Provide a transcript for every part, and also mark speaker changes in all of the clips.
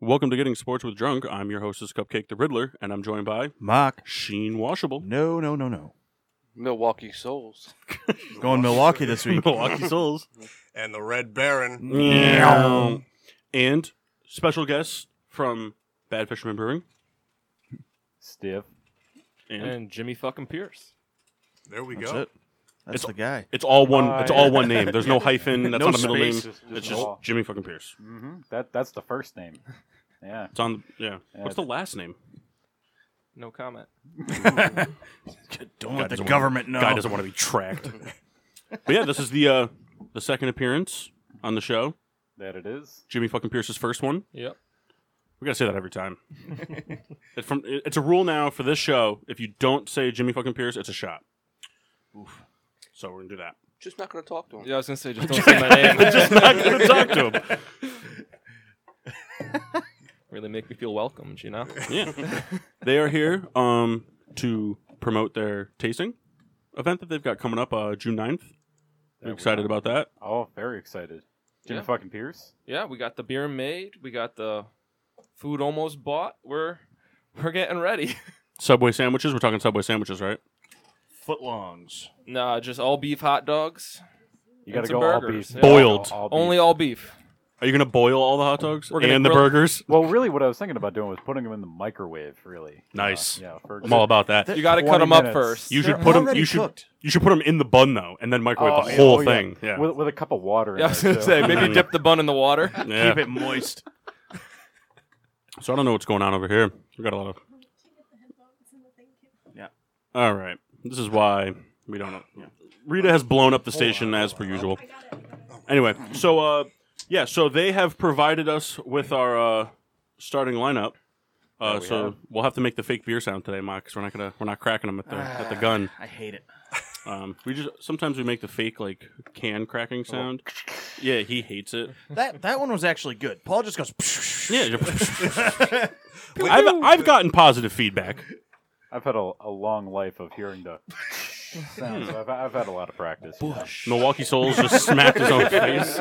Speaker 1: Welcome to Getting Sports with Drunk. I'm your hostess, Cupcake the Riddler, and I'm joined by
Speaker 2: Mock.
Speaker 1: Sheen Washable.
Speaker 2: No, no, no, no.
Speaker 3: Milwaukee Souls.
Speaker 2: Going Milwaukee this week.
Speaker 1: Milwaukee Souls.
Speaker 4: and the Red Baron.
Speaker 2: Meow.
Speaker 1: and special guests from Bad Fisherman Brewing.
Speaker 5: Stiff.
Speaker 1: And
Speaker 5: And Jimmy fucking Pierce.
Speaker 4: There we
Speaker 2: That's
Speaker 4: go.
Speaker 2: it. That's
Speaker 1: It's-
Speaker 2: the guy.
Speaker 1: it's all one it's
Speaker 5: Hi.
Speaker 1: all one name. There's no hyphen, that's
Speaker 3: no
Speaker 1: not a middle
Speaker 3: space.
Speaker 1: name.
Speaker 3: It's
Speaker 1: It's
Speaker 3: just
Speaker 1: just
Speaker 5: all.
Speaker 1: Jimmy fucking Pierce.
Speaker 5: Mm-hmm. That that's the first name. Yeah.
Speaker 1: It's on the yeah.
Speaker 5: Yeah,
Speaker 1: What's the last name?
Speaker 5: No comment.
Speaker 2: Don't
Speaker 1: Guy
Speaker 2: let the
Speaker 1: doesn't
Speaker 2: government know.
Speaker 1: Guy doesn't want to be tracked. but yeah, this is the uh the second appearance on the show.
Speaker 5: That it is.
Speaker 1: Jimmy fucking Pierce's first one.
Speaker 6: Yep.
Speaker 1: We gotta say that every time. it's from it- it's a rule now for this show. If you don't say Jimmy fucking Pierce, it's a shot. So we're gonna do that.
Speaker 3: Just not going to talk to him.
Speaker 6: Yeah, I was gonna say just don't say my name.
Speaker 1: Just not gonna talk to him.
Speaker 6: really make me feel welcomed, you know.
Speaker 1: Yeah, they are here um to promote their tasting event that they've got coming up uh, June 9th.
Speaker 5: There
Speaker 1: We're
Speaker 5: we
Speaker 1: excited
Speaker 5: go.
Speaker 1: about that.
Speaker 5: Oh, very excited. Jimmy
Speaker 6: Yeah.
Speaker 5: fucking Pierce.
Speaker 6: Yeah, we got the beer made. We got the food almost bought. We're we're getting ready.
Speaker 1: Subway sandwiches. We're talking Subway sandwiches, right?
Speaker 2: Footlongs.
Speaker 6: Nah, just all beef hot dogs.
Speaker 5: You
Speaker 6: And
Speaker 5: gotta
Speaker 6: some
Speaker 5: go all
Speaker 6: burgers,
Speaker 5: beef.
Speaker 6: yeah.
Speaker 1: Boiled.
Speaker 5: All, all beef.
Speaker 6: Only all beef.
Speaker 1: Are you gonna boil all the hot dogs
Speaker 6: We're gonna
Speaker 1: and the
Speaker 6: grill-
Speaker 1: burgers?
Speaker 5: Well, really, what I was thinking about doing was putting them in the microwave. Really.
Speaker 1: Nice.
Speaker 5: Uh, yeah. For
Speaker 1: I'm all about that.
Speaker 2: Th-
Speaker 6: You got to cut
Speaker 5: 20
Speaker 6: them up
Speaker 5: minutes.
Speaker 6: first.
Speaker 1: You
Speaker 2: They're
Speaker 1: should put them.
Speaker 2: already
Speaker 1: You should.
Speaker 2: cooked.
Speaker 1: You should put them in the bun though, and then microwave
Speaker 5: Oh,
Speaker 1: the
Speaker 5: yeah.
Speaker 1: whole
Speaker 5: Oh, yeah.
Speaker 1: thing. Yeah.
Speaker 5: with, with a cup of water.
Speaker 6: Yeah, I
Speaker 5: in
Speaker 6: was
Speaker 5: it,
Speaker 6: gonna say
Speaker 5: too.
Speaker 6: maybe dip the bun in the water.
Speaker 1: Yeah.
Speaker 2: Keep it moist.
Speaker 1: So I don't know what's going on over here. We got a lot of. All right. This is why we don't know. Rita has blown up the station as per usual. Anyway, so uh, yeah, so they have provided us with our uh, starting lineup. Uh,
Speaker 2: Oh,
Speaker 5: Yeah, we
Speaker 1: so
Speaker 5: have.
Speaker 1: we'll have to make the fake beer sound today, Mike, because we're not gonna we're not cracking them at the at the gun.
Speaker 2: Ah, I hate it.
Speaker 1: Um, we just sometimes we make the fake like can cracking
Speaker 2: Oh.
Speaker 1: sound. Yeah, he hates it.
Speaker 2: That that one was actually good. Paul just goes.
Speaker 1: Yeah, I've I've gotten positive feedback.
Speaker 5: I've had a, a long life of hearing the sounds. I've, I've had a lot of practice. you know.
Speaker 1: Milwaukee Souls just smacked his own face.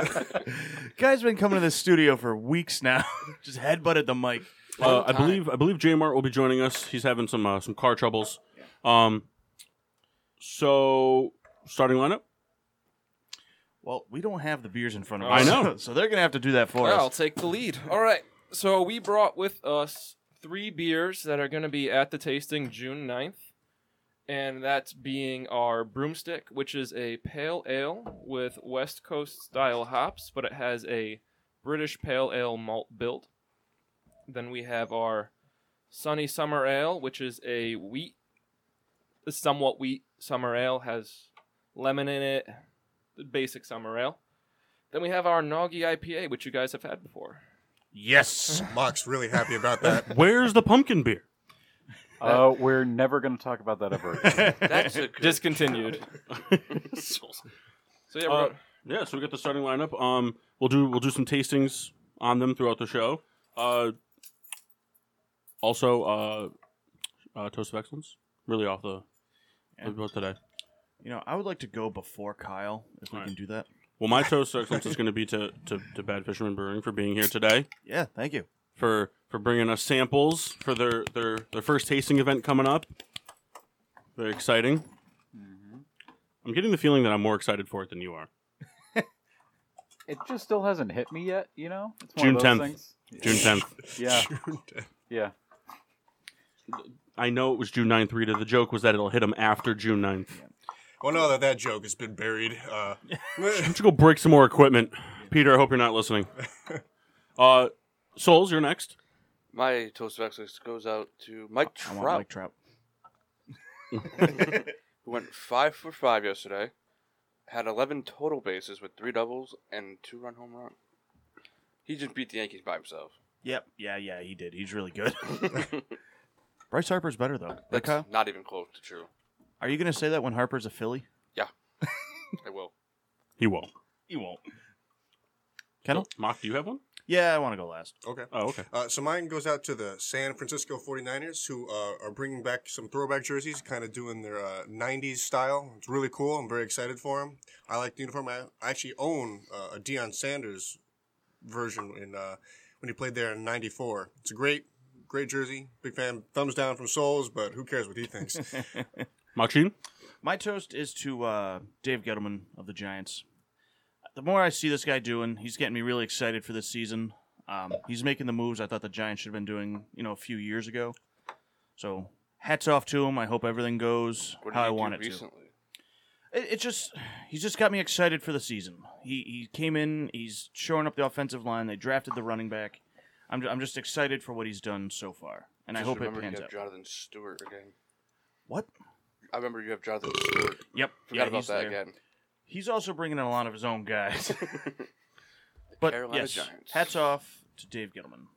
Speaker 2: Guy's been coming to this studio for weeks now. just headbutted the mic.
Speaker 1: Uh, I believe I believe Jmart will be joining us. He's having some uh, some car troubles. Um, so starting lineup.
Speaker 2: Well, we don't have the beers in front of
Speaker 6: I
Speaker 2: us.
Speaker 1: know.
Speaker 2: so they're gonna have to do that for
Speaker 6: Yeah, I'll
Speaker 2: us.
Speaker 6: take the lead. All right. So we brought with us three beers that are going to be at the tasting June 9th. And that's being our Broomstick, which is a pale ale with West Coast style hops, but it has a British pale ale malt build. Then we have our Sunny Summer Ale, which is a wheat, a somewhat wheat summer ale, has lemon in it, the basic summer ale. Then we have our Noggy IPA, which you guys have had before.
Speaker 2: Yes.
Speaker 4: Mock's really happy about that.
Speaker 1: Where's the pumpkin beer?
Speaker 5: Uh, we're never going to talk about that ever. again.
Speaker 3: That's a good
Speaker 6: Discontinued. so yeah, we're
Speaker 1: Uh,
Speaker 6: gonna-
Speaker 1: yeah, so we got the starting lineup. Um, we'll do we'll do some tastings on them throughout the show. Uh, also, uh, uh, toast of excellence. Really off the
Speaker 2: Yeah.
Speaker 1: about today.
Speaker 2: You know, I would like to go before Kyle if we
Speaker 1: All right.
Speaker 2: can do that.
Speaker 1: Well, my toast of excellence is going to be to, to to Bad Fisherman Brewing for being here today.
Speaker 2: Yeah. Thank you.
Speaker 1: for for bringing us samples for their their their first tasting event coming up. Very exciting. Mm-hmm. I'm getting the feeling that I'm more excited for it than you are.
Speaker 5: it just still hasn't hit me yet. You know, it's
Speaker 1: June
Speaker 5: one of
Speaker 1: 10th.
Speaker 5: those things.
Speaker 1: June 10th.
Speaker 5: Yeah, yeah.
Speaker 1: I know it was June 9th, Rita. The joke was that it'll hit them after June 9th.
Speaker 4: well, no, that that joke has been buried. Uh,
Speaker 1: Why don't you go break some more equipment? Peter, I hope you're not listening. Uh, Souls, you're next.
Speaker 3: My toast of excellence goes out to Mike
Speaker 2: I
Speaker 3: Trout,
Speaker 2: want Mike Trout.
Speaker 3: who went five for five yesterday, had 11 total bases with three doubles and two run home run. He just beat the Yankees by himself.
Speaker 2: Yep. Yeah, yeah, he did. He's really good. Bryce Harper's better though. Right,
Speaker 3: That's
Speaker 2: Kyle?
Speaker 3: not even close to true.
Speaker 2: Are you gonna say that when Harper's a Philly?
Speaker 3: I will.
Speaker 1: He won't.
Speaker 2: You won't. Kendall?
Speaker 1: Mock, do you have one?
Speaker 2: Yeah, I want to go last.
Speaker 4: Okay.
Speaker 1: Oh, okay.
Speaker 4: Uh, so mine goes out to the San Francisco 49ers, who uh, are bringing back some throwback jerseys, kind of doing their uh, 90s style. It's really cool. I'm very excited for them. I like the uniform. I I actually own uh, a Deion Sanders version in uh, when he played there in 94. It's a great, great jersey. Big fan. Thumbs down from Souls, but who cares what he thinks?
Speaker 1: Machine?
Speaker 2: My toast is to uh, Dave Gettleman of the Giants. The more I see this guy doing, he's getting me really excited for this season. Um, he's making the moves I thought the Giants should have been doing, you know, a few years ago. So hats off to him. I hope everything goes
Speaker 3: What did
Speaker 2: how
Speaker 3: he
Speaker 2: I
Speaker 3: do
Speaker 2: want it to.
Speaker 3: recently?
Speaker 2: It, it just he's just got me excited for the season. He he came in, he's showing up the offensive line. They drafted the running back. I'm ju- I'm just excited for what he's done so far, and I
Speaker 3: Just
Speaker 2: hope it
Speaker 3: remember
Speaker 2: pans
Speaker 3: you have
Speaker 2: out.
Speaker 3: Jonathan Stewart again.
Speaker 2: What?
Speaker 3: I remember you have Jonathan Stewart.
Speaker 2: Yep.
Speaker 3: Forgot
Speaker 2: Yeah,
Speaker 3: about
Speaker 2: he's
Speaker 3: that
Speaker 2: there.
Speaker 3: again.
Speaker 2: He's also bringing in a lot of his own guys. but
Speaker 3: Carolina
Speaker 2: yes,
Speaker 3: Giants.
Speaker 2: hats off to Dave Gettleman.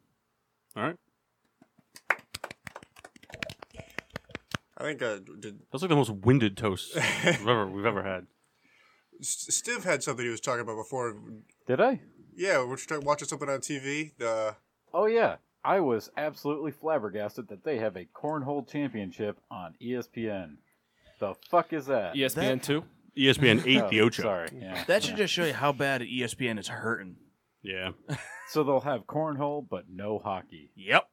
Speaker 1: All right.
Speaker 4: I think uh, did
Speaker 1: That's like the most winded toast we've ever, we've ever had.
Speaker 4: S- Stiv had something he was talking about before.
Speaker 5: Did I?
Speaker 4: Yeah, we're talking, watching something on TV. The
Speaker 5: Oh yeah, I was absolutely flabbergasted that they have a cornhole championship on E ESPN. The fuck is that?
Speaker 6: ESPN two.
Speaker 1: ESPN 8
Speaker 5: Oh,
Speaker 1: the Ocho.
Speaker 5: Sorry. Yeah.
Speaker 2: That should just show you how bad E ESPN is hurting.
Speaker 1: Yeah.
Speaker 5: So they'll have cornhole, but no hockey.
Speaker 2: Yep.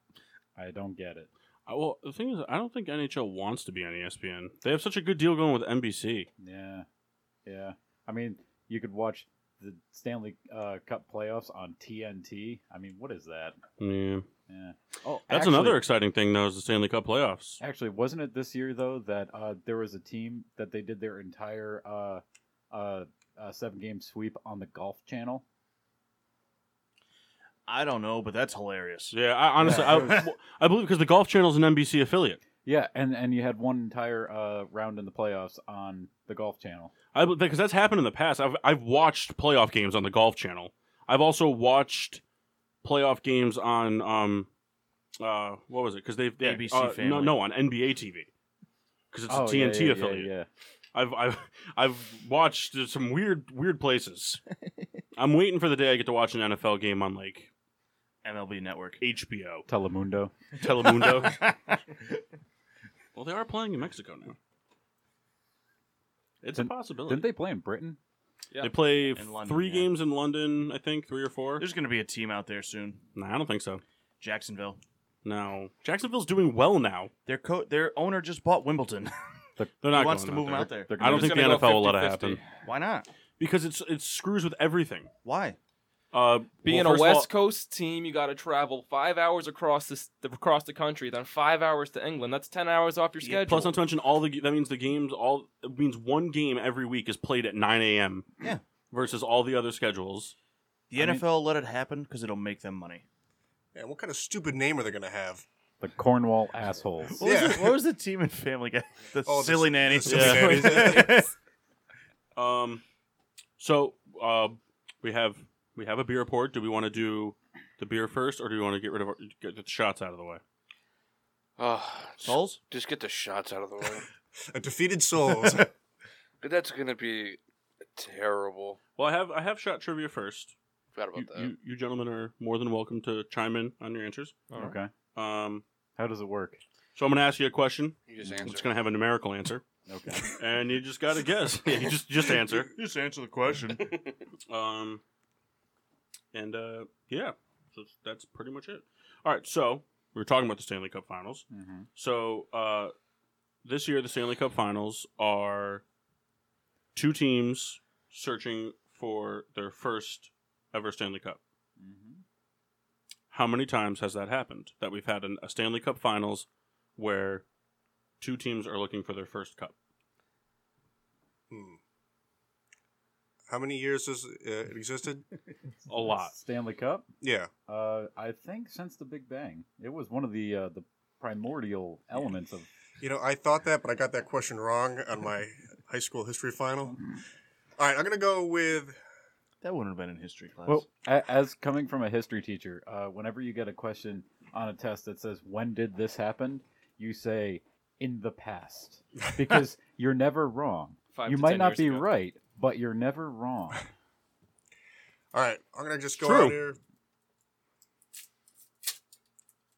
Speaker 5: I don't get it.
Speaker 1: I, well, the thing is, I don't think NHL wants to be on E ESPN. They have such a good deal going with NBC.
Speaker 5: Yeah. Yeah. I mean, you could watch the Stanley uh, Cup playoffs on TNT. I mean, what is that?
Speaker 1: Yeah.
Speaker 5: Yeah. Oh,
Speaker 1: That's
Speaker 5: actually-
Speaker 1: another exciting thing, though, is the Stanley Cup playoffs.
Speaker 5: Actually, wasn't it this year though that uh, there was a team that they did their entire uh, uh, uh, seven-game sweep on the Golf Channel?
Speaker 2: I don't know, but that's hilarious.
Speaker 1: Yeah, I honestly,
Speaker 5: Yeah, it
Speaker 1: I, I believe because the Golf Channel is an NBC affiliate.
Speaker 5: Yeah, and and you had one entire uh, round in the playoffs on the Golf Channel.
Speaker 1: I because that's happened in the past. I've I've watched playoff games on the Golf Channel. I've also watched playoff games on um, uh, what was it? Because they've they,
Speaker 2: ABC
Speaker 1: uh, no
Speaker 2: Family.
Speaker 1: no on NBA TV because it's a
Speaker 5: Oh, yeah,
Speaker 1: TNT
Speaker 5: yeah, yeah,
Speaker 1: affiliate.
Speaker 5: Yeah,
Speaker 1: I've I've I've watched some weird weird places. I'm waiting for the day I get to watch an NFL game on like
Speaker 2: MLB Network.
Speaker 1: HBO,
Speaker 5: Telemundo.
Speaker 1: Telemundo. well, they are playing in Mexico now. It's a
Speaker 5: Didn't-
Speaker 1: possibility.
Speaker 5: Didn't they play in Britain?
Speaker 1: They play f-
Speaker 2: In London,
Speaker 1: three
Speaker 2: yeah.
Speaker 1: games in London, I think, three or four.
Speaker 2: There's going to be a team out there soon.
Speaker 1: No, I don't think so.
Speaker 2: Jacksonville.
Speaker 1: No, Jacksonville's doing well now.
Speaker 2: Their co- their owner just bought Wimbledon.
Speaker 1: They're not.
Speaker 2: he wants to
Speaker 1: going
Speaker 2: move him
Speaker 1: there.
Speaker 2: out there.
Speaker 5: They're
Speaker 1: I don't think
Speaker 5: gonna-
Speaker 1: the
Speaker 6: They're
Speaker 1: NFL
Speaker 6: just gonna go
Speaker 1: will let it
Speaker 6: 50-50.
Speaker 1: happen
Speaker 2: Why not?
Speaker 1: because it's it screws with everything.
Speaker 2: Why?
Speaker 1: Uh,
Speaker 6: Being
Speaker 1: well,
Speaker 6: a
Speaker 1: first of all-
Speaker 6: West Coast team, you got to travel five hours across the, the across the country, then five hours to England. That's ten hours off your
Speaker 2: Yeah,
Speaker 6: schedule.
Speaker 1: plus, not to mention all the g- that means the games all it means one game every week is played at 9 a.m.
Speaker 2: Yeah.
Speaker 1: Versus all the other schedules.
Speaker 2: The
Speaker 5: I mean-
Speaker 2: NFL let it happen because it'll make them money.
Speaker 4: man, what kind of stupid name are they gonna have?
Speaker 5: The Cornwall assholes.
Speaker 4: What was Yeah. the-
Speaker 2: what was the team in Family Guy? The
Speaker 4: Oh, the
Speaker 2: silly
Speaker 4: s-
Speaker 2: nanny.
Speaker 4: the silly
Speaker 1: Yeah.
Speaker 4: nannies.
Speaker 1: Um, so uh, we have we have a beer report. Do we want to do the beer first, or do we want to get rid of our, get the shots out of the way?
Speaker 3: Ah, just-
Speaker 2: Souls?
Speaker 3: Just get the shots out of the way.
Speaker 4: a defeated Souls.
Speaker 3: But that's gonna be terrible.
Speaker 1: Well, I have I have shot trivia first.
Speaker 3: Forgot about
Speaker 1: you,
Speaker 3: that.
Speaker 1: you, you gentlemen are more than welcome to chime in on your answers.
Speaker 5: Okay.
Speaker 1: Um,
Speaker 5: How does it work?
Speaker 1: so I'm going to ask you a question.
Speaker 3: You just
Speaker 1: It's
Speaker 3: answer.
Speaker 1: going to have a numerical answer,
Speaker 5: Okay.
Speaker 1: and you just got to guess. Yeah, you just just answer.
Speaker 2: Just answer the question.
Speaker 1: Um, and uh, yeah, so that's- that's pretty much it. All right, so we were talking about the Stanley Cup Finals.
Speaker 5: hmm
Speaker 1: So uh, this year, the Stanley Cup Finals are two teams searching for their first ever Stanley Cup.
Speaker 5: Mm-hmm.
Speaker 1: how many times has that happened that we've had an, a Stanley Cup Finals where two teams are looking for their first cup?
Speaker 4: Hmm. How many years has uh, it existed?
Speaker 1: A lot.
Speaker 5: Stanley Cup.
Speaker 4: Yeah.
Speaker 5: Uh, I think since the Big Bang, it was one of the uh, the primordial elements of.
Speaker 4: You know, I thought that, but I got that question wrong on my high school history final. All right, I'm going to go with
Speaker 2: That wouldn't have been in history class.
Speaker 5: Well, a- as coming from a history teacher, uh, whenever you get a question on a test that says "When did this happen?" you say "In the past," because you're never wrong.
Speaker 6: Five
Speaker 5: you
Speaker 6: to
Speaker 5: might
Speaker 6: 10
Speaker 5: not
Speaker 6: years
Speaker 5: be
Speaker 6: ago.
Speaker 5: right, but you're never wrong.
Speaker 4: All right, I'm gonna just go
Speaker 1: True.
Speaker 4: out here.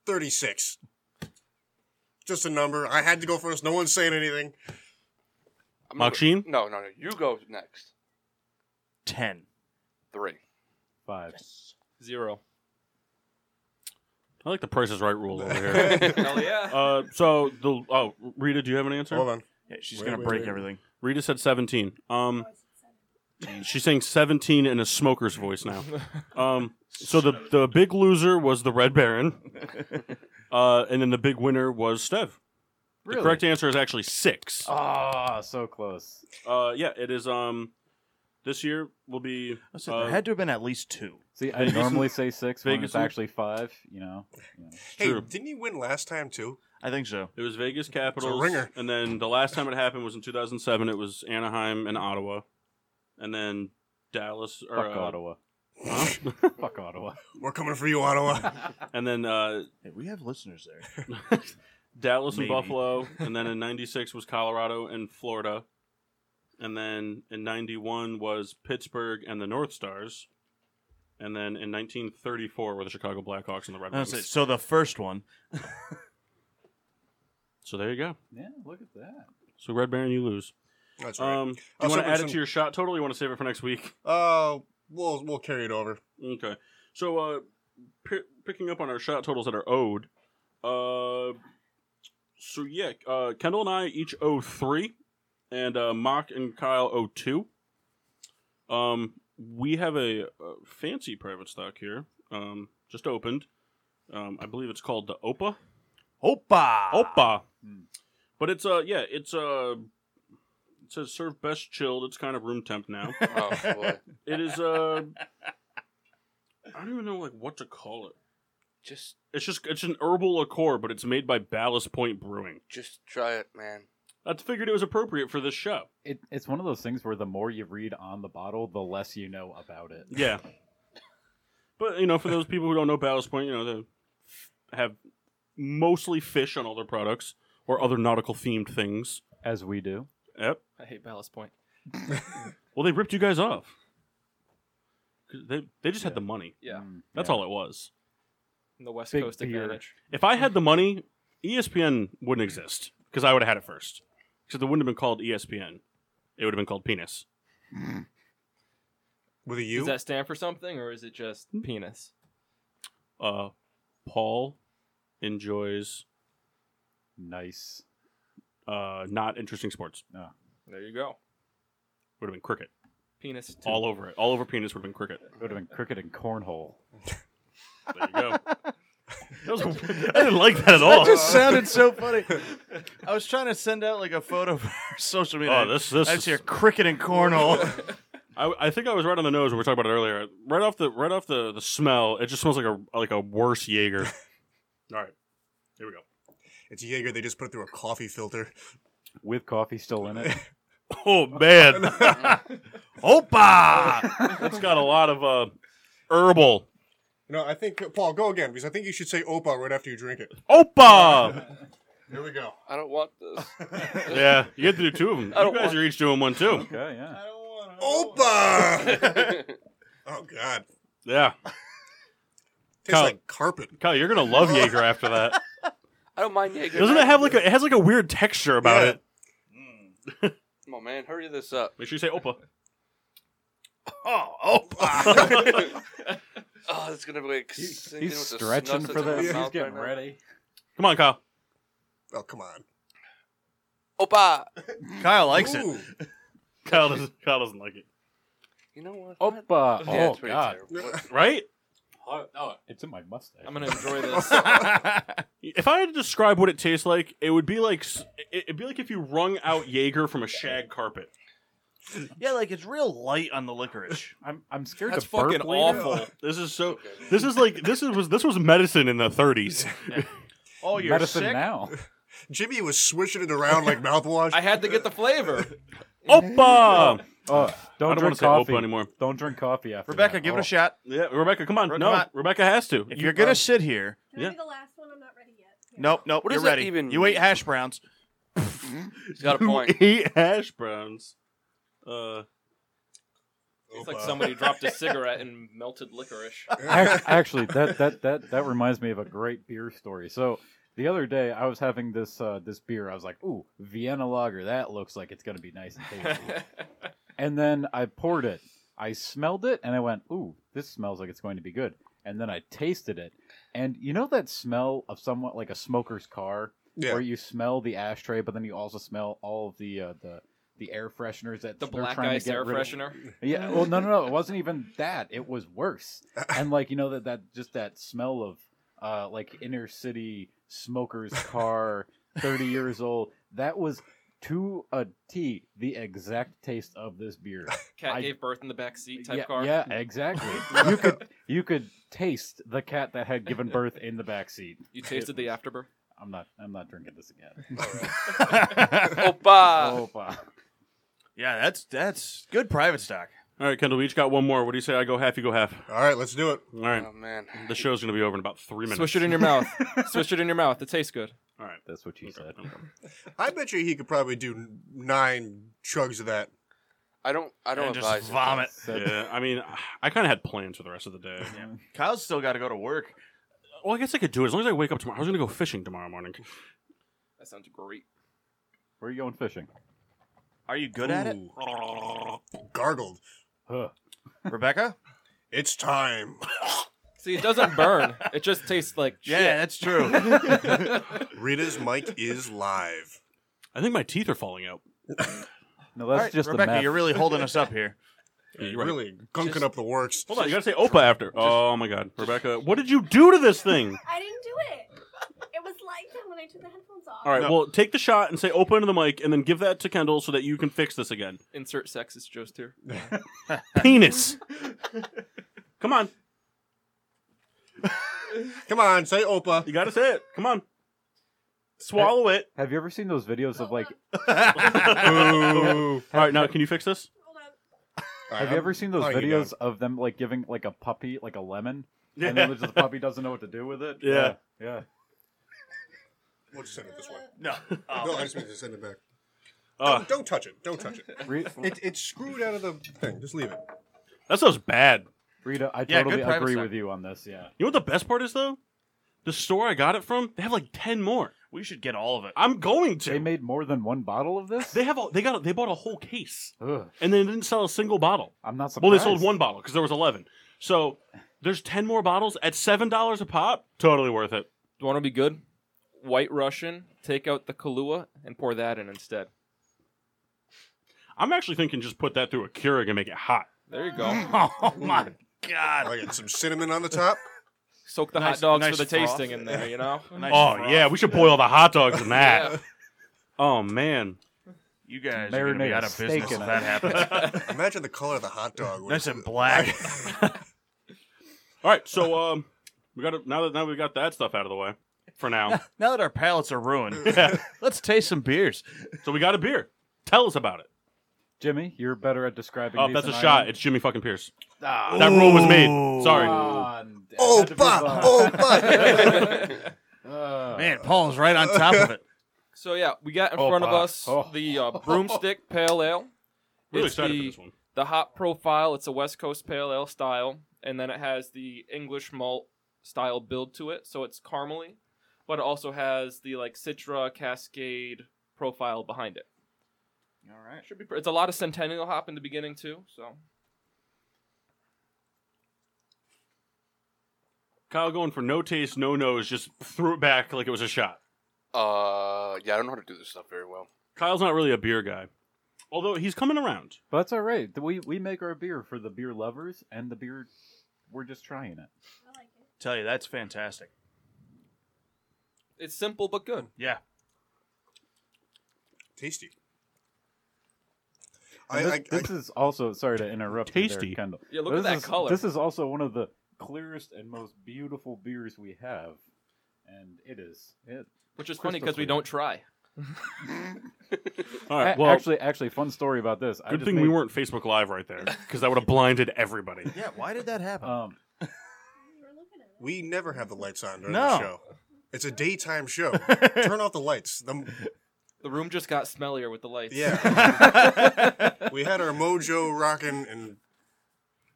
Speaker 4: Thirty-six. Just a number. I had to go first. No one's saying anything.
Speaker 3: I'm not-
Speaker 1: Maxine?
Speaker 3: No, no, no. You go next.
Speaker 2: ten.
Speaker 3: Three.
Speaker 5: Five.
Speaker 6: Zero.
Speaker 1: I like the Price is Right rule over here.
Speaker 6: Hell yeah.
Speaker 1: uh, so the oh Rita, do you have an answer?
Speaker 4: Hold on.
Speaker 2: Yeah, she's
Speaker 4: Wait,
Speaker 2: gonna
Speaker 4: wait,
Speaker 2: break
Speaker 4: wait.
Speaker 2: everything.
Speaker 1: Rita said seventeen. Um, she's saying seventeen in a smoker's voice now. Um, so the the big loser was the Red Baron, uh, and then the big winner was Stev. The correct answer is actually six.
Speaker 5: Ah, so close.
Speaker 1: Uh, yeah, it is. Um, this year will be
Speaker 2: I said,
Speaker 1: Uh,
Speaker 2: there had to have been at least two.
Speaker 5: See, I
Speaker 1: Vegas-
Speaker 5: normally say six, when it's
Speaker 1: Vegas-
Speaker 5: actually five. You know, you know.
Speaker 4: Hey,
Speaker 1: True.
Speaker 4: didn't you win last time too?
Speaker 2: I think so.
Speaker 1: it was Vegas Capitals,
Speaker 4: ringer.
Speaker 1: and then the last time it happened was in 2007. It was Anaheim and Ottawa, and then Dallas or
Speaker 5: fuck
Speaker 1: uh,
Speaker 5: Ottawa.
Speaker 1: huh?
Speaker 5: Fuck Ottawa.
Speaker 4: We're coming for you, Ottawa.
Speaker 1: and then uh,
Speaker 2: Hey, we have listeners there.
Speaker 1: Dallas
Speaker 2: Maybe.
Speaker 1: and Buffalo, and then in '96 was Colorado and Florida, and then in '91 was Pittsburgh and the North Stars, and then in 1934 were the Chicago Blackhawks and the Red
Speaker 2: I
Speaker 1: Wings.
Speaker 2: said, so the first one.
Speaker 1: So there you go.
Speaker 5: Yeah, look at that.
Speaker 1: So Red Baron, you lose.
Speaker 4: That's all right.
Speaker 1: Um, do
Speaker 4: I'll
Speaker 1: you want
Speaker 4: send
Speaker 1: to
Speaker 4: it
Speaker 1: add it
Speaker 4: some-
Speaker 1: to your shot total? Or you want to save it for next week?
Speaker 4: Uh, we'll we'll carry it over.
Speaker 1: Okay. So uh, pi picking up on our shot totals that are owed. Uh, so yeah, uh, Kendall and I each owe three, and uh, Mock and Kyle owe two. Um, we have a, uh fancy private stock here. Um, just opened. Um, I believe it's called the Opa.
Speaker 2: Opa.
Speaker 1: Opa.
Speaker 5: Hmm.
Speaker 1: But it's uh yeah, it's uh it says serve best chilled. It's kind of room temp now.
Speaker 3: Oh, boy.
Speaker 1: it is uh I don't even know like what to call it.
Speaker 3: just,
Speaker 1: It's just it's an herbal liqueur, but it's made by Ballast Point Brewing.
Speaker 3: just try it, man.
Speaker 1: I figured it was appropriate for this show.
Speaker 5: It, it's one of those things where the more you read on the bottle, the less you know about it.
Speaker 1: Yeah. but you know, for those people who don't know Ballast Point, you know, they have mostly fish on all their products or other nautical themed things.
Speaker 5: As we do.
Speaker 1: Yep.
Speaker 6: I hate Ballast Point.
Speaker 1: Well, they ripped you guys off. 'Cause They, they just had the money.
Speaker 6: Yeah.
Speaker 5: Mm,
Speaker 1: That's
Speaker 5: yeah.
Speaker 1: all it was.
Speaker 6: In the West
Speaker 5: Big
Speaker 6: Coast
Speaker 5: beer.
Speaker 6: advantage.
Speaker 1: If I had the money, E ESPN wouldn't exist because I would have had it first. Because it wouldn't have been called E ESPN. It would have been called penis.
Speaker 4: With a U.
Speaker 6: Does that stand for something or is it just penis?
Speaker 1: Uh, Paul enjoys
Speaker 5: Nice.
Speaker 1: uh, not interesting sports.
Speaker 6: There you go.
Speaker 1: Would have been cricket.
Speaker 6: Penis. too.
Speaker 1: All over it. All over penis would have been cricket.
Speaker 5: It would have been cricket and cornhole.
Speaker 1: There you go. That was- I didn't like that at all.
Speaker 2: That just sounded so funny. I was trying to send out like a photo for social media.
Speaker 1: Oh, this this
Speaker 2: That's
Speaker 1: is,
Speaker 2: your cricket and cornhole.
Speaker 1: I, I think I was right on the nose. when We were talking about it earlier. Right off the right off the, the smell, it just smells like a like a worse Jaeger. all right, here we go.
Speaker 4: It's Jaeger. They just put it through a coffee filter.
Speaker 5: With coffee still in it.
Speaker 1: Oh man,
Speaker 6: Mm.
Speaker 1: opa! It's got a lot of uh, herbal.
Speaker 4: No, I think Paul, go again because I think you should say Opa right after you drink it.
Speaker 1: Opa!
Speaker 4: Here we go.
Speaker 3: I don't want this.
Speaker 1: Yeah, you have to do two of them.
Speaker 3: I don't
Speaker 1: You guys
Speaker 3: want-
Speaker 1: are each doing one too.
Speaker 5: Okay, yeah.
Speaker 4: Opa. oh God.
Speaker 1: Yeah,
Speaker 4: Tastes
Speaker 1: Kyle.
Speaker 4: like carpet.
Speaker 1: Kyle, you're gonna love Jaeger after that.
Speaker 3: I don't mind Jaeger.
Speaker 1: Doesn't it have like a? It has like a weird texture about
Speaker 4: Yeah.
Speaker 1: it.
Speaker 3: Come on, man. Hurry this up.
Speaker 1: Make sure you say opa.
Speaker 2: oh, opa.
Speaker 3: oh, it's gonna be like. sinking
Speaker 5: He's
Speaker 3: with the
Speaker 5: stretching
Speaker 3: snus
Speaker 5: for
Speaker 3: into my
Speaker 5: this. He's
Speaker 3: mouth
Speaker 5: getting
Speaker 3: right now.
Speaker 5: ready.
Speaker 1: Come on, Kyle.
Speaker 4: Oh come on.
Speaker 3: Opa.
Speaker 2: Kyle likes it.
Speaker 4: Ooh.
Speaker 1: Kyle doesn't. Kyle doesn't like it.
Speaker 3: You know what?
Speaker 5: Opa.
Speaker 3: Yeah,
Speaker 5: Oh,
Speaker 3: it's pretty
Speaker 5: God.
Speaker 3: terrible.
Speaker 1: Right?
Speaker 5: Oh, it's in my mustache.
Speaker 6: I'm going to enjoy this.
Speaker 1: If I had to describe what it tastes like, it would be like s- it- it'd be like if you wrung out Jaeger from a shag carpet.
Speaker 2: yeah, like it's real light on the licorice.
Speaker 5: I'm, I'm scared
Speaker 6: That's
Speaker 5: to burp
Speaker 6: fucking
Speaker 5: later. Oh,
Speaker 6: awful.
Speaker 1: This is so.
Speaker 3: Okay.
Speaker 1: This is like this is was this was medicine in the 30s.
Speaker 2: Oh, you're
Speaker 5: Medicine
Speaker 2: sick.
Speaker 5: now.
Speaker 4: Jimmy was swishing it around like mouthwash.
Speaker 6: I had to get the flavor.
Speaker 1: Opa!
Speaker 5: Oh, don't,
Speaker 1: I don't want
Speaker 5: drink
Speaker 1: to say Opa
Speaker 5: coffee.
Speaker 1: anymore.
Speaker 5: Don't drink coffee after
Speaker 2: Rebecca,
Speaker 5: that.
Speaker 2: give it
Speaker 5: Oh.
Speaker 2: a shot.
Speaker 1: Yeah, Rebecca, come on.
Speaker 2: Rebecca,
Speaker 1: no,
Speaker 2: come on.
Speaker 1: Rebecca has to.
Speaker 2: If
Speaker 1: You-
Speaker 2: you're gonna sit here,
Speaker 7: Can
Speaker 1: Yeah.
Speaker 7: I be the last one? I'm not ready yet. Here.
Speaker 2: nope, nope,
Speaker 3: What
Speaker 2: you're
Speaker 3: does that
Speaker 2: ready.
Speaker 3: even
Speaker 2: you ate
Speaker 3: mean?
Speaker 2: hash browns.
Speaker 3: He's got a point.
Speaker 1: Eat hash browns. Uh,
Speaker 6: It's
Speaker 2: uh,
Speaker 6: like somebody dropped a cigarette and melted licorice.
Speaker 5: Ac- Oh. Actually, that, that that that reminds me of a great beer story. So the other day, I was having this uh, this beer. I was like, "Ooh, Vienna Lager. That looks like it's gonna be nice and tasty." and then I poured it. I smelled it, and I went, "Ooh, this smells like it's going to be good." And then I tasted it, and you know that smell of somewhat like a smoker's car,
Speaker 4: Yeah.
Speaker 5: where you smell the ashtray, but then you also smell all of the uh, the the air fresheners that
Speaker 6: the
Speaker 5: they're
Speaker 6: black
Speaker 5: trying
Speaker 6: ice
Speaker 5: to get
Speaker 6: air
Speaker 5: rid of.
Speaker 6: freshener.
Speaker 5: Yeah. Well, no, no, no. It wasn't even that. It was worse. And like you know that that just that smell of uh like inner city smoker's car, thirty years old. That was to a T the exact taste of this beer.
Speaker 6: Cat
Speaker 5: I-
Speaker 6: gave birth in the back seat type
Speaker 5: yeah,
Speaker 6: car.
Speaker 5: yeah, exactly. you could you could taste the cat that had given birth in the backseat.
Speaker 6: You tasted the afterbirth.
Speaker 5: I'm not I'm not drinking this again.
Speaker 2: yeah,
Speaker 6: uh,
Speaker 3: Opa!
Speaker 5: Oh,
Speaker 2: Uh,
Speaker 5: wow.
Speaker 2: that's that's good private stock.
Speaker 1: all right, Kendall, we each got one more. What do you say? I go half, you go half.
Speaker 4: All right, let's do it.
Speaker 1: All right.
Speaker 5: Um,
Speaker 3: Oh, man.
Speaker 1: The show's going to be over in about three minutes.
Speaker 6: Swish it in your mouth. Swish it in your mouth. It tastes good.
Speaker 1: All right.
Speaker 5: That's what you said.
Speaker 4: I bet you he could probably do n- nine chugs of that.
Speaker 3: I don't, I don't
Speaker 2: And
Speaker 3: advise
Speaker 2: just vomit.
Speaker 5: Said-
Speaker 1: Yeah, I mean, I kind of had plans for the rest of the day.
Speaker 2: Kyle's still got to go to work.
Speaker 1: Well, I guess I could do it as long as I wake up tomorrow. I was going to go fishing tomorrow morning.
Speaker 6: That sounds great.
Speaker 5: Where are you going fishing?
Speaker 2: Are you good at it,
Speaker 4: Gargled.
Speaker 5: Huh.
Speaker 2: Rebecca?
Speaker 4: It's time.
Speaker 6: See, it doesn't burn. it just tastes like shit.
Speaker 2: Yeah, that's true.
Speaker 4: Rita's mic is live.
Speaker 1: I think my teeth are falling out.
Speaker 5: No,
Speaker 2: All
Speaker 5: that's
Speaker 2: right,
Speaker 5: just the
Speaker 2: Rebecca,
Speaker 5: meth.
Speaker 2: you're really holding us up here.
Speaker 1: Yeah, you're right.
Speaker 4: Really gunking
Speaker 6: Just-
Speaker 4: up the works.
Speaker 1: Hold on, you got to say Opa after. oh, my God. Rebecca, what did you do to this thing?
Speaker 7: I didn't do it. It was like that when I took the headphones off.
Speaker 1: All right,
Speaker 4: No.
Speaker 1: well, take the shot and say Opa into the mic and then give that to Kendall so that you can fix this again.
Speaker 6: Insert sexist jokes here.
Speaker 1: Penis. Come on.
Speaker 4: Come on, say Opa.
Speaker 1: You got to say it. Come on. Swallow it.
Speaker 5: Have you ever seen those videos of like
Speaker 4: Boo.
Speaker 1: All right, now, can you fix this?
Speaker 7: Hold on.
Speaker 5: Have you ever seen those
Speaker 4: Oh, you
Speaker 5: videos of them like giving like a puppy like a lemon, and then the puppy doesn't know what to do with it?
Speaker 1: Yeah.
Speaker 5: yeah. yeah.
Speaker 4: We'll just send it this way.
Speaker 2: No.
Speaker 4: No, I just meant to send it back.
Speaker 1: Uh,
Speaker 4: Don't, don't touch it. Don't touch it.
Speaker 5: Re-
Speaker 4: it. It's screwed out of the thing. Just leave it.
Speaker 1: that stuff's bad.
Speaker 5: Rita, I
Speaker 2: Yeah,
Speaker 5: totally
Speaker 2: good private
Speaker 5: agree
Speaker 2: stuff.
Speaker 5: with you on this. Yeah,
Speaker 1: You know what the best part is though? The store I got it from, they have like ten more.
Speaker 2: We should get all of it.
Speaker 1: I'm going to.
Speaker 5: they made more than one bottle of this.
Speaker 1: They have all, they got they bought a whole case
Speaker 5: Ugh,
Speaker 1: and they didn't sell a single bottle.
Speaker 5: I'm not surprised.
Speaker 1: Well, they sold one bottle because there was eleven. So there's ten more bottles at seven dollars a pop. Totally worth it.
Speaker 6: Do you want to be good? White Russian, take out the Kahlua and pour that in instead.
Speaker 1: I'm actually thinking just put that through a Keurig and make it hot.
Speaker 6: There you go.
Speaker 2: Oh my
Speaker 4: I
Speaker 2: god.
Speaker 4: like it. Some cinnamon on the top.
Speaker 6: Soak the
Speaker 2: Nice-
Speaker 6: hot dogs
Speaker 2: nice
Speaker 6: for the
Speaker 2: froth.
Speaker 6: tasting in there, you know?
Speaker 2: A nice
Speaker 1: Oh
Speaker 2: froth.
Speaker 1: yeah, we should boil the hot dogs in that.
Speaker 6: Yeah.
Speaker 1: Oh man,
Speaker 2: You guys are gonna be
Speaker 5: Marinate
Speaker 2: out
Speaker 5: a
Speaker 2: of
Speaker 5: steak
Speaker 2: business if
Speaker 5: in it.
Speaker 2: that happens.
Speaker 4: Imagine the color of the hot dog. when
Speaker 2: nice
Speaker 4: it's-
Speaker 2: and black.
Speaker 1: all right. So um, we got to now that now we got that stuff out of the way for now.
Speaker 2: now that our palates are ruined,
Speaker 1: Yeah.
Speaker 2: let's taste some beers.
Speaker 1: So we got a beer. Tell us about it.
Speaker 5: Jimmy, you're better at describing.
Speaker 1: Oh,
Speaker 5: these
Speaker 1: that's a
Speaker 5: than I
Speaker 1: shot.
Speaker 5: am.
Speaker 1: It's Jimmy fucking Pierce. That rule was made. Sorry.
Speaker 5: Ah. Come on. I had to
Speaker 4: Opa.
Speaker 5: move
Speaker 4: Opa.
Speaker 5: on. Uh,
Speaker 2: Man, Paul's right on top of it.
Speaker 6: So, yeah, we got in
Speaker 5: Oh,
Speaker 6: front of
Speaker 5: wow.
Speaker 6: us
Speaker 5: Oh.
Speaker 6: the uh, Broomstick Pale Ale.
Speaker 1: Really
Speaker 6: It's
Speaker 1: excited
Speaker 6: the-
Speaker 1: for this one.
Speaker 6: the hop profile. It's a West Coast pale ale style, and then it has the English malt style build to it, so it's caramely, but it also has the like Citra Cascade profile behind it.
Speaker 2: All right.
Speaker 6: Should be. pr- It's a lot of Centennial hop in the beginning too, so
Speaker 1: Kyle going for no taste, no nose, just threw it back like it was a shot.
Speaker 3: Uh, yeah, I don't know how to do this stuff very well.
Speaker 1: Kyle's not really a beer guy, although he's coming around.
Speaker 5: But that's all right. We we make our beer for the beer lovers and the beer. We're just trying it.
Speaker 7: I like it.
Speaker 2: Tell you that's fantastic.
Speaker 6: it's simple but good.
Speaker 2: Yeah.
Speaker 4: Tasty.
Speaker 5: And
Speaker 4: I,
Speaker 5: this,
Speaker 4: I, I,
Speaker 5: this is also sorry to interrupt. you there,
Speaker 1: Tasty.
Speaker 5: Kendall.
Speaker 6: Yeah, look
Speaker 5: this
Speaker 6: at that
Speaker 5: is-
Speaker 6: color.
Speaker 5: This is also one of the clearest and most beautiful beers we have, and it is. It
Speaker 6: Which is
Speaker 5: Crystal
Speaker 6: funny because we
Speaker 5: clear.
Speaker 6: don't try.
Speaker 1: All right.
Speaker 5: A-
Speaker 1: Well,
Speaker 5: actually, actually, fun story about this. I
Speaker 1: good
Speaker 5: just
Speaker 1: thing
Speaker 5: made,
Speaker 1: we weren't Facebook Live right there because that would have blinded everybody.
Speaker 8: Yeah, why did that happen?
Speaker 2: Uh,
Speaker 5: Um,
Speaker 7: You were looking at it.
Speaker 4: We never have the lights on during
Speaker 2: No.
Speaker 4: the show. It's a daytime show. Turn off the lights. The-
Speaker 6: The room just got smellier with the lights.
Speaker 4: yeah, we had our mojo rocking and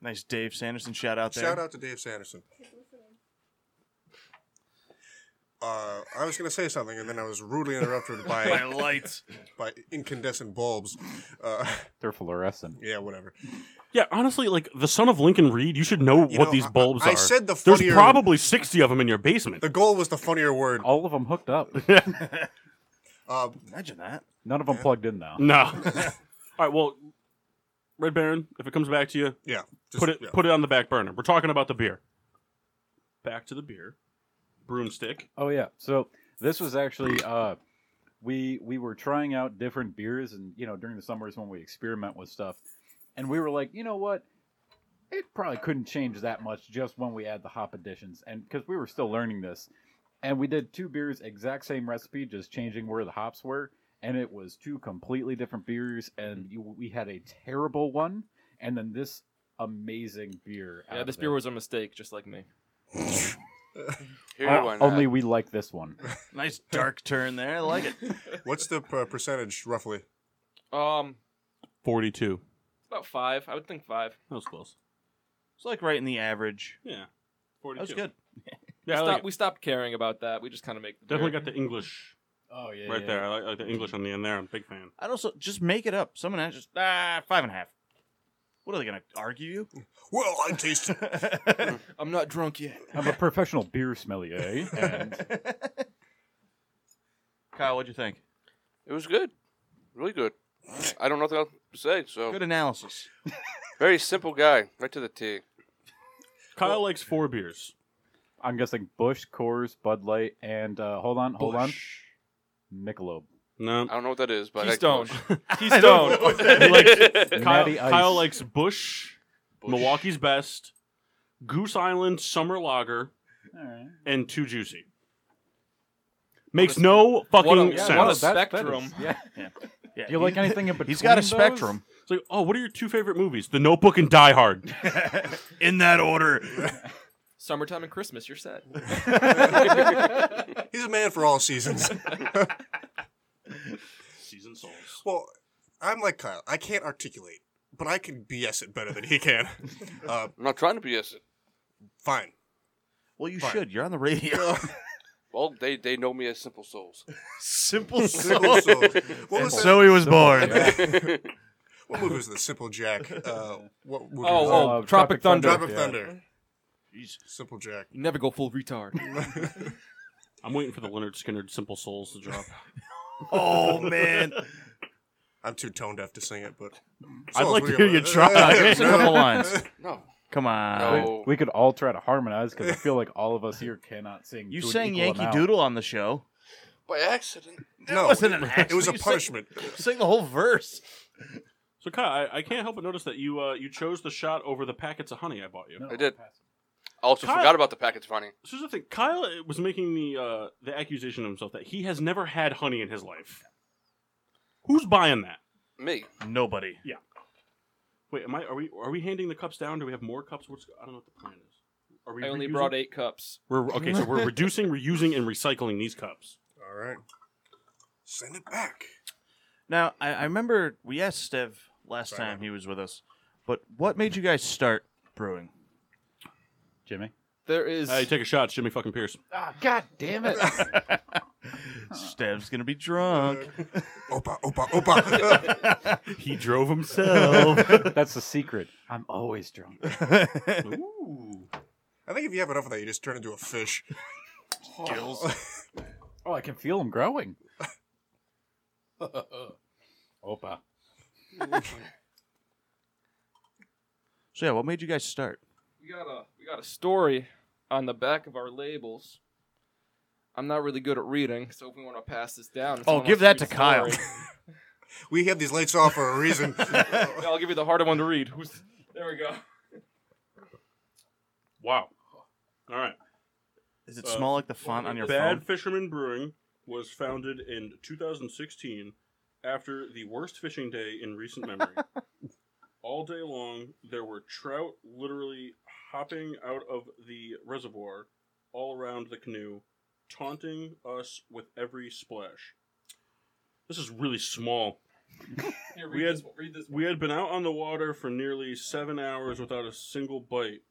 Speaker 2: nice Dave Sanderson shout out there.
Speaker 4: shout out to Dave Sanderson.
Speaker 7: He's listening.
Speaker 4: Uh, I was gonna say something and then I was rudely interrupted by
Speaker 2: My lights.
Speaker 4: by incandescent bulbs. Uh,
Speaker 5: they're fluorescent.
Speaker 4: yeah, whatever.
Speaker 1: Yeah, honestly, like the son of Lincoln Reed, you should know
Speaker 4: You
Speaker 1: what
Speaker 4: know,
Speaker 1: these
Speaker 4: I-
Speaker 1: bulbs
Speaker 4: I
Speaker 1: are.
Speaker 4: said the
Speaker 1: There's
Speaker 4: funnier-
Speaker 1: probably sixty of them in your basement.
Speaker 4: The goal was the funnier word.
Speaker 5: All of them hooked up.
Speaker 4: Uh,
Speaker 2: Imagine that.
Speaker 5: None of them plugged in though.
Speaker 1: No. All right. Well, Red Baron, if it comes back to you,
Speaker 4: yeah, just-
Speaker 1: put it
Speaker 4: yeah.
Speaker 1: put it on the back burner. We're talking about the beer. Back to the beer. Broomstick.
Speaker 5: Oh yeah. So this was actually uh we we were trying out different beers and you know during the summers when we experiment with stuff and we were like, you know what? It probably couldn't change that much just when we add the hop additions and cuz we were still learning this. And we did two beers exact same recipe just changing where the hops were and it was two completely different beers
Speaker 6: Mm-hmm.
Speaker 5: and you, we had a terrible one and then this amazing beer. out
Speaker 6: Yeah,
Speaker 5: of
Speaker 6: this
Speaker 5: it.
Speaker 6: beer was a mistake, just like me.
Speaker 3: Here
Speaker 5: Uh,
Speaker 3: one.
Speaker 5: only we like this one.
Speaker 2: Nice dark turn there. I like it.
Speaker 4: What's the per- percentage roughly?
Speaker 6: Um,
Speaker 1: Forty two.
Speaker 6: about five. I would think five.
Speaker 1: That was close.
Speaker 2: It's like right in the average.
Speaker 1: Yeah. Forty
Speaker 2: That was good.
Speaker 1: Yeah, I
Speaker 6: Stop,
Speaker 1: like it.
Speaker 6: we stopped caring about that. We just kind of make the
Speaker 1: definitely
Speaker 6: beer.
Speaker 1: got the English
Speaker 5: Oh yeah.
Speaker 1: right there. I like, I like the English on the end there. I'm a big fan.
Speaker 2: I'd also just make it up. Someone has just ah five and a half. What are they gonna argue you?
Speaker 4: Well, I taste.
Speaker 6: I'm not drunk yet.
Speaker 5: I'm a professional beer smellier, and
Speaker 2: Kyle, what'd you think?
Speaker 3: It was good. Really good. I don't know what else to say, so.
Speaker 2: Good analysis.
Speaker 3: Very simple guy. Right to the T.
Speaker 1: Kyle likes four beers.
Speaker 5: I'm guessing Bush, Coors, Bud Light, and uh, hold on, hold on, Michelob.
Speaker 1: No.
Speaker 3: I don't know what that is, but I
Speaker 6: Keystone.
Speaker 1: Keystone. he likes, Kyle,
Speaker 5: Natty Ice.
Speaker 1: Kyle likes Bush, Milwaukee's Best, Goose Island Summer Lager,
Speaker 5: All right.
Speaker 1: and Too Juicy. Makes no fucking
Speaker 6: yeah,
Speaker 1: sense.
Speaker 6: what a
Speaker 5: That- that
Speaker 6: spectrum.
Speaker 5: is- yeah.
Speaker 2: Yeah,
Speaker 5: Do you like anything in between?
Speaker 2: He's got a
Speaker 5: those?
Speaker 2: spectrum.
Speaker 1: It's like, oh, what are your two favorite movies? The Notebook and Die Hard.
Speaker 2: In that order.
Speaker 6: Summertime and Christmas, you're set.
Speaker 4: He's a man for all seasons.
Speaker 1: Season Souls.
Speaker 4: Well, I'm like Kyle. I can't articulate, but I can BS it better than he can. Uh,
Speaker 3: I'm not trying to be a. s-
Speaker 4: fine.
Speaker 2: Well, you
Speaker 4: Fine.
Speaker 2: should. You're on the radio.
Speaker 3: Well, they, they know me as Simple Souls.
Speaker 2: Simple
Speaker 4: Simple Soul. What was that?
Speaker 2: he was born.
Speaker 4: What movie was the Simple Jack? Uh, what movie
Speaker 6: Oh, oh,
Speaker 4: was that?
Speaker 5: Uh,
Speaker 6: Tropic
Speaker 5: Tropic
Speaker 6: Thunder.
Speaker 4: Drop
Speaker 5: Thunder.
Speaker 4: of
Speaker 5: yeah.
Speaker 4: Thunder.
Speaker 2: Jeez.
Speaker 4: Simple Jack.
Speaker 6: You never go full retard.
Speaker 1: I'm waiting for the Leonard Skinner Simple Souls to drop.
Speaker 2: Oh man.
Speaker 4: I'm too tone deaf to sing it, but
Speaker 1: I'd like to
Speaker 4: Sounds
Speaker 1: hear
Speaker 4: weird.
Speaker 1: you try.
Speaker 2: Give us a couple lines.
Speaker 3: No.
Speaker 2: Come on.
Speaker 3: No.
Speaker 5: We could all try to harmonize because I feel like all of us here cannot sing.
Speaker 2: You
Speaker 5: to an
Speaker 2: sang
Speaker 5: equal
Speaker 2: Yankee
Speaker 5: amount.
Speaker 2: Doodle on the show.
Speaker 3: By accident.
Speaker 4: No,
Speaker 2: wasn't an
Speaker 4: it was a
Speaker 2: accident. You said-
Speaker 4: punishment.
Speaker 2: Sing the whole verse.
Speaker 1: so Kyle, I, I can't help but notice that you uh, you chose the shot over the packets of honey I bought you.
Speaker 5: No,
Speaker 3: I did.
Speaker 5: pass.
Speaker 3: I also
Speaker 1: Kyle-
Speaker 3: forgot about the package finding.
Speaker 1: So here's the thing: Kyle was making the uh, the accusation of himself that he has never had honey in his life. Who's buying that?
Speaker 3: Me.
Speaker 2: Nobody.
Speaker 1: Wait, am I? Are we? Are we handing the cups down? Do we have more cups? What's? I don't know what the plan is. Are we?
Speaker 6: I only
Speaker 1: reusing-
Speaker 6: brought eight cups.
Speaker 1: We're okay. So we're reducing, reusing, and recycling these cups.
Speaker 4: All right. Send it back.
Speaker 2: Now, I, I remember we asked Stev last
Speaker 4: Sorry,
Speaker 2: time
Speaker 4: man.
Speaker 2: he was with us, but what made you guys start brewing?
Speaker 5: Jimmy.
Speaker 6: There is.
Speaker 1: Hey, take a shot, Jimmy fucking Pierce.
Speaker 5: Ah, God damn it!
Speaker 2: Stev's gonna be drunk.
Speaker 4: Opa, opa, opa.
Speaker 1: He drove himself.
Speaker 5: That's the secret. I'm always drunk.
Speaker 1: Ooh.
Speaker 4: I think if you have enough of that, you just turn into a fish.
Speaker 5: Oh, I can feel them growing. Opa.
Speaker 2: So yeah, what made you guys start?
Speaker 6: we got a we got a story on the back of our labels. I'm not really good at reading, so if we want to pass this down, if
Speaker 2: Oh,
Speaker 6: someone
Speaker 2: give
Speaker 6: wants
Speaker 2: that
Speaker 6: read
Speaker 2: to
Speaker 6: the
Speaker 4: We have these lights off for a reason.
Speaker 6: story- I'll give you the harder one to read. Who's there? We go.
Speaker 1: Wow. All right.
Speaker 2: Is it
Speaker 1: Uh,
Speaker 2: smell like the font on your
Speaker 1: Bad
Speaker 2: phone?
Speaker 1: Fisherman Brewing was founded in 2016 after the worst fishing day in recent memory. All day long, there were trout literally hopping out of the reservoir all around the canoe, taunting us with every splash. This is really small.
Speaker 6: Here,
Speaker 1: We
Speaker 6: read,
Speaker 1: had-
Speaker 6: this one, read this one.
Speaker 1: We had been out on the water for nearly seven hours without a single bite.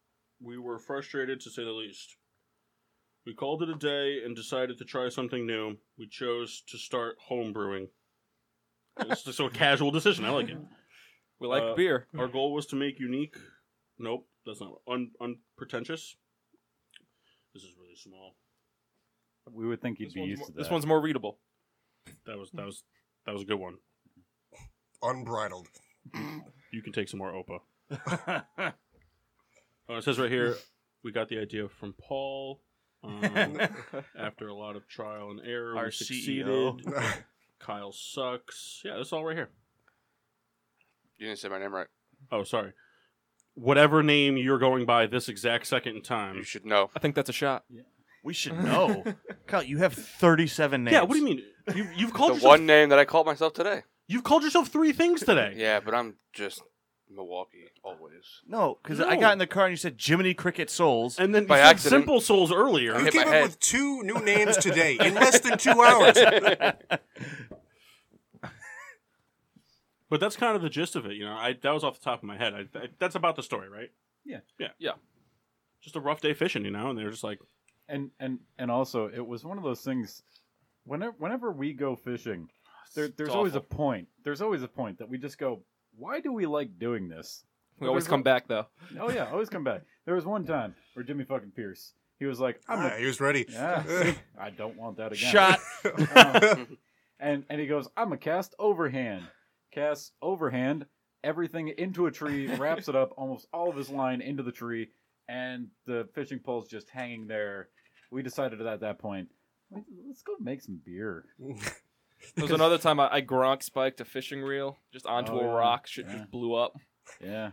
Speaker 1: We were frustrated to say the least. We called it a day and decided to try something new. We chose to start home brewing. It's just a casual decision. I like it.
Speaker 6: We like
Speaker 1: uh,
Speaker 6: beer.
Speaker 1: Our goal was to make unique. Nope, that's not un, unpretentious. This is really small.
Speaker 5: We would think you'd
Speaker 6: This
Speaker 5: be
Speaker 6: one's,
Speaker 5: used
Speaker 6: more,
Speaker 5: to that.
Speaker 6: this one's more readable.
Speaker 1: That was that was that was a good one.
Speaker 4: Unbridled.
Speaker 1: You can take some more Opa. Oh, it says right here, we got the idea from Paul. Um, after a lot of trial and error,
Speaker 2: Our
Speaker 1: we succeeded.
Speaker 2: CEO.
Speaker 1: Kyle sucks. Yeah, that's all right here.
Speaker 3: You didn't say my name right.
Speaker 1: Oh, sorry. Whatever name you're going by this exact second in
Speaker 3: You
Speaker 1: time.
Speaker 3: should know.
Speaker 6: I think that's a shot.
Speaker 2: we should know. Kyle, you have 37 names.
Speaker 1: Yeah, what do you mean? You, you've called
Speaker 3: The
Speaker 1: yourself,
Speaker 3: one name that I called myself today.
Speaker 1: You've called yourself three things today.
Speaker 3: Yeah, but I'm just Milwaukee always.
Speaker 2: No, because I
Speaker 1: No.
Speaker 2: got in the car and you said Jiminy Cricket Souls.
Speaker 1: And then
Speaker 3: By
Speaker 1: you said
Speaker 3: accident.
Speaker 1: Simple Souls earlier.
Speaker 3: I
Speaker 4: You
Speaker 3: hit
Speaker 4: came
Speaker 3: my
Speaker 4: up
Speaker 3: head.
Speaker 4: with two new names today in less than two hours.
Speaker 1: But that's kind of the gist of it, you know. I that was off the top of my head. I, I- that's about the story, right?
Speaker 5: Yeah.
Speaker 1: yeah,
Speaker 6: Yeah.
Speaker 1: Just a rough day fishing, you know, and they're just like,
Speaker 5: and and and also it was one of those things whenever whenever we go fishing there,
Speaker 6: It's
Speaker 5: there's always a
Speaker 6: awful.
Speaker 5: point there's always a point that we just go why do we like doing this
Speaker 6: We always come back though.
Speaker 5: oh yeah always come back there was one time where jimmy fucking pierce he was like i'm
Speaker 4: Ah,
Speaker 5: gonna
Speaker 4: he was ready.
Speaker 5: yeah, i don't want that again
Speaker 2: Shot.
Speaker 5: Um, and and he goes i'm a cast overhand cast overhand everything into a tree wraps it up almost all of his line into the tree and the fishing pole's just hanging there we decided at that point "Let- let's go make some beer
Speaker 6: There was another time I, I Gronk spiked a fishing reel just onto
Speaker 5: Oh,
Speaker 6: a
Speaker 5: yeah.
Speaker 6: rock. Shit
Speaker 5: Yeah.
Speaker 6: just blew up.
Speaker 5: Yeah.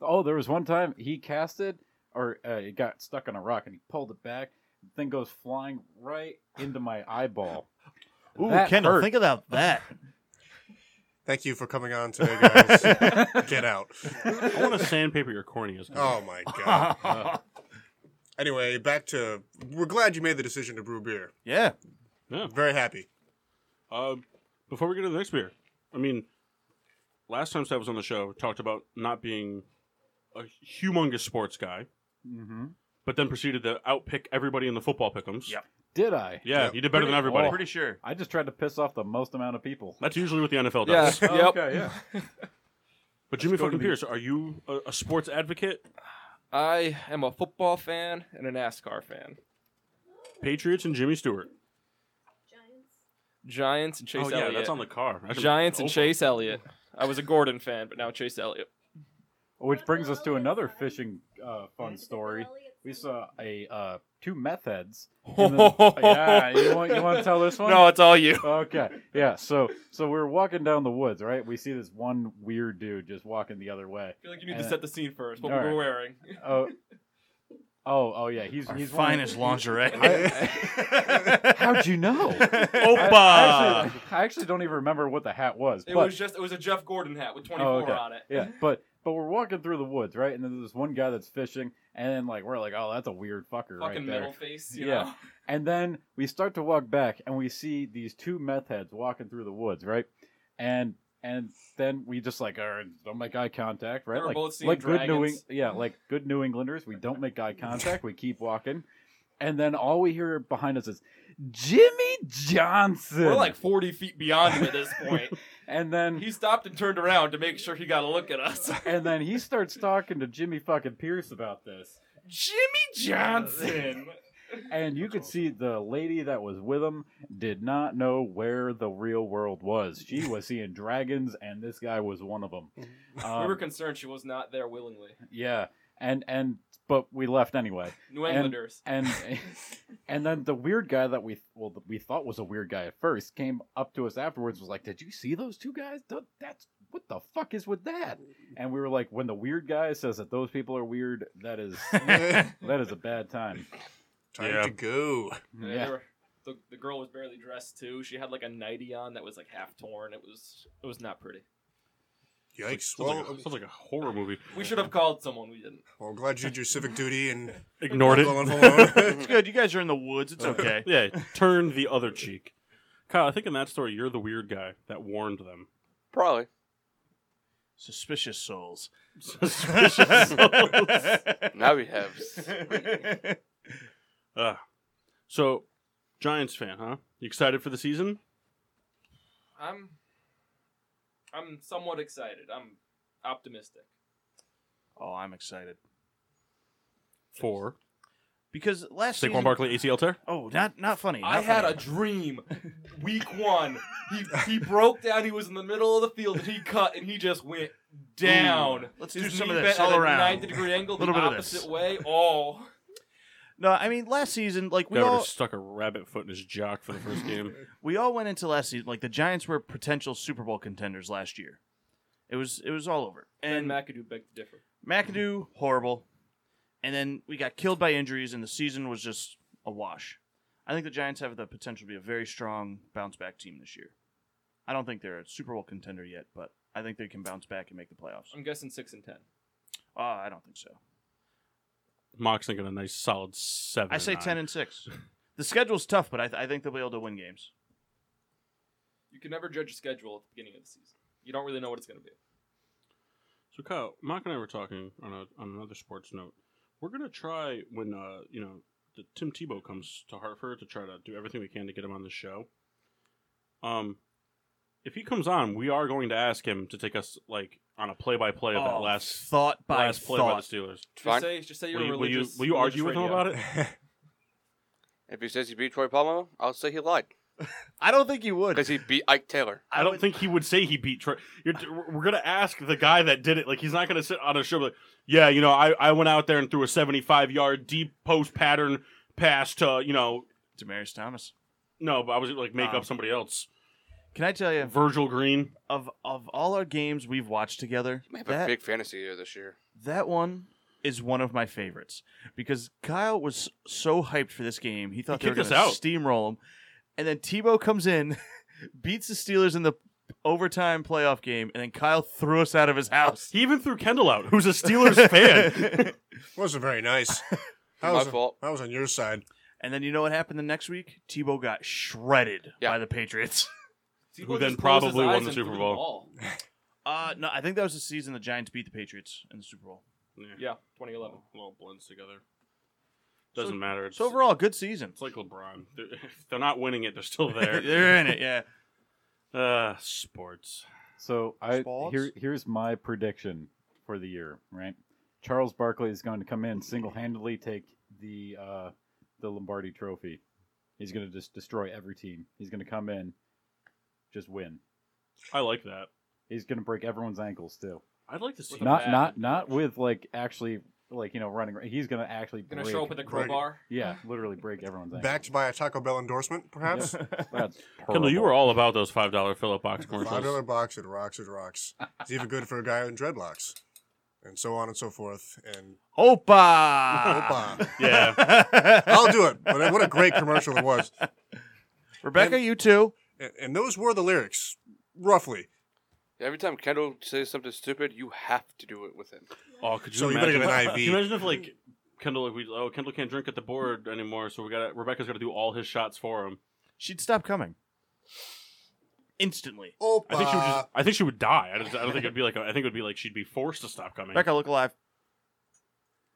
Speaker 5: Oh, there was one time he cast it, or uh, it got stuck on a rock, and he pulled it back. The thing goes flying right into my eyeball.
Speaker 2: Ooh,
Speaker 5: That
Speaker 2: Kendall,
Speaker 5: hurt.
Speaker 2: think about that.
Speaker 4: Thank you for coming on today, guys. Get out.
Speaker 1: I want to sandpaper your corneas.
Speaker 4: Oh my god. Anyway, back to we're glad you made the decision to brew beer.
Speaker 2: yeah.
Speaker 4: Very happy.
Speaker 1: Uh, before we get to the next beer, I mean, last time Seth was on the show, talked about not being a humongous sports guy,
Speaker 5: hmm
Speaker 1: but then proceeded to outpick everybody in the football pickums.
Speaker 2: Yep.
Speaker 5: Did I?
Speaker 1: Yeah,
Speaker 4: Yep.
Speaker 1: he did better than everybody.
Speaker 5: Oh.
Speaker 2: Pretty sure.
Speaker 5: I just tried to piss off the most amount of people.
Speaker 1: That's usually what the
Speaker 5: Oh,
Speaker 1: NFL
Speaker 6: Yeah.
Speaker 1: does.
Speaker 6: Yep.
Speaker 5: Okay, yeah.
Speaker 1: But Jimmy
Speaker 5: go to
Speaker 1: fucking
Speaker 5: the-
Speaker 1: Pierce, are you a, a sports advocate?
Speaker 6: I am a football fan and a NASCAR fan.
Speaker 1: Patriots and Jimmy Stewart.
Speaker 7: Giants.
Speaker 6: Giants and Chase
Speaker 1: oh yeah,
Speaker 6: Elliott.
Speaker 1: that's on the car. I should-
Speaker 6: Giants and
Speaker 1: oh,
Speaker 6: Chase Elliott. I was a Gordon fan, but now Chase Elliott.
Speaker 5: Which brings us to another fishing uh, fun story. We saw a uh, two meth heads. in the- yeah, you want you want to tell this one?
Speaker 6: No, it's all you.
Speaker 5: okay. Yeah. So so we're walking down the woods, right? We see this one weird dude just walking the other way.
Speaker 6: I feel like you need
Speaker 5: Uh,
Speaker 6: to set the scene first. What
Speaker 5: all
Speaker 6: we
Speaker 5: right.
Speaker 6: were wearing.
Speaker 5: Oh. Oh, oh yeah, he's
Speaker 2: Our
Speaker 5: he's one of-
Speaker 2: finest lingerie.
Speaker 5: How'd you know? I, I
Speaker 2: Opa!
Speaker 5: actually, I actually don't even remember what the hat was.
Speaker 6: It
Speaker 5: but,
Speaker 6: was just it was a Jeff Gordon hat with 24
Speaker 5: Oh, okay.
Speaker 6: on it.
Speaker 5: yeah, but but we're walking through the woods, right? And then there's this one guy that's fishing, and then like we're like, oh, that's a weird fucker right
Speaker 6: Fucking
Speaker 5: there.
Speaker 6: metal face, you
Speaker 5: Yeah.
Speaker 6: know.
Speaker 5: And then we start to walk back, and we see these two meth heads walking through the woods, right? And and then we just like, all right, don't make eye contact, right?
Speaker 6: They were
Speaker 5: like,
Speaker 6: both seeing
Speaker 5: like good New Eng-
Speaker 6: dragons.
Speaker 5: yeah, like good New Englanders, we don't make eye contact. We keep walking, and then all we hear behind us is Jimmy Johnson.
Speaker 6: We're like 40 feet beyond him at this point.
Speaker 5: and then
Speaker 6: he stopped and turned around to make sure he got a look at us.
Speaker 5: and then he starts talking to Jimmy fucking Pierce about this,
Speaker 6: Jimmy Johnson.
Speaker 5: and you could see the lady that was with him did not know where the real world was. She was seeing dragons, and this guy was one of them.
Speaker 6: Mm-hmm. we
Speaker 2: Um,
Speaker 6: were concerned she was not there willingly.
Speaker 5: yeah, and and but we left anyway.
Speaker 6: New Englanders.
Speaker 5: and and then the weird guy that we well that we thought was a weird guy at first came up to us afterwards and was like did you see those two guys Th- that's what the fuck is with that and we were like when the weird guy says that those people are weird that is that is a bad time
Speaker 4: Time
Speaker 1: Yeah.
Speaker 4: to go.
Speaker 6: Yeah,
Speaker 5: yeah
Speaker 6: they were- the, the girl was barely dressed too. She had like a nightie on that was like half torn. It was it was not pretty.
Speaker 4: Yikes.
Speaker 1: Sounds
Speaker 4: Well,
Speaker 1: like, a, sounds like a horror movie.
Speaker 6: We should have called someone. We didn't.
Speaker 4: well, I'm glad you did your civic duty and
Speaker 1: Ignored it.
Speaker 4: Hold on, hold on.
Speaker 2: It's good. You guys are in the woods. It's okay.
Speaker 1: yeah, turn the other cheek. Kyle, I think in that story you're the weird guy that warned them.
Speaker 3: Probably.
Speaker 2: Suspicious souls.
Speaker 1: Suspicious souls.
Speaker 3: Now we have.
Speaker 1: Ah. so, Giants fan, huh? You excited for the season?
Speaker 6: I'm I'm somewhat excited. I'm optimistic.
Speaker 2: oh, I'm excited
Speaker 1: For
Speaker 2: because last
Speaker 1: Saquon
Speaker 2: season-
Speaker 1: Barkley ACL tear.
Speaker 2: Oh, not not funny.
Speaker 6: I
Speaker 2: not
Speaker 6: had a
Speaker 2: funny.
Speaker 6: dream. Week one, he he broke down. He was in the middle of the field and he cut and he just went down.
Speaker 2: Ooh, let's
Speaker 6: His
Speaker 2: do some
Speaker 6: knee
Speaker 2: of this
Speaker 6: bent at
Speaker 2: all
Speaker 6: a
Speaker 2: around.
Speaker 6: Ninety degree angle, the
Speaker 2: Little bit of this.
Speaker 6: opposite way. Oh,
Speaker 2: no. I mean, last season, like we
Speaker 1: Guy would have
Speaker 2: all
Speaker 1: stuck a rabbit foot in his jock for the first game.
Speaker 2: we all went into last season like the Giants were potential Super Bowl contenders last year. It was it was all over. And
Speaker 6: and McAdoo begged to differ.
Speaker 2: McAdoo horrible, and then we got killed by injuries, and the season was just a wash. I think the Giants have the potential to be a very strong bounce back team this year. I don't think they're a Super Bowl contender yet, but I think they can bounce back and make the playoffs.
Speaker 6: I'm guessing six and ten.
Speaker 2: Oh, I don't think so.
Speaker 1: Mock's thinking a nice solid seven.
Speaker 2: I say
Speaker 1: nine.
Speaker 2: ten and six. The schedule's tough, but I, th- I think they'll be able to win games.
Speaker 6: You can never judge a schedule at the beginning of the season. You don't really know what it's going to be.
Speaker 1: So Kyle, Mark and I were talking on a, on another sports note. We're gonna try when uh you know the Tim Tebow comes to Hartford to try to do everything we can to get him on the show. Um, if he comes on, we are going to ask him to take us like on a play by play of that
Speaker 2: Oh,
Speaker 1: last
Speaker 2: thought by
Speaker 1: last play by the
Speaker 2: thought.
Speaker 1: Steelers.
Speaker 6: Just
Speaker 3: Fine.
Speaker 6: say, just say you're
Speaker 1: Will you,
Speaker 6: a
Speaker 1: will you
Speaker 6: religious.
Speaker 1: will you argue with
Speaker 6: religious
Speaker 1: him
Speaker 6: radio.
Speaker 1: about it?
Speaker 3: If he says he beat Troy Palmer, I'll say he lied
Speaker 2: I don't think you would.
Speaker 3: because he beat Ike Taylor.
Speaker 1: I don't think he would say he beat Troy. You're, we're gonna ask the guy that did it. Like he's not gonna sit on a show like, yeah, you know, I, I went out there and threw a 75 yard deep post pattern pass to you know
Speaker 2: Demarius Thomas.
Speaker 1: No, but I was like make
Speaker 2: Um,
Speaker 1: up somebody else.
Speaker 2: Can I tell you
Speaker 1: Virgil Green.
Speaker 2: of of all our games we've watched together,
Speaker 3: He might have
Speaker 2: that
Speaker 3: a big fantasy year this year.
Speaker 2: that one is one of my favorites because Kyle was so hyped for this game. He thought
Speaker 1: He
Speaker 2: they were
Speaker 1: kicked
Speaker 2: going
Speaker 1: us
Speaker 2: to
Speaker 1: out.
Speaker 2: steamroll him, and then Tebow comes in, beats the Steelers in the overtime playoff game, and then Kyle threw us out of his house.
Speaker 1: He even threw Kendall out, who's a Steelers fan.
Speaker 4: wasn't very nice. I
Speaker 3: My
Speaker 4: was,
Speaker 3: fault.
Speaker 4: I was on your side.
Speaker 2: And then you know what happened the next week? Tebow got shredded
Speaker 3: Yeah.
Speaker 2: by the Patriots.
Speaker 6: Tebow
Speaker 1: Who then
Speaker 6: just closed his
Speaker 1: probably won
Speaker 6: eyes
Speaker 1: the
Speaker 6: and
Speaker 1: Super
Speaker 6: threw
Speaker 1: Bowl.
Speaker 6: ball.
Speaker 2: Uh, no, I think that was the season the Giants beat the Patriots in the Super Bowl.
Speaker 6: Yeah, 2011.
Speaker 1: Well, blends together. Doesn't matter. It's,
Speaker 2: So overall, good season.
Speaker 1: it's like LeBron. They're, if they're not winning it, they're still there.
Speaker 2: They're in it, yeah.
Speaker 1: uh, sports.
Speaker 5: So I
Speaker 2: Spots?
Speaker 5: here here's my prediction for the year. Right, Charles Barkley is going to come in single handedly take the uh, the Lombardi Trophy. He's going to just destroy every team. He's going to come in, just win.
Speaker 1: I like that.
Speaker 5: He's going to break everyone's ankles too.
Speaker 1: I'd like to see.
Speaker 6: With a
Speaker 1: Not,
Speaker 5: Not
Speaker 6: bat.
Speaker 5: not not with like actually like you know running. He's going to actually
Speaker 6: Gonna
Speaker 5: break-
Speaker 6: show up with a crowbar.
Speaker 5: yeah, literally break everyone's ankles.
Speaker 4: Backed by a Taco Bell endorsement, perhaps?
Speaker 5: That's
Speaker 1: Kendall, you
Speaker 5: horrible.
Speaker 1: were all about those five dollar fill up box
Speaker 4: Five dollar
Speaker 1: commercials.
Speaker 4: box, it rocks, it rocks. It's even good for a guy in dreadlocks, and so on and so forth. And
Speaker 2: Opa!
Speaker 4: Opa.
Speaker 1: yeah,
Speaker 4: I'll do it. But what a great commercial it was.
Speaker 2: Rebecca, you too.
Speaker 4: And, and those were the lyrics, roughly.
Speaker 3: Every time Kendall says something stupid, you have to do it with him.
Speaker 1: Oh, could you
Speaker 4: So you better
Speaker 1: imagine?
Speaker 4: get an IV.
Speaker 1: Can you imagine if like Kendall like we oh Kendall can't drink at the board anymore, so we got to Rebecca's got to do all his shots for him.
Speaker 2: She'd stop coming instantly.
Speaker 6: Oh,
Speaker 1: I
Speaker 4: Opa.
Speaker 1: think she would
Speaker 4: Uh,
Speaker 1: just. I think she would die. I, just, I don't think it'd be like. A, I think it would be like she'd be forced to stop coming.
Speaker 2: Rebecca, look alive.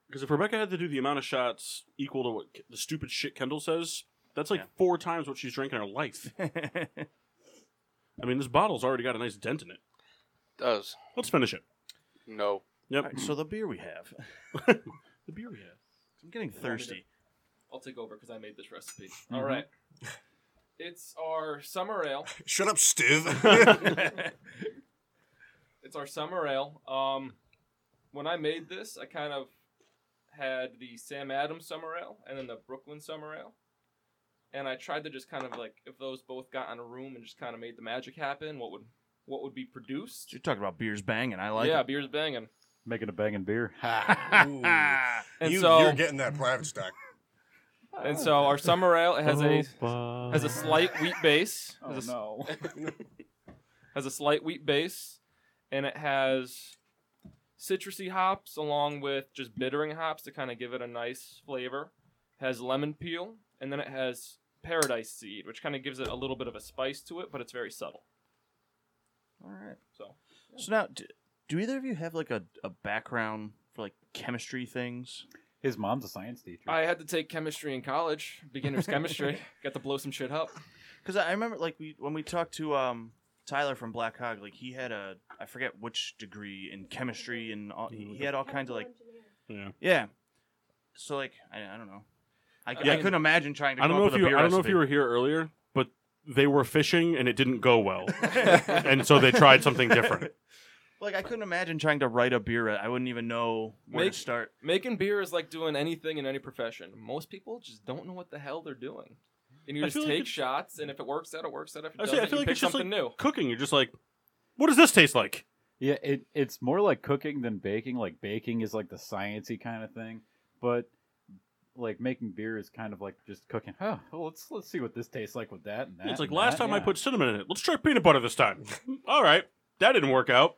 Speaker 1: Because if Rebecca had to do the amount of shots equal to what K- the stupid shit Kendall says, that's like
Speaker 2: Yeah.
Speaker 1: four times what she's drinking in her life. I mean, this bottle's already got a nice dent in it.
Speaker 3: Does
Speaker 1: Let's finish it.
Speaker 3: no.
Speaker 1: Yep.
Speaker 2: All right, so the beer we have.
Speaker 1: The beer we have.
Speaker 2: I'm getting thirsty.
Speaker 6: I'll take over because I made this recipe. All right. It's our summer ale.
Speaker 4: Shut up, Steve.
Speaker 6: It's our summer ale. Um, when I made this, I kind of had the Sam Adams summer ale and then the Brooklyn summer ale. And I tried to just kind of like if those both got in a room and just kind of made the magic happen, what would what would be produced?
Speaker 2: You're talking about beers banging. I like
Speaker 6: yeah,
Speaker 2: it.
Speaker 6: beer's banging.
Speaker 5: making a banging beer.
Speaker 4: Ooh.
Speaker 6: And
Speaker 4: you,
Speaker 6: so
Speaker 4: You're getting that private stock.
Speaker 6: And so our summer ale it has a has a slight wheat base,
Speaker 5: Oh,
Speaker 6: has, a, s-
Speaker 5: no.
Speaker 6: has a slight wheat base, and it has citrusy hops along with just bittering hops to kind of give it a nice flavor. has lemon peel, and then it has paradise seed, which kind of gives it a little bit of a spice to it, but it's very subtle.
Speaker 2: All right.
Speaker 6: So
Speaker 2: So now, do, do either of you have like a, a background for like chemistry things?
Speaker 5: His mom's a science teacher.
Speaker 6: I had to take chemistry in college, beginner's chemistry. Got to blow some shit up.
Speaker 2: Because I I remember like we when we talked to um Tyler from Black Hog, like he had a I forget which degree in chemistry and all, he he had all kinds of like
Speaker 1: Yeah.
Speaker 2: yeah. So like I, I don't know. I, I
Speaker 1: Yeah.
Speaker 2: couldn't imagine trying to.
Speaker 1: I don't
Speaker 2: come
Speaker 1: know
Speaker 2: up
Speaker 1: if
Speaker 2: with
Speaker 1: you.
Speaker 2: a beer
Speaker 1: I don't know if
Speaker 2: recipe.
Speaker 1: you were here earlier, but they were fishing and it didn't go well, and so they tried something different.
Speaker 2: Like I couldn't imagine trying to write a beer. re- I wouldn't even know where
Speaker 6: Make-
Speaker 2: to start.
Speaker 6: Making beer is like doing anything in any profession. Most people just don't know what the hell they're doing. And you
Speaker 1: I
Speaker 6: just
Speaker 1: feel like
Speaker 6: take
Speaker 1: it's-
Speaker 6: shots, and if it works out, it works out. If it
Speaker 1: I,
Speaker 6: doesn't,
Speaker 1: say, I feel
Speaker 6: you
Speaker 1: like
Speaker 6: pick
Speaker 1: it's just
Speaker 6: something
Speaker 1: like
Speaker 6: new.
Speaker 1: cooking. You're just like, what does this taste like?
Speaker 5: Yeah, it, it's more like cooking than baking. Like baking is like the sciencey kind of thing, but like making beer is kind of like just cooking. Huh, well, let's let's see what this tastes like with that and that.
Speaker 1: it's like
Speaker 5: and
Speaker 1: last
Speaker 5: that,
Speaker 1: time I
Speaker 5: yeah.
Speaker 1: put cinnamon in it. Let's try peanut butter this time. All right, that didn't work out.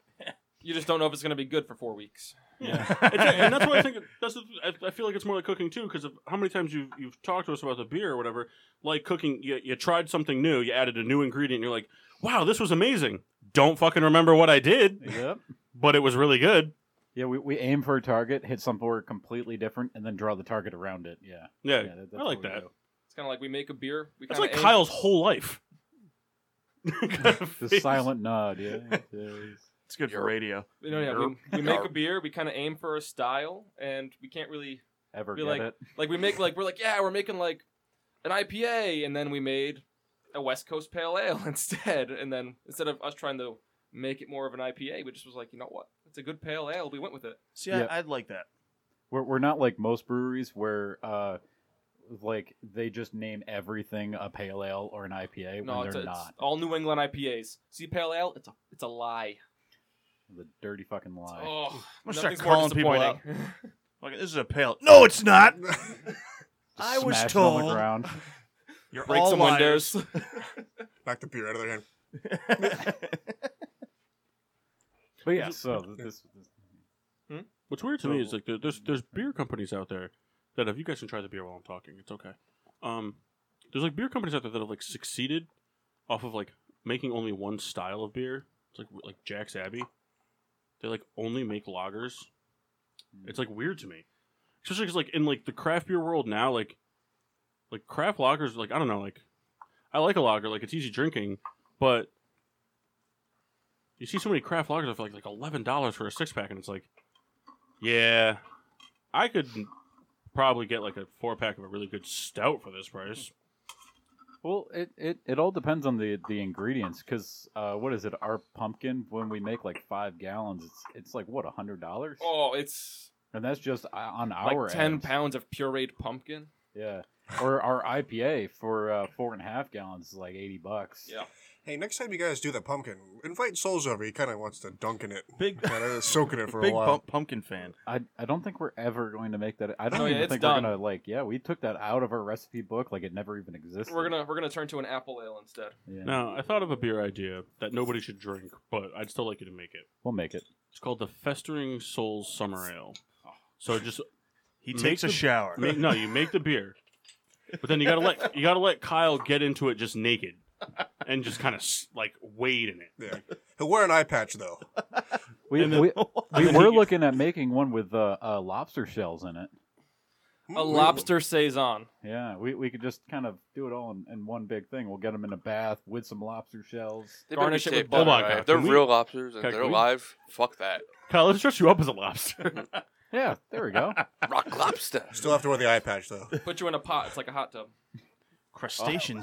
Speaker 6: You just don't know if it's going to be good for four weeks.
Speaker 1: It's- and that's why I think that's. the- I- I feel like it's more like cooking too, because of how many times you've you've talked to us about the beer or whatever. Like cooking, you, you tried something new, you added a new ingredient, and you're like, "Wow, this was amazing." Don't fucking remember what I did,
Speaker 5: Yep.
Speaker 1: but it was really good.
Speaker 5: Yeah, we, we aim for a target, hit somewhere completely different, and then draw the target around it. Yeah.
Speaker 1: Yeah,
Speaker 5: Yeah, that- that's
Speaker 1: I like
Speaker 5: what we
Speaker 1: that.
Speaker 5: do.
Speaker 6: It's kind of like we make a beer. We
Speaker 1: That's
Speaker 6: kinda
Speaker 1: like
Speaker 6: aim-
Speaker 1: Kyle's whole life.
Speaker 5: The silent nod. Yeah. yes.
Speaker 2: It's good for
Speaker 3: You're-
Speaker 2: radio.
Speaker 6: You know, yeah,
Speaker 3: Yarp.
Speaker 6: we, we make a
Speaker 3: Yarp.
Speaker 6: beer. We kind of aim for a style, and we can't really
Speaker 5: Ever
Speaker 6: Be
Speaker 5: get
Speaker 6: like-
Speaker 5: it?
Speaker 6: Like we make like we're like yeah we're making like an IPA and then we made a West Coast Pale Ale instead and then instead of us trying to make it more of an IPA we just was like you know what it's a good pale ale we went with it
Speaker 2: See,
Speaker 5: Yeah.
Speaker 2: I, I'd like that.
Speaker 5: We're we're not like most breweries where uh, like they just name everything a pale ale or an IPA
Speaker 6: no
Speaker 5: when
Speaker 6: it's,
Speaker 5: they're
Speaker 6: it's
Speaker 5: not.
Speaker 6: all New England IPAs see pale ale it's a it's a lie
Speaker 5: The dirty fucking lie.
Speaker 6: oh
Speaker 2: I'm gonna start
Speaker 6: nothing's more
Speaker 2: calling people out.
Speaker 6: disappointing.
Speaker 2: Like this is a pale. No, it's not.
Speaker 5: Just
Speaker 2: I was
Speaker 5: smash it on the
Speaker 2: told-
Speaker 5: ground.
Speaker 2: You're
Speaker 6: break
Speaker 2: all
Speaker 6: some
Speaker 2: liars.
Speaker 6: windows
Speaker 4: Knock the beer out of their hand.
Speaker 5: But yeah, so this, this
Speaker 1: What's weird to me is like there- there's there's beer companies out there that have you guys can try the beer while I'm talking. It's okay. Um, there's like beer companies out there that have like succeeded off of like making only one style of beer. It's like like Jack's Abbey. They like only make lagers. It's like weird to me, especially because like in like the craft beer world now, like like craft lagers. Like I don't know, like I like a lager, like it's easy drinking, but you see so many craft lagers for like like eleven dollars for a six pack, and it's like. Yeah, I could probably get like a four pack of a really good stout for this price.
Speaker 5: Well, it, it, it all depends on the the ingredients because uh, what is it? Our pumpkin when we make like five gallons, it's it's like what a hundred dollars,
Speaker 6: oh it's
Speaker 5: and that's just uh, on
Speaker 6: like
Speaker 5: our
Speaker 6: ten
Speaker 5: end.
Speaker 6: pounds of pureed pumpkin
Speaker 5: Yeah, or our IPA for uh, four and a half gallons is like eighty bucks.
Speaker 6: Yeah.
Speaker 4: Hey, next time you guys do that pumpkin, invite Souls over. He kind of wants to dunk in it,
Speaker 2: Big
Speaker 4: kind of soak in it for
Speaker 2: big
Speaker 4: a while.
Speaker 2: pump, pumpkin fan.
Speaker 5: I, I don't think we're ever going to make that. I don't
Speaker 6: No, yeah,
Speaker 5: even
Speaker 6: it's
Speaker 5: think
Speaker 6: done.
Speaker 5: we're gonna like. Yeah, we took that out of our recipe book like it never even existed.
Speaker 6: we're gonna we're gonna turn to an apple ale instead
Speaker 5: Yeah,
Speaker 1: Now, I thought of a beer idea that nobody should drink, but I'd still like you to make it.
Speaker 5: we'll make it.
Speaker 1: It's called the Festering Souls Summer Ale. So just
Speaker 2: He
Speaker 1: Make
Speaker 2: takes a
Speaker 1: the-
Speaker 2: shower.
Speaker 1: Mm-hmm. make, no, you make the beer, but then you gotta let you gotta let Kyle get into it just naked, and just kind of like wade in it.
Speaker 4: Yeah. He'll wear an eye patch though.
Speaker 5: We
Speaker 1: And then-
Speaker 5: we, we
Speaker 1: then
Speaker 5: were
Speaker 1: he-
Speaker 5: looking at making one with uh, uh, lobster shells in it.
Speaker 6: a lobster saison
Speaker 5: Yeah, we, we could just kind of do it all in, in one big thing. We'll get them in a bath with some lobster shells.
Speaker 3: They better be
Speaker 6: garnish it with
Speaker 3: taped
Speaker 6: butter
Speaker 3: up,
Speaker 1: Hold on,
Speaker 3: right?
Speaker 1: Kyle,
Speaker 3: If they're
Speaker 1: can we-
Speaker 3: real lobsters and
Speaker 1: Kyle,
Speaker 3: they're
Speaker 1: can we-
Speaker 3: alive, fuck that.
Speaker 1: Kyle, let's dress you up as a lobster.
Speaker 5: Yeah, there we go.
Speaker 3: Rock lobster.
Speaker 4: Still have to wear the eye patch though.
Speaker 6: put you in a pot it's like a hot tub
Speaker 2: Crustacean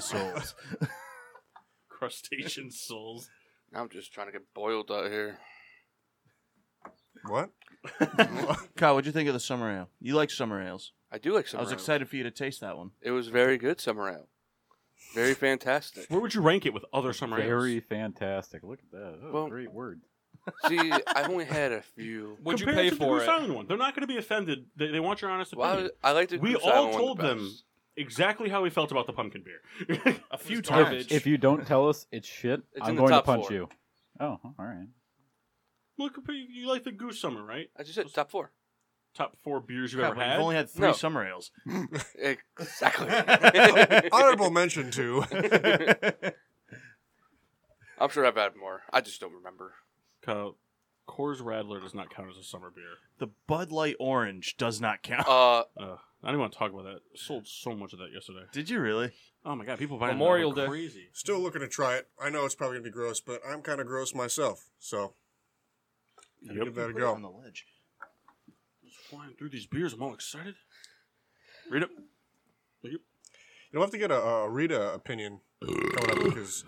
Speaker 2: souls.
Speaker 1: Crustacean souls.
Speaker 3: I'm just trying to get boiled out here.
Speaker 4: What?
Speaker 2: Kyle, what'd you think of the summer ale? You like summer ales.
Speaker 3: I do like summer
Speaker 2: I was
Speaker 3: ale.
Speaker 2: excited for you to taste that one.
Speaker 3: It was very good summer ale. Very fantastic.
Speaker 1: Where would you rank it with other summer ales?
Speaker 5: Very fantastic. Look at that. Oh,
Speaker 3: Well-
Speaker 5: great word.
Speaker 3: See, I only had a few.
Speaker 6: would
Speaker 1: Compare
Speaker 6: you pay
Speaker 1: to the
Speaker 6: for
Speaker 1: Goose
Speaker 6: it
Speaker 1: Island one. They're not going to be offended. They, they want your honest
Speaker 3: Well,
Speaker 1: opinion.
Speaker 3: I, I like the
Speaker 1: we
Speaker 3: Goose
Speaker 1: all
Speaker 3: Island one
Speaker 1: told
Speaker 3: the
Speaker 1: them
Speaker 3: best.
Speaker 1: exactly how we felt about the pumpkin beer.
Speaker 2: a few times.
Speaker 6: garbage.
Speaker 5: If you don't tell us it's shit,
Speaker 3: It's in
Speaker 5: I'm
Speaker 3: the
Speaker 5: going to
Speaker 3: top
Speaker 5: punch
Speaker 3: four.
Speaker 5: you. Oh, all right.
Speaker 1: Look, you you like the Goose Summer, right?
Speaker 3: I just said top four.
Speaker 1: Top four beers you've
Speaker 2: God,
Speaker 1: ever
Speaker 2: we've
Speaker 1: had.
Speaker 2: only had three
Speaker 3: No.
Speaker 2: summer ales.
Speaker 3: Exactly.
Speaker 4: Honorable mention too.
Speaker 3: I'm sure I've had more. I just don't remember.
Speaker 1: Kyle, Coors Radler does not count as a summer beer.
Speaker 2: The Bud Light Orange does not count.
Speaker 3: Uh,
Speaker 1: Uh, I didn't want to talk about that. Sold so much of that yesterday.
Speaker 2: Did you really?
Speaker 1: Oh my god, people buying
Speaker 6: Memorial
Speaker 1: that
Speaker 6: Day.
Speaker 1: are crazy.
Speaker 4: Still looking to try it. I know it's probably gonna be gross, but I'm kind of gross myself, so gotta
Speaker 1: Yep.
Speaker 4: give that a
Speaker 2: Put it On
Speaker 4: go.
Speaker 2: the ledge.
Speaker 1: Just flying through these beers, I'm all excited. Read it.
Speaker 4: You'll have to get a, a Rita opinion coming up because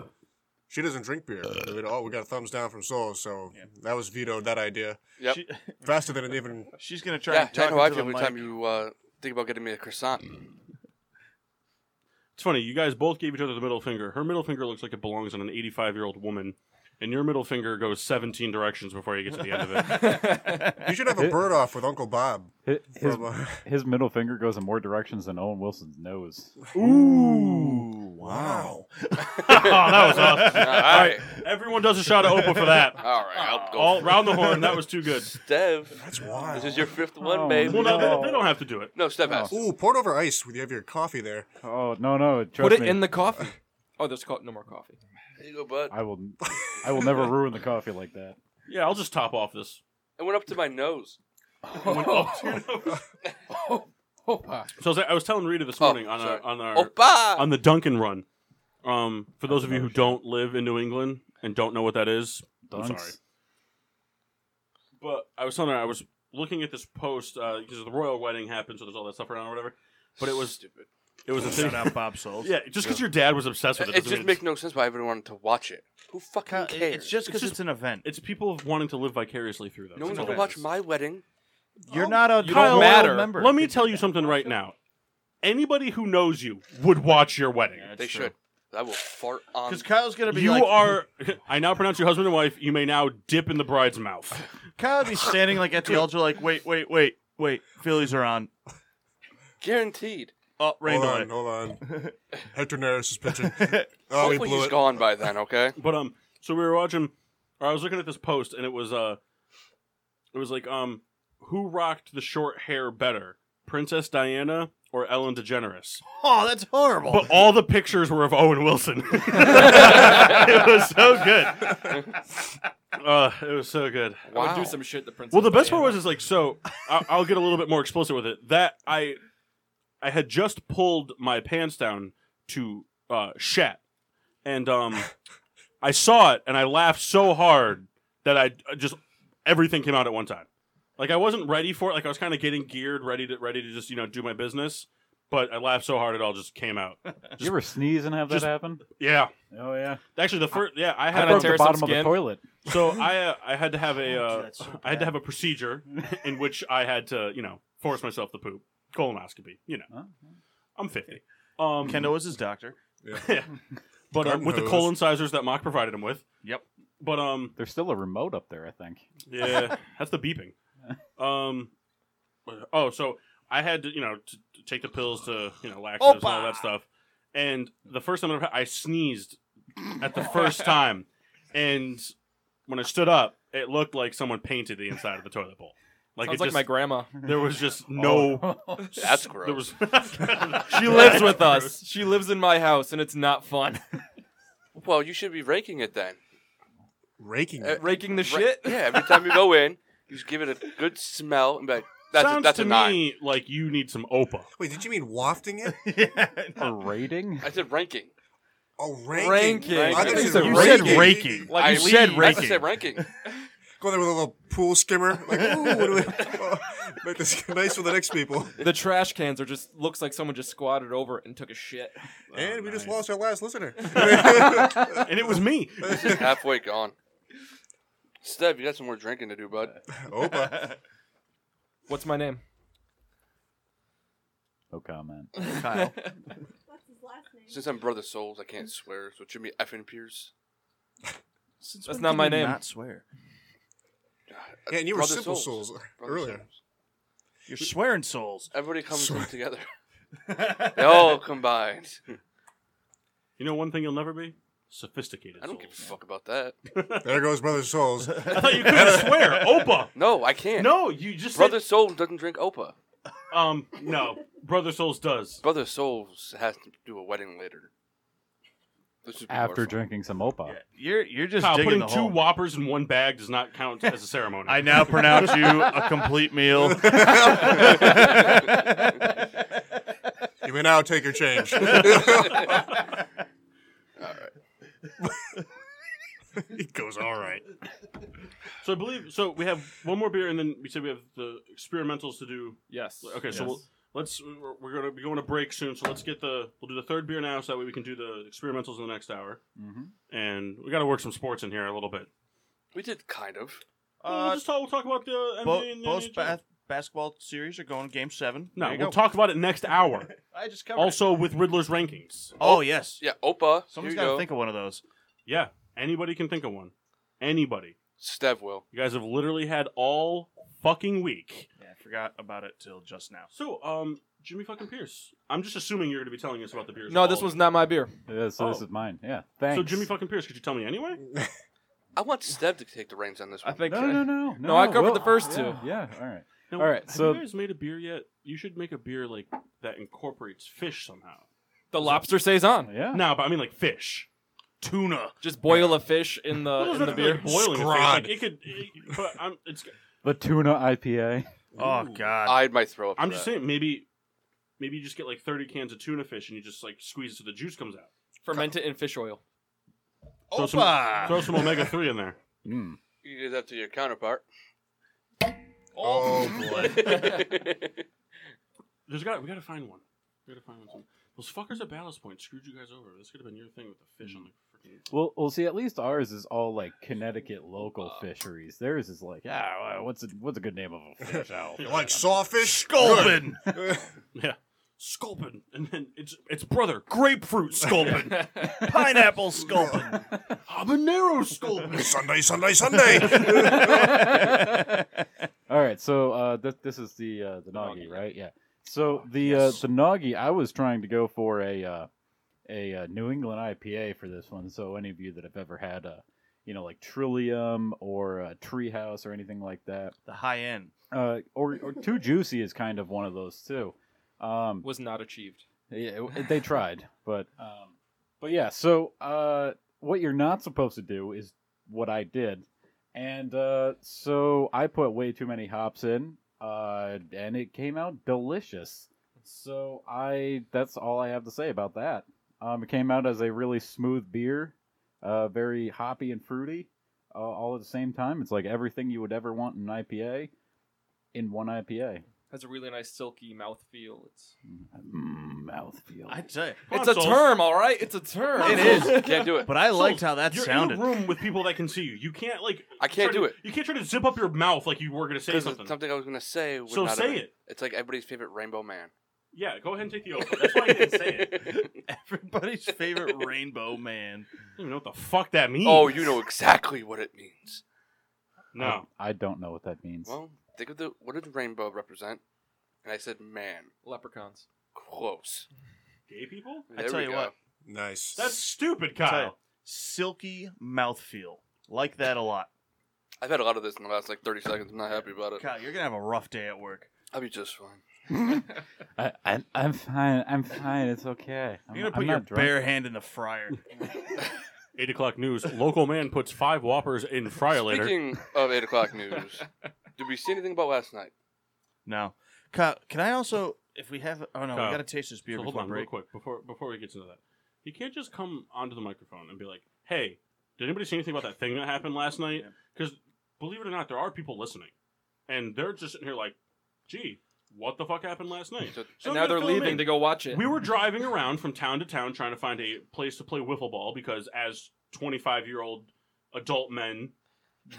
Speaker 4: she doesn't drink beer. Rita- Oh, we got a thumbs down from Soul, so
Speaker 2: Yeah.
Speaker 4: that was vetoed. That idea
Speaker 3: yep.
Speaker 2: She-
Speaker 4: faster than it even.
Speaker 2: she's gonna try
Speaker 3: yeah,
Speaker 2: and
Speaker 3: I
Speaker 2: talk
Speaker 3: know I
Speaker 2: into
Speaker 3: feel
Speaker 2: the
Speaker 3: every
Speaker 2: mic.
Speaker 3: time you uh, think about getting me a croissant.
Speaker 1: It's funny, you guys both gave each other the middle finger. Her middle finger looks like it belongs on an 85 year old woman, and your middle finger goes 17 directions before you get to the end of it.
Speaker 4: You should have a bird off with Uncle Bob.
Speaker 5: Hi- His,
Speaker 4: From, uh,
Speaker 5: his middle finger goes in more directions than Owen Wilson's nose.
Speaker 2: Ooh,
Speaker 4: wow.
Speaker 1: oh, that was awesome.
Speaker 3: All right.
Speaker 1: Everyone does a shot of Opa for that.
Speaker 3: All right. I'll go.
Speaker 1: All round the horn, that was too good.
Speaker 3: Steve,
Speaker 4: That's wild.
Speaker 3: this is your fifth one,
Speaker 5: Oh,
Speaker 3: baby.
Speaker 1: Well, no, they, they don't have to do it.
Speaker 3: No, Steph has.
Speaker 4: Ooh, poured over ice. when You have your coffee there.
Speaker 5: Oh no no! Trust
Speaker 6: Put it
Speaker 5: me,
Speaker 6: in the coffee. Oh, there's co- no more coffee.
Speaker 3: There you go, bud.
Speaker 5: I will. I will never ruin the coffee like that.
Speaker 1: Yeah, I'll just top off this.
Speaker 3: It went up to my nose.
Speaker 1: So I was, I was telling Rita this
Speaker 3: Oh,
Speaker 1: morning on our
Speaker 3: sorry.
Speaker 1: on our
Speaker 3: Opa!
Speaker 1: on the Duncan run. Um, for those of you who don't live in New England and don't know what that is, I'm
Speaker 5: Dunks.
Speaker 1: sorry. But I was telling her I was looking at this post uh, because the royal wedding happened, so there's all that stuff around or whatever. But it was
Speaker 3: stupid.
Speaker 1: it was a thing.
Speaker 2: Shout out Bob Souls.
Speaker 1: Yeah, just because your dad was obsessed with it.
Speaker 3: It,
Speaker 1: doesn't
Speaker 3: just
Speaker 1: mean
Speaker 3: makes no sense why everyone wanted to watch it. Who fucking
Speaker 2: Kyle, it-
Speaker 3: cares?
Speaker 2: It's just because
Speaker 1: It's
Speaker 2: it's,
Speaker 1: just-
Speaker 2: an event.
Speaker 1: it's, it's people wanting to live vicariously through them.
Speaker 3: no one's
Speaker 1: That's
Speaker 3: gonna
Speaker 1: all it
Speaker 3: watch
Speaker 1: is.
Speaker 3: my wedding.
Speaker 2: You're not a
Speaker 6: You don't
Speaker 2: Kyle
Speaker 6: matter.
Speaker 2: member.
Speaker 1: Let me tell you something right now. Anybody who knows you would watch your wedding.
Speaker 3: they should. I will fart on.
Speaker 2: Because Um, Kyle's gonna be
Speaker 1: You
Speaker 2: like,
Speaker 1: are. I now pronounce you husband and wife. You may now dip in the bride's mouth.
Speaker 2: Kyle would be standing like at the altar, like, wait, wait, wait, wait. Phillies are on.
Speaker 3: Guaranteed.
Speaker 2: Oh, rain
Speaker 4: hold
Speaker 2: delay.
Speaker 4: on, hold on. Hector Neris is pitching. Oh, we
Speaker 3: Hopefully
Speaker 4: blew
Speaker 3: he's
Speaker 4: it.
Speaker 3: gone by then. Okay.
Speaker 1: But um, so we were watching, or I was looking at this post, and it was uh, it was like um, who rocked the short hair better, Princess Diana or Ellen DeGeneres?
Speaker 2: Oh, that's horrible.
Speaker 1: But all the pictures were of Owen Wilson. it was so good. Uh, it was so good.
Speaker 6: I would
Speaker 3: Wow.
Speaker 6: do some shit. The princess.
Speaker 1: Well, the best part
Speaker 6: Diana.
Speaker 1: was is like so. I'll, I'll get a little bit more explicit with it. That I, I had just pulled my pants down to uh, shat, and um, I saw it and I laughed so hard that I I just everything came out at one time. Like I wasn't ready for it. Like I was kind of getting geared, ready to ready to just you know do my business. But I laughed so hard it all just came out.
Speaker 5: You ever sneeze and have that
Speaker 1: just-
Speaker 5: happen?
Speaker 1: Yeah,
Speaker 5: Oh yeah.
Speaker 1: actually the first yeah I
Speaker 5: I
Speaker 1: had
Speaker 6: Kinda
Speaker 5: broke
Speaker 1: a,
Speaker 5: the
Speaker 6: tear some
Speaker 5: bottom of the
Speaker 6: skin.
Speaker 5: toilet.
Speaker 1: so I uh, I had to have a
Speaker 2: Oh, dude,
Speaker 1: uh,
Speaker 2: that's so
Speaker 1: I had to
Speaker 2: bad.
Speaker 1: have a procedure in which I had to, you know, force myself to poop. Colonoscopy, you know.
Speaker 5: Huh?
Speaker 1: I'm 50. Um,
Speaker 2: Kendall was his doctor.
Speaker 1: yeah. But uh,
Speaker 4: Garden
Speaker 1: with the
Speaker 4: hose.
Speaker 1: colon sizers that Mock provided him with.
Speaker 2: Yep.
Speaker 1: But um,
Speaker 5: There's still a remote up there, I think.
Speaker 1: yeah, that's the beeping. Um, but- oh, so I had to, you know, to, to take the pills to, you know, laxatives and all that stuff. And the first time I, ever, I sneezed at the first time, and when I stood up, it looked like someone painted the inside of the toilet bowl. Like it
Speaker 6: Sounds like
Speaker 1: just,
Speaker 6: my grandma.
Speaker 1: There was just
Speaker 5: Oh.
Speaker 1: no.
Speaker 3: That's
Speaker 1: There
Speaker 3: gross.
Speaker 1: was.
Speaker 6: She lives with us. She lives in my house, and it's not fun.
Speaker 3: Well, you should be raking it then.
Speaker 4: Raking
Speaker 3: Uh,
Speaker 4: it.
Speaker 6: Raking the
Speaker 3: Ra-
Speaker 6: shit.
Speaker 3: Yeah. Every time you go in, you just give it a good smell and be like, "That's
Speaker 1: Sounds
Speaker 3: a, that's
Speaker 1: to
Speaker 3: a nine."
Speaker 1: me like you need some opa.
Speaker 4: Wait, did you mean wafting it?
Speaker 5: A rating?
Speaker 3: I said ranking.
Speaker 4: Oh, ranking.
Speaker 6: Ranking.
Speaker 4: I thought
Speaker 6: You
Speaker 4: you
Speaker 6: said
Speaker 4: said
Speaker 2: You
Speaker 4: raking.
Speaker 2: said raking.
Speaker 6: Like
Speaker 3: I
Speaker 6: you
Speaker 3: leave.
Speaker 6: said
Speaker 3: I just said ranking.
Speaker 4: Go there with a little pool skimmer. Like, ooh, what do we make this nice for the next people?
Speaker 6: The trash cans are just looks like someone just squatted over it and took a shit.
Speaker 4: and we just
Speaker 1: nice.
Speaker 4: lost our last listener.
Speaker 1: And it was me.
Speaker 3: Just halfway gone. Steph, you got some more drinking to do, bud.
Speaker 4: Opa.
Speaker 6: What's my name?
Speaker 5: No comment.
Speaker 2: Kyle.
Speaker 7: What's his last name?
Speaker 3: Since I'm brother souls, I can't swear, so it should be effing Pierce.
Speaker 2: Since
Speaker 6: That's
Speaker 2: when
Speaker 6: not
Speaker 2: can
Speaker 6: my
Speaker 2: you
Speaker 6: name.
Speaker 2: Not swear.
Speaker 4: Yeah, and you were
Speaker 3: Brother
Speaker 4: simple
Speaker 3: Souls.
Speaker 4: souls,
Speaker 3: Brother
Speaker 4: earlier.
Speaker 3: Souls.
Speaker 2: You're swearing souls.
Speaker 3: Everybody comes in
Speaker 4: Sorry.
Speaker 3: together. They all combined.
Speaker 1: You know one thing you'll never be? Sophisticated.
Speaker 3: I don't give a
Speaker 1: souls.
Speaker 3: fuck about that.
Speaker 4: There goes Brothers Souls.
Speaker 1: I thought you couldn't swear. Opa.
Speaker 3: No, I can't.
Speaker 1: No, you just
Speaker 3: Brother
Speaker 1: said,
Speaker 3: Soul doesn't drink Opa.
Speaker 1: um no. Brother Souls does.
Speaker 3: Brother Soul has to do a wedding later. This is
Speaker 5: After
Speaker 3: Marshall.
Speaker 5: drinking some Opa.
Speaker 2: You're you're just
Speaker 1: Kyle,
Speaker 2: digging
Speaker 1: putting
Speaker 2: the
Speaker 1: two
Speaker 2: hole.
Speaker 1: whoppers in one bag does not count as a ceremony.
Speaker 2: I now pronounce you a complete meal.
Speaker 4: You may now take your change. it goes all right.
Speaker 1: So I believe so. We have one more beer, and then we said we have the experimentals to do.
Speaker 6: Yes.
Speaker 1: Okay, so
Speaker 6: Yes.
Speaker 1: we'll, let's we're, we're gonna be going to break soon. So let's get the we'll do the third beer now, so that way we can do the experimentals in the next hour.
Speaker 5: Mhm.
Speaker 1: And we got to work some sports in here a little bit.
Speaker 3: We did kind of.
Speaker 1: we'll
Speaker 2: uh,
Speaker 1: just talk, we'll talk about the NBA
Speaker 2: bo-
Speaker 1: and the
Speaker 2: both
Speaker 1: NHL.
Speaker 2: ba- basketball series are going game seven.
Speaker 1: no,
Speaker 2: There
Speaker 1: we'll
Speaker 2: you go.
Speaker 1: talk about it next hour.
Speaker 2: I just covered. it.
Speaker 1: also with Riddler's rankings.
Speaker 2: oh yes,
Speaker 3: Yeah, Opa.
Speaker 2: someone's
Speaker 3: here
Speaker 2: got
Speaker 3: you
Speaker 2: to
Speaker 3: go.
Speaker 2: think of one of those.
Speaker 1: Yeah, anybody can think of one. Anybody.
Speaker 3: Stev will.
Speaker 1: You guys have literally had all fucking week.
Speaker 2: Yeah, I forgot about it till just now.
Speaker 1: So, um, Jimmy fucking Pierce. I'm just assuming you're going to be telling us about the beers.
Speaker 6: No,
Speaker 1: all
Speaker 6: this
Speaker 1: week.
Speaker 6: was not my beer.
Speaker 5: Yeah, so this
Speaker 1: Oh.
Speaker 5: is mine. Yeah. Thanks.
Speaker 1: So Jimmy fucking Pierce, could you tell me anyway?
Speaker 3: I want Stev to take the reins on this
Speaker 6: I
Speaker 3: one.
Speaker 6: think.
Speaker 5: No, no, no, no.
Speaker 6: No, I covered
Speaker 5: well,
Speaker 6: the first
Speaker 5: yeah,
Speaker 6: two.
Speaker 5: Yeah. All right.
Speaker 1: Now,
Speaker 5: All right,
Speaker 1: Have
Speaker 5: so-
Speaker 1: you guys made a beer yet? You should make a beer like that incorporates fish somehow.
Speaker 6: The lobster saison.
Speaker 5: Yeah.
Speaker 1: No, but I mean like fish.
Speaker 2: Tuna.
Speaker 6: Just boil a fish in the
Speaker 1: Well,
Speaker 6: Uh, in
Speaker 1: there's
Speaker 6: the
Speaker 1: nothing
Speaker 6: beer.
Speaker 1: like boiling a fish.
Speaker 4: Scrod.
Speaker 1: Like, it could, it- but I'm, it's,
Speaker 5: The tuna IPA.
Speaker 2: Oh
Speaker 4: Ooh.
Speaker 2: God.
Speaker 3: I might throw up.
Speaker 1: I'm
Speaker 3: for
Speaker 1: just
Speaker 3: that.
Speaker 1: saying maybe, maybe you just get like 30 cans of tuna fish and you just like squeeze it so the juice comes out.
Speaker 6: Ferment it in fish oil.
Speaker 1: Throw some,
Speaker 2: Opa!
Speaker 1: throw some omega three in there.
Speaker 5: Mm.
Speaker 3: You did that to your counterpart.
Speaker 4: Oh, boy.
Speaker 1: There's got we got to find one. We got to find one. Soon. Those fuckers at Ballast Point screwed you guys over. This could have been your thing with the fish on the freaking.
Speaker 5: Well, well, see, at least ours is all like Connecticut local fisheries. Theirs is like, ah, well, what's a, what's a good name of a fish? Al?
Speaker 4: You like sawfish?
Speaker 2: Gulpin.
Speaker 4: Good.
Speaker 1: Yeah. Sculpin, and then it's it's brother grapefruit sculpin,
Speaker 2: Pineapple sculpin.
Speaker 1: habanero sculpin.
Speaker 4: Sunday, Sunday, Sunday.
Speaker 5: All right, so uh, this this is the uh, the noggy, right? Yeah. So the
Speaker 2: Yes.
Speaker 5: uh, the noggy, I was trying to go for a uh, a uh, New England IPA for this one. So any of you that have ever had a you know like Trillium or uh, Treehouse or anything like that,
Speaker 2: the high end.
Speaker 5: uh, or or Too Juicy is kind of one of those too. Um,
Speaker 6: Was not achieved.
Speaker 5: yeah, it- they tried, but um, but yeah. So uh, what you're not supposed to do is what I did, and uh, so I put way too many hops in, uh, and it came out delicious. So I that's all I have to say about that. Um, it came out as a really smooth beer, uh, very hoppy and fruity, uh, all at the same time. It's like everything you would ever want in an IPA, in one IPA.
Speaker 6: Has a really nice silky mouthfeel. It's
Speaker 5: Mm, mouthfeel.
Speaker 2: I tell you,
Speaker 1: Come
Speaker 6: it's
Speaker 1: on,
Speaker 6: a
Speaker 1: Souls.
Speaker 6: term, all right. It's a term.
Speaker 2: It is.
Speaker 3: Can't do it.
Speaker 2: but I liked how that
Speaker 1: You're
Speaker 2: sounded.
Speaker 1: in a room with people that can see you. You can't like.
Speaker 3: I can't
Speaker 1: try to-
Speaker 3: do it.
Speaker 1: You can't try to zip up your mouth like you were going to say
Speaker 3: Because
Speaker 1: something.
Speaker 3: something I was gonna say. would
Speaker 1: So
Speaker 3: not have
Speaker 1: say
Speaker 3: been-
Speaker 1: it.
Speaker 3: It's like everybody's favorite Rainbow Man.
Speaker 1: Yeah, go ahead and take the oath. That's why I didn't say it. I don't
Speaker 2: Everybody's favorite rainbow man.
Speaker 1: even know what the fuck that means.
Speaker 3: Oh, you know exactly what it means.
Speaker 1: No.
Speaker 5: I, I don't know what that means.
Speaker 3: Well, think of the what did the rainbow represent? And I said, man,
Speaker 6: Leprechauns.
Speaker 3: close.
Speaker 1: Gay people?
Speaker 3: There
Speaker 2: tell
Speaker 3: we
Speaker 2: you
Speaker 3: go.
Speaker 2: what.
Speaker 4: nice.
Speaker 1: That's stupid,
Speaker 2: Tell ya,
Speaker 1: Kyle.
Speaker 2: silky mouthfeel. Like that a lot.
Speaker 3: I've had a lot of this in the last like 30 seconds. I'm not happy about it.
Speaker 2: Kyle, you're gonna have a rough day at work.
Speaker 3: I'll be just fine.
Speaker 5: I, I, I'm fine. I'm fine. It's okay. I'm,
Speaker 2: You're gonna
Speaker 5: I'm
Speaker 2: put your
Speaker 5: not drunk.
Speaker 2: bare hand in the fryer.
Speaker 1: Eight o'clock news. Local man puts five whoppers in fryer later.
Speaker 3: Speaking of 8 o'clock news, did we see anything about last night?
Speaker 2: no, Kyle, can I also, if we have, oh no,
Speaker 1: Kyle.
Speaker 2: we gotta taste this beer
Speaker 1: So hold
Speaker 2: before
Speaker 1: on, real
Speaker 2: break.
Speaker 1: quick, before before we get to that, he can't just come onto the microphone and be like, "Hey, did anybody see anything about that thing that happened last night?" Because believe it or not, there are people listening, and they're just sitting here like, "Gee, what the fuck happened last night?"
Speaker 3: So,
Speaker 1: So
Speaker 6: and now
Speaker 1: I'm gonna
Speaker 6: they're
Speaker 1: fill 'em
Speaker 6: leaving
Speaker 1: in.
Speaker 6: to go watch it.
Speaker 1: We were driving around from town to town trying to find a place to play wiffle ball because, as 25 year old adult men,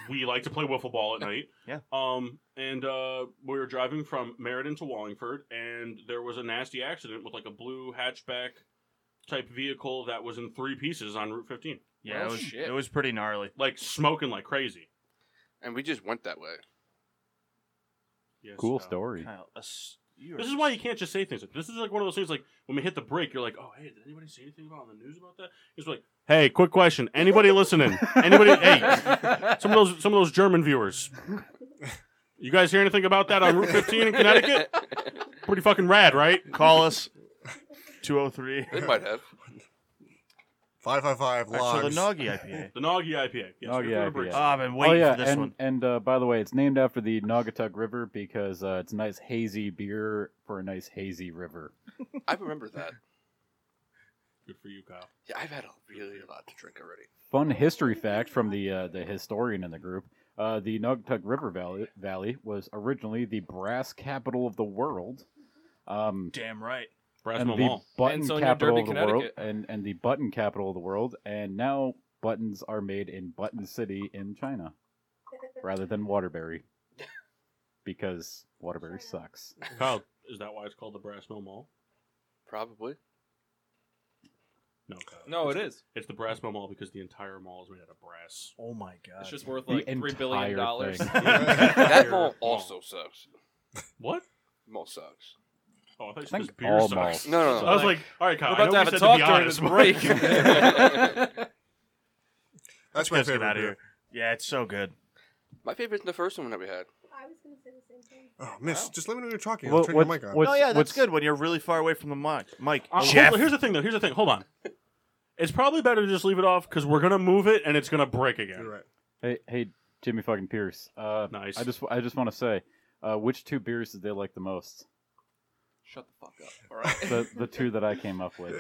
Speaker 1: we like to play wiffle ball at night.
Speaker 2: Yeah.
Speaker 1: Um, and uh, we were driving from Meriden to Wallingford, and there was a nasty accident with like a blue hatchback type vehicle that was in three pieces on Route 15,
Speaker 2: Yeah,
Speaker 6: Oh,
Speaker 2: it was
Speaker 6: shit.
Speaker 2: it was pretty gnarly.
Speaker 1: like smoking like crazy.
Speaker 3: and we just went that way.
Speaker 1: Yes,
Speaker 5: Cool
Speaker 1: Kyle.
Speaker 5: story.
Speaker 2: Kyle, a s- You are
Speaker 1: This is why you can't just say things. Like, this is like one of those things. Like when we hit the break, you're like, "Oh, hey, did anybody see anything about on the news about that?" It's like, "Hey, quick question. Anybody listening? Anybody? hey, some of those some of those German viewers. You guys hear anything about that on Route 15 in Connecticut? Pretty fucking rad, right?
Speaker 2: Call us. 203.
Speaker 3: They might have.
Speaker 4: 555
Speaker 2: Actually,
Speaker 4: logs.
Speaker 2: the Noggy IPA.
Speaker 1: The Noggy IPA. Yes,
Speaker 5: Noggy
Speaker 1: we're gonna break
Speaker 5: IPA.
Speaker 2: Oh, I've been
Speaker 5: oh
Speaker 2: waiting
Speaker 5: yeah,
Speaker 2: for this
Speaker 5: and
Speaker 2: one.
Speaker 5: and uh, by the way, it's named after the Naugatuck River because uh, it's a nice hazy beer for a nice hazy river.
Speaker 3: I remember that.
Speaker 1: Good for you, Kyle.
Speaker 3: Yeah, I've had a really a lot to drink already.
Speaker 5: Fun history fact from the uh, the historian in the group: uh, the Naugatuck River Valley, Valley was originally the brass capital of the world. Um,
Speaker 2: Damn right.
Speaker 1: Brass
Speaker 5: and
Speaker 1: Mill
Speaker 5: the
Speaker 1: Mall.
Speaker 5: button
Speaker 6: And so near
Speaker 5: capital
Speaker 6: Derby,
Speaker 5: of the world,
Speaker 6: Connecticut.
Speaker 5: and, and the button capital of the world, and now buttons are made in Button City in China, rather than Waterbury, because Waterbury sucks.
Speaker 1: Kyle, is that why it's called the Brass Mill Mall?
Speaker 3: Probably.
Speaker 1: No, Kyle.
Speaker 6: No, it is.
Speaker 1: It's the Brass Mill Mall because the entire mall is made out of brass.
Speaker 2: Oh my god.
Speaker 6: It's just worth
Speaker 5: The
Speaker 6: like three billion
Speaker 5: entire
Speaker 6: dollars.
Speaker 5: thing.
Speaker 3: That mall also sucks.
Speaker 1: What?
Speaker 3: Mall sucks.
Speaker 1: Oh, I thought you
Speaker 5: I
Speaker 1: said
Speaker 5: think
Speaker 1: this beer
Speaker 5: all
Speaker 1: sucks.
Speaker 5: malls
Speaker 3: No, no, no.
Speaker 1: I was like, all right, Kyle.
Speaker 6: We're
Speaker 1: I know
Speaker 6: about to have
Speaker 1: we
Speaker 6: a
Speaker 1: said
Speaker 6: talk
Speaker 1: be
Speaker 6: during
Speaker 1: honest,
Speaker 6: this
Speaker 1: but-
Speaker 6: break.
Speaker 4: That's my
Speaker 2: Let's get
Speaker 4: favorite.
Speaker 2: out of
Speaker 4: beer.
Speaker 2: here. Yeah, it's so good.
Speaker 3: My favorite's the first one that we had.
Speaker 7: I was going to say the same thing.
Speaker 4: Oh, miss, just let me know you're talking. I'll
Speaker 5: What-
Speaker 4: turn your
Speaker 5: what-
Speaker 4: mic on.
Speaker 5: what-
Speaker 2: no,
Speaker 5: What's-
Speaker 2: Oh, yeah, that's
Speaker 5: what's-
Speaker 2: good when you're really far away from the mic. Mike,
Speaker 1: Uh, hold-
Speaker 2: Jeff.
Speaker 1: here's the thing, though. Here's the thing. Hold on. It's probably better to just leave it off because we're gonna move it and it's gonna break again.
Speaker 4: You're right.
Speaker 5: Hey, hey, Jimmy fucking Pierce. Uh,
Speaker 1: Nice.
Speaker 5: I just, I just want to say, uh, which two beers did they like the most?
Speaker 6: Shut the fuck up. All right.
Speaker 5: The the two that I came up with.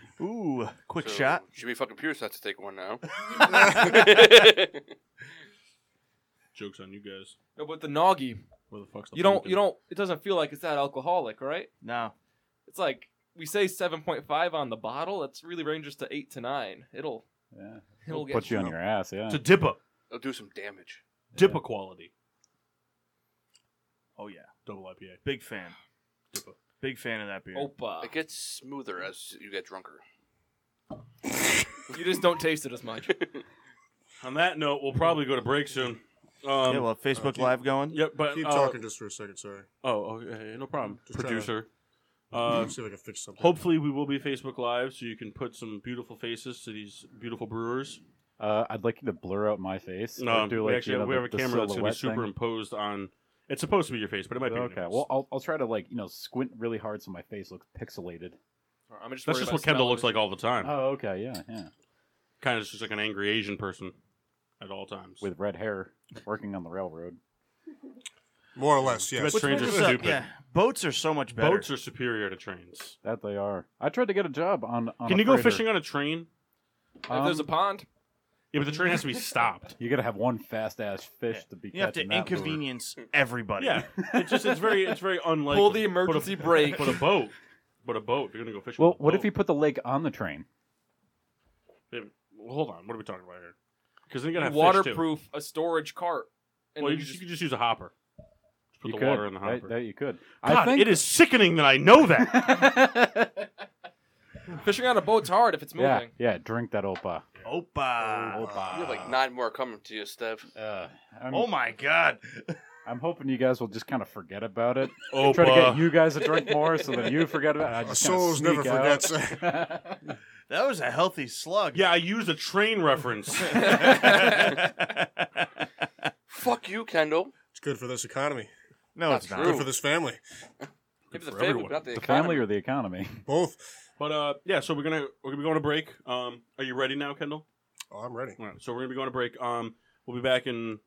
Speaker 2: Ooh, quick
Speaker 3: So,
Speaker 2: shot.
Speaker 3: Jimmy fucking Pierce has to take one now.
Speaker 1: Jokes on you guys.
Speaker 6: No, but the noggy,
Speaker 1: Where the fuck's the
Speaker 6: you don't,
Speaker 1: pumpkin?
Speaker 6: you don't. It doesn't feel like it's that alcoholic, right?
Speaker 2: No.
Speaker 6: It's like we say seven point five on the bottle. That's really ranges to eight to nine. It'll,
Speaker 5: Yeah.
Speaker 6: it'll get
Speaker 5: Put you on your ass. Yeah.
Speaker 1: It's a dipper.
Speaker 3: It'll do some damage.
Speaker 1: Dipper quality.
Speaker 2: Oh yeah,
Speaker 1: Double IPA.
Speaker 2: big fan.
Speaker 1: Dipper.
Speaker 2: Big fan of that beer.
Speaker 6: Opa.
Speaker 3: It gets smoother as you get drunker.
Speaker 6: You just don't taste it as much.
Speaker 1: On that note, we'll probably go to break soon. Um,
Speaker 2: yeah, well, Facebook Live going.
Speaker 1: yep, but
Speaker 4: Keep
Speaker 1: uh,
Speaker 4: talking just for a second. Sorry.
Speaker 1: Oh, okay, no problem.
Speaker 4: Just trying to-
Speaker 1: Producer. Uh,
Speaker 4: see if I can fix something.
Speaker 1: hopefully, we will be Facebook Live, so you can put some beautiful faces to these beautiful brewers.
Speaker 5: Uh, I'd like you to blur out my face.
Speaker 1: No,
Speaker 5: or do,
Speaker 1: we
Speaker 5: like,
Speaker 1: actually
Speaker 5: you
Speaker 1: have,
Speaker 5: know,
Speaker 1: we
Speaker 5: the-
Speaker 1: have a
Speaker 5: the
Speaker 1: camera that's going to
Speaker 5: silhouette
Speaker 1: be
Speaker 5: thing.
Speaker 1: superimposed on. It's supposed to be your face, but it might be
Speaker 5: Okay,
Speaker 1: anyone
Speaker 5: well, uh,
Speaker 1: else.
Speaker 5: I'll, I'll try to like you know squint really hard so my face looks pixelated.
Speaker 6: I'm just
Speaker 1: that's
Speaker 6: worried
Speaker 1: just
Speaker 6: about
Speaker 1: what Kendall
Speaker 6: smelling
Speaker 1: looks
Speaker 6: it.
Speaker 1: like all the time.
Speaker 5: Oh, okay, yeah, yeah,
Speaker 1: kind of just like an angry Asian person at all times.
Speaker 5: with red hair, working on the railroad.
Speaker 4: More or less, yes.
Speaker 1: But- Trains are
Speaker 2: What's up?
Speaker 1: stupid.
Speaker 2: Yeah, boats are so much better.
Speaker 1: boats are superior to trains.
Speaker 5: That they are. I tried to get a job on. on
Speaker 1: Can
Speaker 5: a
Speaker 1: you go
Speaker 5: freighter.
Speaker 1: fishing on a train?
Speaker 6: If there's a
Speaker 5: Um,
Speaker 6: pond,
Speaker 1: Yeah, but the train has to be stopped.
Speaker 5: You gotta have one fast ass fish
Speaker 2: Yeah.
Speaker 5: to be.
Speaker 2: you have to
Speaker 5: catching that lure.
Speaker 2: inconvenience everybody.
Speaker 1: Yeah, it's just it's very it's very unlikely.
Speaker 6: pull the emergency
Speaker 1: but
Speaker 6: brake.
Speaker 1: a, but a boat, but a boat. If you're gonna go fishing.
Speaker 5: Well,
Speaker 1: with a
Speaker 5: what if
Speaker 1: boat.
Speaker 5: you put the lake on the train?
Speaker 1: Then- well, hold on. What are we talking about here? Because then you're gonna
Speaker 6: You
Speaker 1: have Fish
Speaker 6: waterproof a storage cart.
Speaker 1: too.
Speaker 6: And
Speaker 1: Well,
Speaker 6: then
Speaker 1: you, just, you could just use a hopper. Just put
Speaker 5: you
Speaker 1: the
Speaker 5: could.
Speaker 1: water in the
Speaker 5: That-
Speaker 1: hopper.
Speaker 5: that you could.
Speaker 1: God,
Speaker 5: I think
Speaker 1: it is sickening that I know that.
Speaker 6: fishing on a boat's hard if it's moving.
Speaker 5: Yeah, yeah. Drink that opa.
Speaker 2: Opa.
Speaker 5: Oh,
Speaker 3: you have
Speaker 1: Ah.
Speaker 3: like nine more coming to you, Steph.
Speaker 5: Uh, I'm,
Speaker 2: Oh my god.
Speaker 5: I'm hoping you guys will just kind of forget about it.
Speaker 1: Oh,
Speaker 5: Try to get you guys to drink more, so that you forget about it. I
Speaker 4: Our
Speaker 5: just kinda
Speaker 4: souls never
Speaker 5: sneak out.
Speaker 4: forgets. forget.
Speaker 2: That was a healthy slug.
Speaker 1: Yeah, I used a train reference.
Speaker 3: Fuck you, Kendall.
Speaker 4: it's good for this economy.
Speaker 2: no,
Speaker 3: That's
Speaker 2: it's not.
Speaker 3: true.
Speaker 4: Good for this family.
Speaker 3: Give
Speaker 1: for
Speaker 3: the family,
Speaker 1: everyone.
Speaker 3: but not the,
Speaker 5: the
Speaker 3: economy.
Speaker 5: family or the economy.
Speaker 4: Both.
Speaker 1: but uh, yeah. So we're gonna we're gonna be going to break. Um, are you ready now, Kendall?
Speaker 4: Oh, I'm ready.
Speaker 1: All right, so we're gonna be going to break. Um, we'll be back in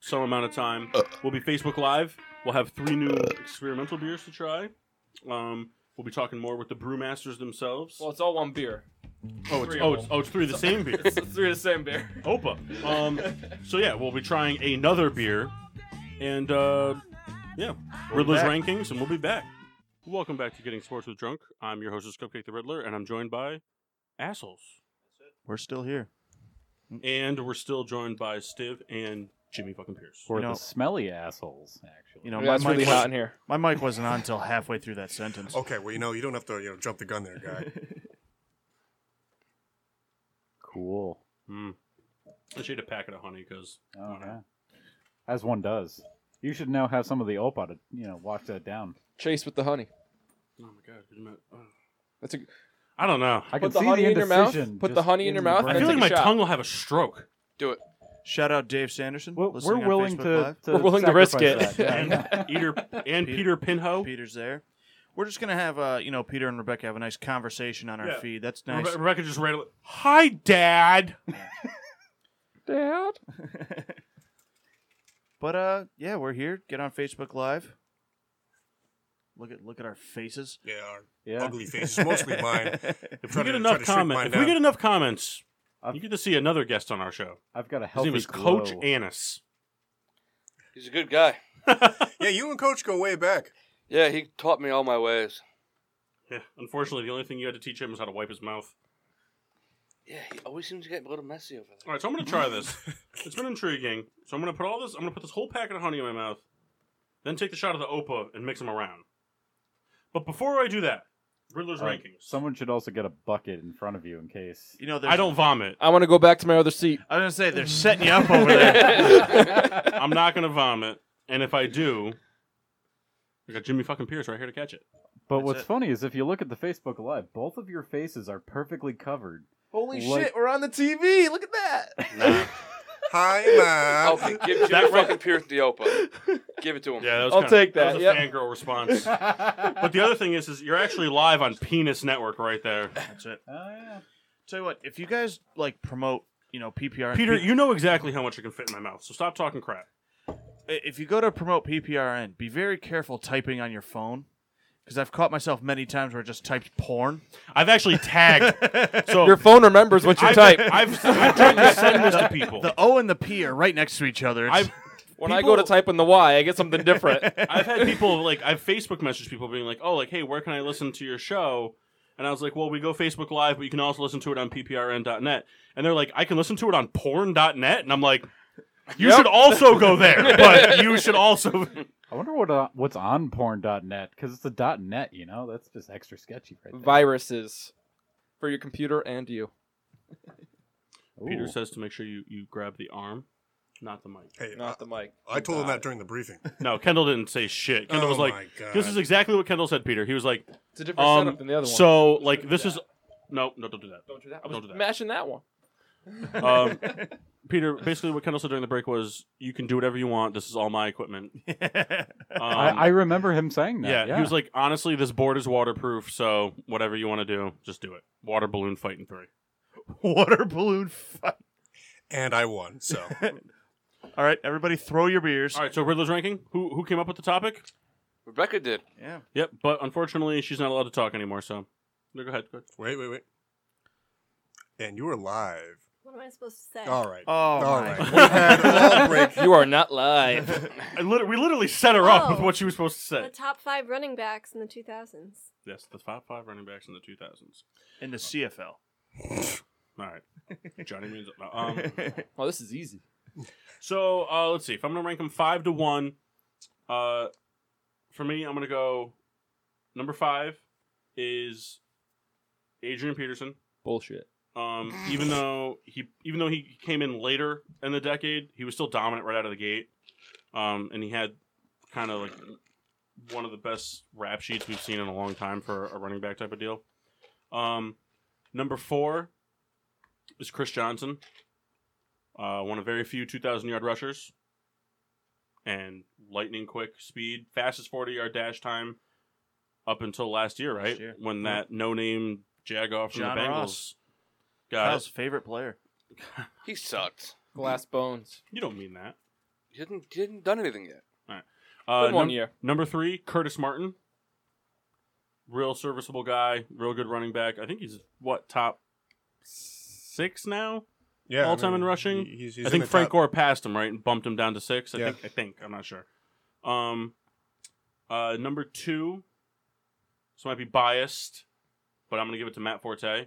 Speaker 1: some amount of time. We'll be Facebook Live. We'll have three new experimental beers to try. Um, we'll be talking more with the brewmasters themselves.
Speaker 6: Well, it's all one beer.
Speaker 1: oh, it's,
Speaker 6: three of
Speaker 1: oh, it's, oh, it's three of the same beer.
Speaker 6: It's three of the same beer.
Speaker 1: Opa. Um, so yeah, we'll be trying another beer, and uh, yeah, Riddler's
Speaker 2: back.
Speaker 1: rankings, and we'll be back. Welcome back to Getting Sports with Drunk. I'm your hostess, Cupcake the Riddler, and I'm joined by assholes,
Speaker 2: We're still here.
Speaker 1: and we're still joined by Stiv and Jimmy fucking Pierce.
Speaker 5: Or
Speaker 2: You know-
Speaker 5: the smelly assholes, actually.
Speaker 2: You know,
Speaker 6: Yeah, it's
Speaker 2: my,
Speaker 6: really
Speaker 2: mic
Speaker 6: hot
Speaker 2: was,
Speaker 6: in here.
Speaker 2: my mic wasn't on until halfway through that sentence.
Speaker 4: Okay, well, you know, you don't have to, you know, jump the gun there, guy.
Speaker 5: cool.
Speaker 1: Mm. I should eat a packet of honey because
Speaker 5: Oh, yeah. Oh, As one does. You should now have some of the Opa to you know wash that down.
Speaker 6: Chase with the honey.
Speaker 1: Oh my god!
Speaker 6: That's a,
Speaker 1: I don't know.
Speaker 5: I can
Speaker 6: put the
Speaker 5: see
Speaker 6: honey
Speaker 5: the
Speaker 6: in your mouth.
Speaker 5: indecision
Speaker 6: Put the
Speaker 5: just
Speaker 6: honey in your mouth.
Speaker 5: brain.
Speaker 1: I
Speaker 6: and
Speaker 1: feel
Speaker 6: then
Speaker 1: like my
Speaker 6: take a shot.
Speaker 1: tongue will have a stroke.
Speaker 3: Do it.
Speaker 2: Shout out Dave Sanderson.
Speaker 5: We're,
Speaker 2: listening
Speaker 5: we're
Speaker 2: on
Speaker 5: willing
Speaker 2: Facebook
Speaker 5: to,
Speaker 2: Live.
Speaker 5: to.
Speaker 6: We're willing to risk
Speaker 5: sacrifice
Speaker 6: it.
Speaker 5: that, yeah.
Speaker 1: and Peter and Peter Pinho.
Speaker 2: Peter's there. We're just gonna have uh, you know Peter and Rebecca have a nice conversation on our
Speaker 1: Yeah.
Speaker 2: feed. That's nice.
Speaker 1: Rebe- Rebecca just ran. Hi, Dad.
Speaker 6: Dad.
Speaker 2: but uh, yeah, we're here. Get on Facebook Live. Look at look at our faces.
Speaker 4: Yeah, our
Speaker 5: yeah.
Speaker 4: ugly faces, mostly mine.
Speaker 1: If we
Speaker 4: Try
Speaker 1: get
Speaker 4: to- try
Speaker 1: enough
Speaker 4: to shrink mine
Speaker 1: comments, if we
Speaker 4: down.
Speaker 1: get enough comments,
Speaker 5: I've-
Speaker 1: you get to see another guest on our show.
Speaker 5: I've got a
Speaker 1: His
Speaker 5: healthy
Speaker 1: name is
Speaker 5: glow.
Speaker 1: Coach Annis.
Speaker 3: He's a good guy.
Speaker 4: Yeah, you and Coach go way back.
Speaker 3: Yeah, he taught me all my ways.
Speaker 1: Yeah, unfortunately, the only thing you had to teach him is how to wipe his mouth.
Speaker 3: Yeah, he always seems to get a little messy over there.
Speaker 1: All right, so I'm gonna try this. it's been intriguing. So I'm gonna put all this. I'm gonna put this whole packet of honey in my mouth, then take the shot of the opa and mix them around. But before I do that, Riddler's
Speaker 5: Uh,
Speaker 1: rankings.
Speaker 5: Someone should also get a bucket in front of you in case.
Speaker 2: You know, there's-
Speaker 1: I don't vomit.
Speaker 6: I want to go back to my other seat.
Speaker 2: I was gonna say they're setting you up over there.
Speaker 1: I'm not gonna vomit, and if I do, I got Jimmy fucking Pierce right here to catch it.
Speaker 5: But
Speaker 2: That's
Speaker 5: what's
Speaker 2: it.
Speaker 5: funny is if you look at the Facebook Live, both of your faces are perfectly covered.
Speaker 6: Holy
Speaker 5: Like-
Speaker 6: shit, we're on the TV. Look at that.
Speaker 4: Hi,
Speaker 3: Oh,
Speaker 4: Mom.
Speaker 3: gi- give Jimmy
Speaker 1: That
Speaker 3: fucking Pierce the Opa. Give it to him.
Speaker 1: Yeah, that was
Speaker 6: I'll
Speaker 1: kinda-
Speaker 6: take
Speaker 1: That was a
Speaker 6: that,
Speaker 1: fangirl response. but the other thing is, is you're actually live on Penis Network right there.
Speaker 2: That's it.
Speaker 5: Oh yeah.
Speaker 2: Tell you what, if you guys like promote, you know, PPR,
Speaker 1: Peter, you know exactly how much I can fit in my mouth, so stop talking crap.
Speaker 2: if you go to promote PPRN, be very careful typing on your phone because I've caught myself many times where I just typed porn.
Speaker 1: I've actually tagged. So
Speaker 6: Your phone remembers what you
Speaker 1: I've,
Speaker 6: type.
Speaker 1: I've, I've tried to send this to people.
Speaker 2: The O and the P are right next to each other. It's-
Speaker 1: I've
Speaker 6: When I go to
Speaker 1: people-
Speaker 6: type in the Y, I get something different.
Speaker 1: I've had people like I've Facebook messaged people being like, "Oh, like, hey, where can I listen to your show?" And I was like, "Well, we go Facebook Live, but you can also listen to it on pprn.net." And they're like, "I can listen to it on porn.net," and I'm like, "You should also go there, but you should also."
Speaker 5: I wonder what uh, what's on porn.net because it's a .net. You know, that's just extra sketchy, right? There.
Speaker 6: Viruses for your computer and you.
Speaker 5: Ooh.
Speaker 1: Peter says to make sure you you grab the arm, not the mic.
Speaker 4: Hey,
Speaker 6: Not the mic.
Speaker 4: I, I told him
Speaker 6: Got
Speaker 4: that during the briefing.
Speaker 1: No, Kendall didn't say shit. Kendall
Speaker 4: oh
Speaker 1: was
Speaker 4: my
Speaker 1: like,
Speaker 4: God.
Speaker 1: "This is exactly what Kendall said." Peter, he was like,
Speaker 6: it. It's a different
Speaker 1: um,
Speaker 6: setup than the other one.
Speaker 1: "So, like, this is no, no, don't do that."
Speaker 6: don't do that. I was
Speaker 1: don't do that.
Speaker 6: matching that one.
Speaker 1: Um, Peter, basically, what Kendall said during the break was, "You can do whatever you want. This is all my equipment." Um,
Speaker 5: I, I remember him saying that.
Speaker 1: yeah, he was like, "Honestly, this board is waterproof, so whatever you want to do, just do it." Water balloon fight in three.
Speaker 2: water balloon fight.
Speaker 4: and I won. So
Speaker 2: All right, everybody, throw your beers.
Speaker 1: All right, so Riddler's ranking. Who who came up with the topic?
Speaker 3: Rebecca did.
Speaker 2: Yeah.
Speaker 1: Yep, but unfortunately, she's not allowed to talk anymore. So, no, go ahead. Go ahead.
Speaker 4: wait, wait, wait. And you were live.
Speaker 7: What am I supposed to say?
Speaker 4: All right.
Speaker 2: Oh,
Speaker 4: All
Speaker 2: my.
Speaker 4: right. We had all break.
Speaker 6: You are not live.
Speaker 1: I lit- we literally set her up
Speaker 7: Oh.
Speaker 1: with what she was supposed to say.
Speaker 7: The top five running backs in the 2000s.
Speaker 1: Yes, the top five running backs in the two thousands.
Speaker 2: In the CFL.
Speaker 1: All right, Johnny means um.
Speaker 6: oh, this is easy.
Speaker 1: So uh, let's see. If I'm gonna rank them five to one, uh, for me, I'm gonna go. Number five is Adrian Peterson.
Speaker 6: Bullshit.
Speaker 1: Um, even though he even though he came in later in the decade, he was still dominant right out of the gate. Um, and he had kind of like one of the best rap sheets we've seen in a long time for a running back type of deal. Um, number four is Chris Johnson, uh, one of very few 2,000 yard rushers, and lightning quick speed, fastest 40 yard dash time up until last year, right?
Speaker 2: year.
Speaker 1: When
Speaker 2: Yeah.
Speaker 1: that no name jagoff from
Speaker 2: John
Speaker 1: the Bengals
Speaker 2: Ross.
Speaker 1: got
Speaker 2: Kyle's favorite player.
Speaker 3: He sucked.
Speaker 6: Glass bones.
Speaker 1: You don't mean that.
Speaker 3: He hadn't, he hadn't done anything yet.
Speaker 1: Uh,
Speaker 6: Good one
Speaker 1: num-
Speaker 6: year.
Speaker 1: Number three, Curtis Martin. Real serviceable guy, real good running back. I think he's what top six now.
Speaker 4: Yeah,
Speaker 1: All time in rushing?
Speaker 4: he- he's-
Speaker 1: I
Speaker 4: he's in
Speaker 1: think
Speaker 4: the
Speaker 1: Frank
Speaker 4: top-
Speaker 1: Gore passed him right and bumped him down to six. I
Speaker 4: Yeah.
Speaker 1: think. I think. I'm not sure. Um, uh, number two. This might be biased, but I'm gonna give it to Matt Forte,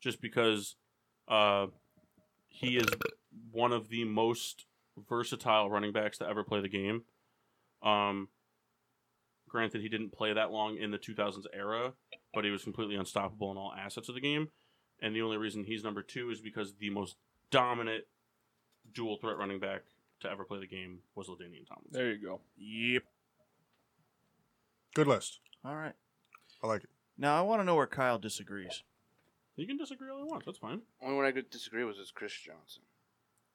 Speaker 1: just because, uh, he is one of the most versatile running backs to ever play the game. Um, granted, he didn't play that long in the 2000s era, but he was completely unstoppable in all assets of the game. And the only reason he's number two is because the most dominant dual threat running back to ever play the game was Ladainian Tomlinson.
Speaker 6: There you go.
Speaker 1: Yep.
Speaker 4: Good list.
Speaker 2: All right.
Speaker 4: I like it.
Speaker 2: Now I want to know where Kyle disagrees.
Speaker 1: You can disagree all you want. That's fine.
Speaker 3: Only one I could disagree with is Chris Johnson.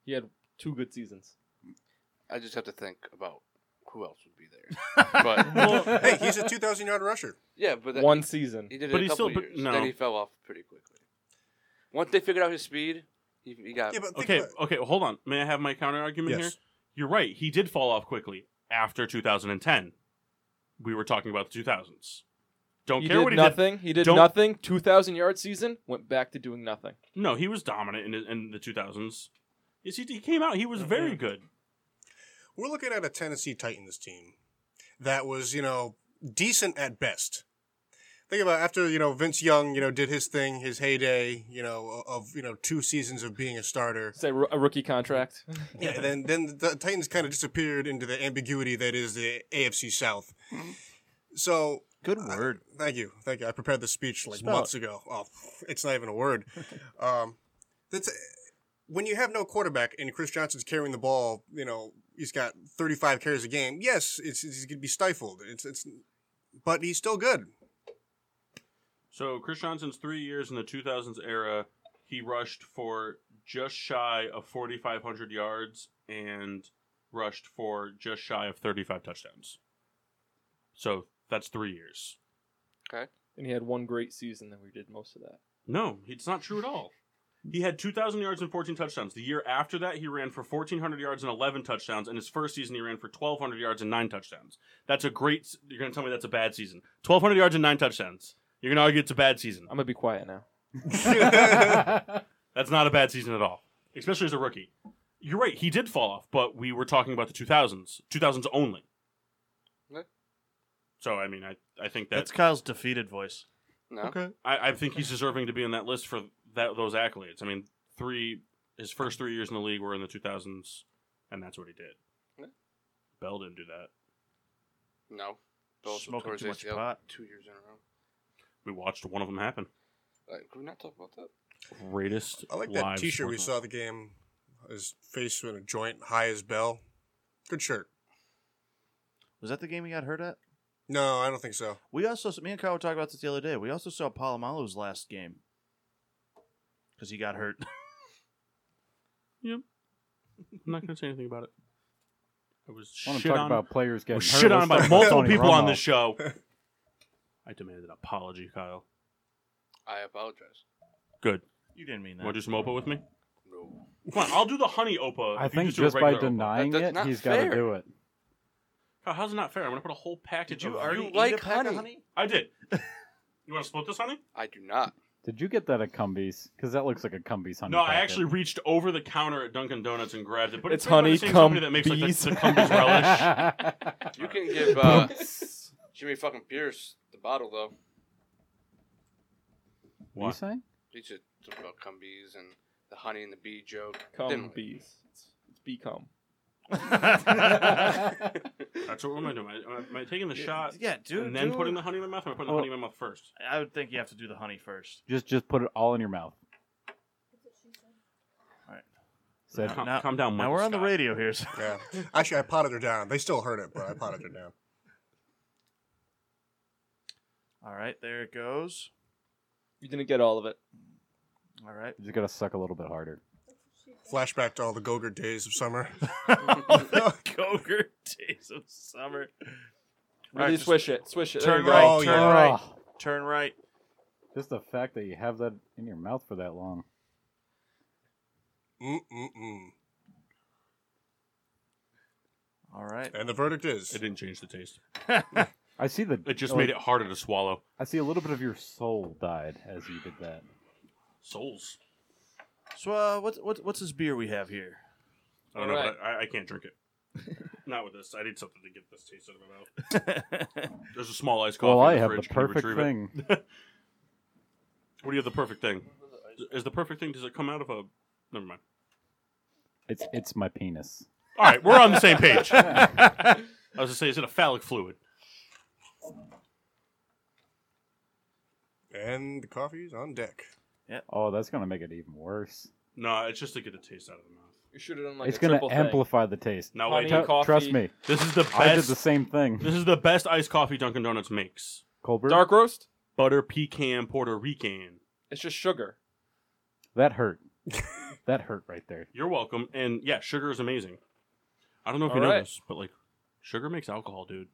Speaker 6: He had two good seasons.
Speaker 3: I just have to think about who else would be there. but
Speaker 4: Hey, he's a 2,000 yard rusher.
Speaker 3: yeah, but that,
Speaker 6: One season.
Speaker 3: he did it
Speaker 1: But
Speaker 3: a
Speaker 1: he
Speaker 3: couple
Speaker 1: still- but
Speaker 3: years.
Speaker 1: no.
Speaker 3: Then he fell off pretty quickly. Once they figured out his speed, he, he got
Speaker 4: Yeah, but think
Speaker 1: Uh, Okay,
Speaker 4: about it.
Speaker 1: okay, hold on. May I have my counter argument
Speaker 4: Yes.
Speaker 1: here? You're right. He did fall off quickly after 2010. We were talking about the 2000s. Don't
Speaker 6: He
Speaker 1: care
Speaker 6: did
Speaker 1: what he did.
Speaker 6: nothing. He did
Speaker 1: Don't-
Speaker 6: nothing. Two thousand yard season. Went back to doing nothing.
Speaker 1: No, he was dominant in, in the 2000s. Yes, he, he came out. He was very good.
Speaker 4: We're looking at a Tennessee Titans team that was, you know, decent at best. Think about after, you know, Vince Young, you know, did his thing, his heyday, you know, of, you know, two seasons of being a starter.
Speaker 6: Say ro- a rookie contract.
Speaker 4: Yeah, and then then the Titans kind of disappeared into the ambiguity that is the AFC South. So
Speaker 2: Good word.
Speaker 4: thank you, thank you. I prepared this speech like
Speaker 6: Spell
Speaker 4: months ago. Oh, it's not even a word. um, that's when you have no quarterback and Chris Johnson's carrying the ball. You know, he's got 35 carries a game. Yes, it's, it's he's gonna be stifled. It's it's, but he's still good.
Speaker 1: So Chris Johnson's three years in the 2000s era, he rushed for just shy of 4,500 yards and rushed for just shy of 35 touchdowns. So that's three years.
Speaker 6: and he had one great season that we did most of that.
Speaker 1: No, it's not true at all. He had 2,000 yards and 14 touchdowns. The year after that, he ran for 1,400 yards and 11 touchdowns. And his first season, he ran for 1,200 yards and 9 touchdowns. That's a great. s- You're going to tell me that's a bad season. 1,200 yards and 9 touchdowns. You're going to argue it's a bad season.
Speaker 6: I'm gonna be quiet now.
Speaker 1: That's not a bad season at all, especially as a rookie. You're right. He did fall off, but we were talking about the 2000s, 2000s only.
Speaker 3: Okay.
Speaker 1: So I mean, I, I think that
Speaker 2: That's Kyle's defeated voice.
Speaker 3: no.
Speaker 1: I, I think he's deserving to be on that list for that those accolades. I mean, three his first three years in the league were in the 2000s, and that's what he did.
Speaker 3: Yeah.
Speaker 1: Bell didn't do that.
Speaker 3: No. Both
Speaker 2: Smoking
Speaker 3: tore his
Speaker 2: too much
Speaker 3: ACL
Speaker 2: pot.
Speaker 3: Two years in a row.
Speaker 1: We watched one of them happen.
Speaker 3: Like, Uh, can we not talk about that?
Speaker 1: Greatest.
Speaker 4: I like that
Speaker 1: live
Speaker 4: T-shirt we
Speaker 1: sports-
Speaker 4: saw at the game. His face in a joint, high as bell. Good shirt.
Speaker 2: Was that the game he got hurt at?
Speaker 4: No, I don't think so.
Speaker 2: We also, me and Kyle were talking about this the other day. We also saw Palomalu's last game because he got hurt.
Speaker 1: I'm not gonna say anything about it. I was
Speaker 5: I want to
Speaker 1: shit
Speaker 5: talk
Speaker 1: on
Speaker 5: about players getting
Speaker 1: was
Speaker 5: hurt.
Speaker 1: shit on
Speaker 5: Let's
Speaker 1: by
Speaker 5: talk about
Speaker 1: multiple
Speaker 5: Tony
Speaker 1: people on
Speaker 5: Romo.
Speaker 1: this show. I demanded an apology, Kyle.
Speaker 3: I apologize.
Speaker 1: Good.
Speaker 2: you didn't mean that.
Speaker 1: Want to do some opa with me?
Speaker 3: No.
Speaker 1: Come on, I'll do the honey opa.
Speaker 5: I
Speaker 1: if you
Speaker 5: think
Speaker 1: do a
Speaker 5: just by
Speaker 1: regular OPA.
Speaker 5: denying
Speaker 3: That- that's
Speaker 5: it,
Speaker 3: not
Speaker 5: he's got to
Speaker 3: fair.
Speaker 5: do it.
Speaker 1: Kyle, how's it not fair? I'm gonna put a whole package.
Speaker 2: Did you
Speaker 1: of-
Speaker 2: already eat
Speaker 3: like
Speaker 2: a pack
Speaker 3: honey?
Speaker 2: of honey?
Speaker 1: I did. you want to split this honey?
Speaker 3: I do not.
Speaker 5: Did you get that at Cumbies? Because that looks like a Cumbies honey.
Speaker 1: No, I
Speaker 5: packet.
Speaker 1: actually reached over the counter at Dunkin' Donuts and grabbed it. But
Speaker 6: It's
Speaker 1: made by the
Speaker 6: honey
Speaker 1: same
Speaker 6: cum
Speaker 1: company that makes like,
Speaker 6: bees.
Speaker 1: the, the Cumbies relish.
Speaker 3: You can give uh, Jimmy fucking Pierce the bottle though.
Speaker 5: What are you saying?
Speaker 3: He should talk about cumbies and the honey and the bee joke. Didn't
Speaker 6: Come
Speaker 3: like
Speaker 6: bees. It's, it's be cum.
Speaker 1: That's what am I doing? Am I, am I taking the shot
Speaker 2: Yeah, dude.
Speaker 1: and then
Speaker 2: dude.
Speaker 1: putting the honey in my mouth? Or am I putting the
Speaker 5: Oh.
Speaker 1: honey in my mouth first?
Speaker 2: I would think you have to do the honey first.
Speaker 5: Just just put it all in your mouth.
Speaker 2: Alright.
Speaker 5: Said
Speaker 1: Calm- calm down,
Speaker 2: Now
Speaker 1: Michael
Speaker 2: we're on the
Speaker 1: Scott.
Speaker 2: radio here. So.
Speaker 4: Yeah. Actually, I potted her down. They still heard it, but I potted her down.
Speaker 2: All right, there it goes.
Speaker 6: You didn't get all of it.
Speaker 2: All right.
Speaker 5: you just gotta suck a little bit harder.
Speaker 4: Flashback to all the Goger days of summer.
Speaker 2: the Goger days of summer. All
Speaker 6: Really
Speaker 2: right, just
Speaker 6: swish it. Swish it. There
Speaker 2: Turn
Speaker 6: you go.
Speaker 2: right.
Speaker 4: Oh,
Speaker 2: turn
Speaker 4: yeah.
Speaker 2: right.
Speaker 5: Ugh.
Speaker 2: Turn right.
Speaker 5: Just the fact that you have that in your mouth for that long.
Speaker 4: Mm-mm-mm.
Speaker 2: All right.
Speaker 4: And the verdict is
Speaker 1: It didn't change the taste.
Speaker 5: I see the. oh,
Speaker 1: It just
Speaker 5: like,
Speaker 1: made it harder to swallow.
Speaker 5: I see a little bit of your soul died as you did that.
Speaker 1: Souls.
Speaker 2: So, uh, what's what, what's this beer we have here?
Speaker 1: I don't know,
Speaker 6: Alright.
Speaker 1: but I, I can't drink it. Not with this. I need something to get this taste out of my mouth. There's a small ice coffee
Speaker 5: well, I
Speaker 1: in the
Speaker 5: have
Speaker 1: fridge.
Speaker 5: the
Speaker 1: Can you
Speaker 5: perfect
Speaker 1: retrieve it?
Speaker 5: thing.
Speaker 1: What do you have the perfect thing? Is the perfect thing, does it come out of a. Never mind.
Speaker 5: It's it's my penis.
Speaker 1: All right, we're on the same page. I was going to say, is it a phallic fluid?
Speaker 4: and the coffee's on deck.
Speaker 5: Oh, that's gonna make it even worse.
Speaker 1: No, it's just to get the taste out of the mouth.
Speaker 6: You shoot it on like
Speaker 5: it's
Speaker 6: a
Speaker 5: gonna
Speaker 6: triple thing.
Speaker 5: amplify the taste.
Speaker 1: No,
Speaker 6: Honey,
Speaker 1: wait.
Speaker 6: Tell-
Speaker 5: Tru- trust
Speaker 6: coffee.
Speaker 5: me,
Speaker 1: This is the best.
Speaker 5: I did the same thing.
Speaker 1: This is the best iced coffee Dunkin' Donuts makes.
Speaker 5: Colbert,
Speaker 6: Dark roast?
Speaker 1: Butter pecan Puerto Rican.
Speaker 6: It's just sugar.
Speaker 5: that hurt. that hurt right there.
Speaker 1: You're welcome. And yeah, sugar is amazing. I don't know if you
Speaker 6: All
Speaker 1: know
Speaker 6: right.
Speaker 1: this, but like, sugar makes alcohol, dude.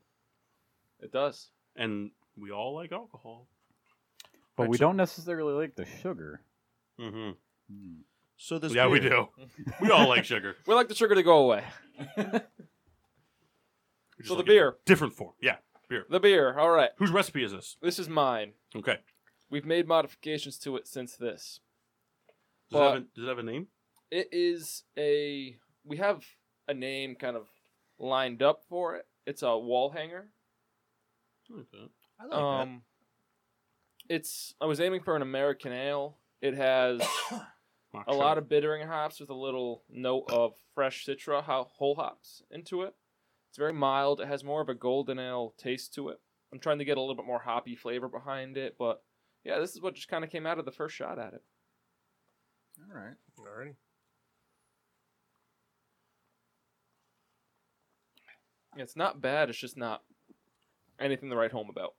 Speaker 6: It does.
Speaker 1: And we all like alcohol.
Speaker 5: But
Speaker 1: Right,
Speaker 5: we
Speaker 1: so-
Speaker 5: don't necessarily like the sugar.
Speaker 1: Mm-hmm.
Speaker 5: Hmm.
Speaker 2: So this
Speaker 1: Yeah, we
Speaker 2: beer-
Speaker 1: do. we all like sugar.
Speaker 6: We like the sugar to go away.
Speaker 1: We just
Speaker 6: So the
Speaker 1: like it in
Speaker 6: beer.
Speaker 1: different form. Yeah. Beer.
Speaker 6: The beer. All right.
Speaker 1: Whose recipe is this?
Speaker 6: This is mine.
Speaker 1: Okay.
Speaker 6: We've made modifications to it since this.
Speaker 1: Does, it,
Speaker 6: But-
Speaker 1: have a, does it have a name?
Speaker 6: It is a. We have a name kind of lined up for it. It's a wall hanger.
Speaker 1: Okay.
Speaker 2: I
Speaker 6: Um, it's. I was aiming for an American ale. It has a lot of bittering hops with a little note of fresh citra ho- whole hops into it. It's very mild. It has more of a golden ale taste to it. I'm trying to get a little bit more hoppy flavor behind it, but yeah, this is what just kind of came out of the first shot at it.
Speaker 4: All right. Alrighty.
Speaker 6: It's not bad. It's just not anything to write home about.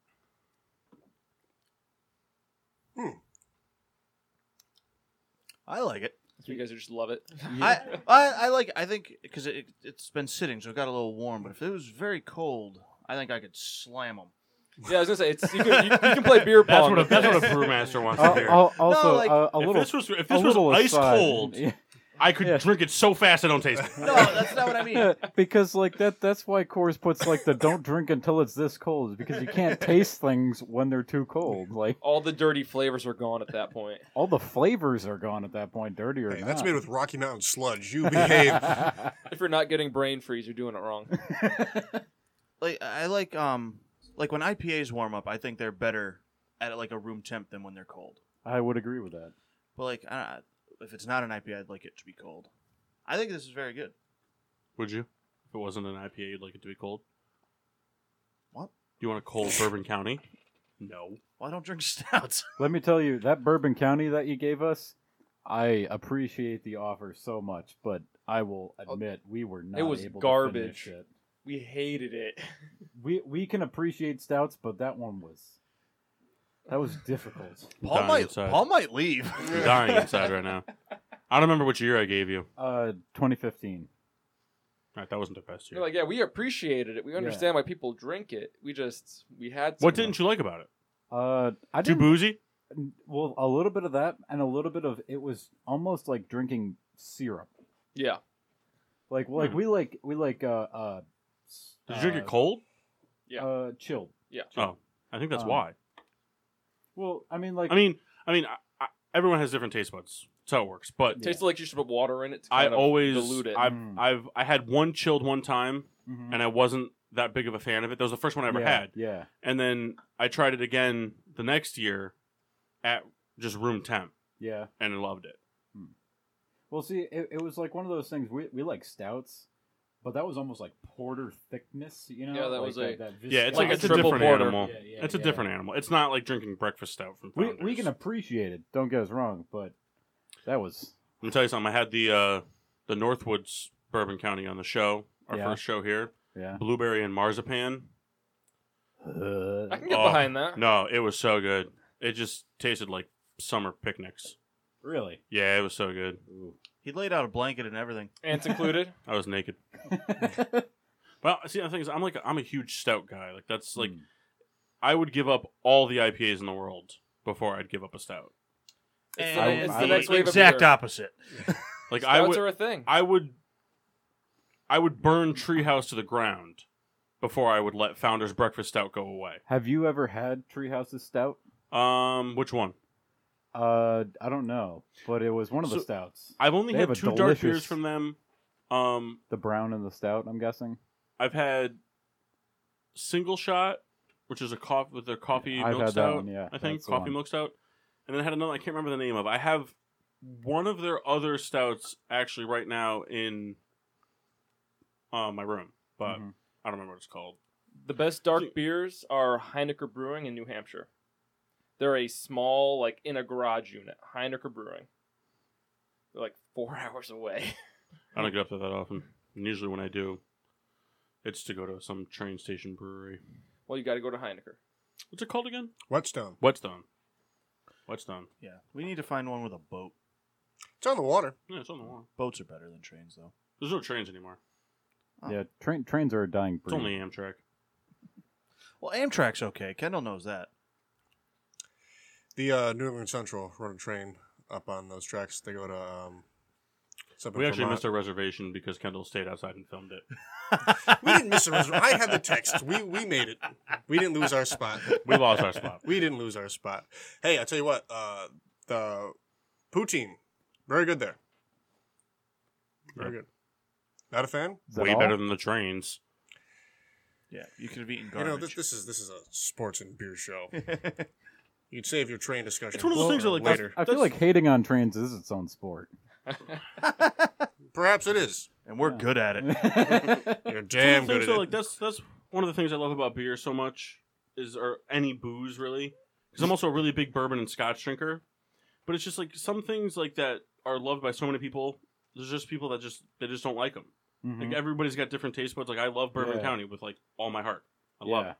Speaker 2: I like it.
Speaker 6: So you guys just love it.
Speaker 2: I, I I like. I think because it, it's been sitting, so it got a little warm. But if it was very cold, I think I could slam them.
Speaker 6: yeah, I was gonna say it's, you, can, you, you can play beer
Speaker 1: That's
Speaker 6: pong.
Speaker 1: what a,
Speaker 6: with
Speaker 1: that's what a
Speaker 6: this.
Speaker 1: brewmaster wants
Speaker 5: Al-
Speaker 1: to hear.
Speaker 5: al- also,
Speaker 2: like,
Speaker 5: a, a
Speaker 1: if
Speaker 5: little.
Speaker 1: this was if
Speaker 5: a
Speaker 1: this was
Speaker 5: little
Speaker 1: ice
Speaker 5: aside.
Speaker 1: cold, I could
Speaker 5: Yeah.
Speaker 1: drink it so fast I don't taste it.
Speaker 2: No, that's not what I mean.
Speaker 5: Yeah, because like that that's why Coors puts like the don't drink until it's this cold is because you can't taste things when they're too cold. Like
Speaker 6: All the dirty flavors are gone at that point.
Speaker 5: all the flavors are gone at that point, dirty or
Speaker 4: Hey,
Speaker 5: not.
Speaker 4: that's made with Rocky Mountain sludge. You behave.
Speaker 6: If you're not getting brain freeze, you're doing it wrong.
Speaker 2: Like I like um like when IPAs warm up, I think they're better at like a room temp than when they're cold.
Speaker 5: I would agree with that.
Speaker 2: But like I if it's not an IPA, I'd like it to be cold. I think this is very good.
Speaker 1: Would you? If it wasn't an IPA, you'd like it to be cold.
Speaker 2: What?
Speaker 1: Do you want a cold Bourbon County? No.
Speaker 2: Well, I don't drink stouts.
Speaker 5: Let me tell you, that Bourbon County that you gave us, I appreciate the offer so much, but I will admit we were not.
Speaker 6: Oh, It was
Speaker 5: able To
Speaker 6: garbage.
Speaker 5: finish it.
Speaker 6: we hated it.
Speaker 5: We we can appreciate stouts, but that one was that was difficult.
Speaker 1: Paul dying might- inside. Paul
Speaker 2: might leave.
Speaker 1: I'm dying inside right now. I don't remember which year I gave you.
Speaker 5: Uh, 2015.
Speaker 1: All right, that wasn't the best
Speaker 6: They're
Speaker 1: year.
Speaker 6: like, yeah, we appreciated it. We understand why people drink it. We just we had.
Speaker 1: What
Speaker 6: some-
Speaker 1: didn't you like about it?
Speaker 5: Uh, I
Speaker 1: Too
Speaker 5: didn't
Speaker 1: boozy?
Speaker 5: N- Well, a little bit of that, and a little bit of it was almost like drinking syrup.
Speaker 6: Yeah,
Speaker 5: Like, like
Speaker 1: Hmm.
Speaker 5: we like we like uh uh. s-
Speaker 1: Did you drink it
Speaker 5: uh,
Speaker 1: cold?
Speaker 6: Yeah.
Speaker 5: Uh, chilled.
Speaker 1: Oh, I think that's
Speaker 5: Um,
Speaker 1: why.
Speaker 5: Well, I mean, like,
Speaker 1: I mean, I mean, I, I, everyone has different taste buds. That's how it works. But
Speaker 6: tasted like you should put water in it. To
Speaker 1: I
Speaker 6: kind of
Speaker 1: always
Speaker 6: dilute it. Mm.
Speaker 1: I've
Speaker 5: Mm.
Speaker 1: I've I had one chilled one time,
Speaker 5: mhm.
Speaker 1: and I wasn't that big of a fan of it. That was the first one I ever
Speaker 5: yeah,
Speaker 1: had.
Speaker 5: Yeah,
Speaker 1: and then I tried it again the next year at just room temp
Speaker 5: yeah.
Speaker 1: and I loved it.
Speaker 5: Well, see, it, it was like one of those things. We we like stouts, but that was almost like porter thickness. You know,
Speaker 6: Yeah, that
Speaker 5: Like
Speaker 6: was a-
Speaker 5: that
Speaker 1: Yeah, it's like,
Speaker 5: viscous-
Speaker 6: Like a
Speaker 1: it's a
Speaker 6: triple
Speaker 1: different
Speaker 6: porter.
Speaker 1: animal.
Speaker 5: Yeah, yeah,
Speaker 1: it's a
Speaker 5: yeah.
Speaker 1: different animal. It's not like drinking breakfast stout from
Speaker 5: We
Speaker 1: Founders.
Speaker 5: we can appreciate it. Don't get us wrong, but that was
Speaker 1: Let me tell you something. I had the uh, the Northwoods Bourbon County on the show, our
Speaker 5: Yeah.
Speaker 1: first show here.
Speaker 5: yeah.
Speaker 1: Blueberry and marzipan.
Speaker 6: I can get
Speaker 1: Oh,
Speaker 6: behind that.
Speaker 1: No, it was so good. It just tasted like summer picnics.
Speaker 5: really.
Speaker 1: Yeah, it was so good.
Speaker 2: He laid out a blanket and everything.
Speaker 6: Ants included.
Speaker 1: I was naked. But see, the thing is, I'm like I'm a huge stout guy. Like that's like
Speaker 5: Hmm.
Speaker 1: I would give up all the IPAs in the world before I'd give up a stout.
Speaker 6: It's
Speaker 2: And
Speaker 6: the,
Speaker 5: I-
Speaker 6: it's
Speaker 5: I
Speaker 6: the
Speaker 5: would-
Speaker 6: next wave
Speaker 2: exact
Speaker 6: of beer.
Speaker 2: opposite.
Speaker 1: Like I
Speaker 6: Stouts
Speaker 1: would,
Speaker 6: are a thing.
Speaker 1: I would, I would burn Treehouse to the ground before I would let Founder's Breakfast Stout go away.
Speaker 5: Have you ever had Treehouse's stout?
Speaker 1: Um, which one?
Speaker 5: Uh, I don't know, but it was one of the
Speaker 1: So-
Speaker 5: stouts.
Speaker 1: I've only
Speaker 5: They
Speaker 1: had
Speaker 5: have a
Speaker 1: two dark beers
Speaker 5: delicious-
Speaker 1: from them. Um,
Speaker 5: The brown and the stout, I'm guessing.
Speaker 1: I've had Single Shot, which is a coffee with their coffee
Speaker 5: I've
Speaker 1: milk
Speaker 5: had
Speaker 1: stout.
Speaker 5: that one, yeah.
Speaker 1: I think
Speaker 5: that's the
Speaker 1: coffee
Speaker 5: one.
Speaker 1: milk stout, and then I had another. I can't remember the name of. I have one of their other stouts actually right now in uh, my room, but
Speaker 5: Mhm.
Speaker 1: I don't remember what it's called.
Speaker 6: The best dark beers are Heinecker Brewing in New Hampshire. They're a small, like in a garage unit, Heinecker Brewing. They're like four hours away.
Speaker 1: I don't get up there that often. And usually when I do, it's to go to some train station brewery.
Speaker 6: Well, you got to go to Heinecker.
Speaker 1: What's it called again?
Speaker 4: Whetstone.
Speaker 1: Whetstone. Whetstone.
Speaker 2: Yeah, we need to find one with a boat.
Speaker 4: It's on the water.
Speaker 1: Yeah, it's on the wall.
Speaker 2: Boats are better than trains, though.
Speaker 1: There's no trains anymore.
Speaker 5: Yeah, train, trains are a dying
Speaker 1: It's
Speaker 5: breed.
Speaker 1: only Amtrak.
Speaker 2: Well, Amtrak's okay. Kendall knows that.
Speaker 4: The uh, New England Central run a train up on those tracks. They go to. Um,
Speaker 1: We actually missed our reservation because Kendall stayed outside and filmed it.
Speaker 4: We didn't miss a res- I had the text. We we made it. We didn't lose our spot.
Speaker 1: We lost our spot.
Speaker 4: We didn't lose our spot. Hey, I tell you what. Uh, the poutine, very good there. Very good. Not a fan.
Speaker 5: Is that
Speaker 1: Way
Speaker 5: all?
Speaker 1: better than the trains.
Speaker 2: Yeah, you could have eaten
Speaker 4: You
Speaker 2: garbage.
Speaker 4: know this, this is this is a sports and beer show. you can save your train discussion.
Speaker 1: It's one of those
Speaker 4: for
Speaker 1: things that, like,
Speaker 4: later.
Speaker 5: I feel like hating on trains is its own sport.
Speaker 4: Perhaps it is.
Speaker 2: and we're good at it.
Speaker 4: You're
Speaker 1: It's one
Speaker 4: damn
Speaker 1: of the things
Speaker 4: good at
Speaker 1: that,
Speaker 4: it.
Speaker 1: like that's that's one of the things I love about beer so much is or any booze really because I'm also a really big bourbon and scotch drinker, but it's just like some things like that are loved by so many people. There's just people that just they just don't like them.
Speaker 5: Mhm.
Speaker 1: Like everybody's got different taste buds. Like I love Bourbon
Speaker 5: Yeah.
Speaker 1: County with like all my heart. I
Speaker 5: yeah.
Speaker 1: love it.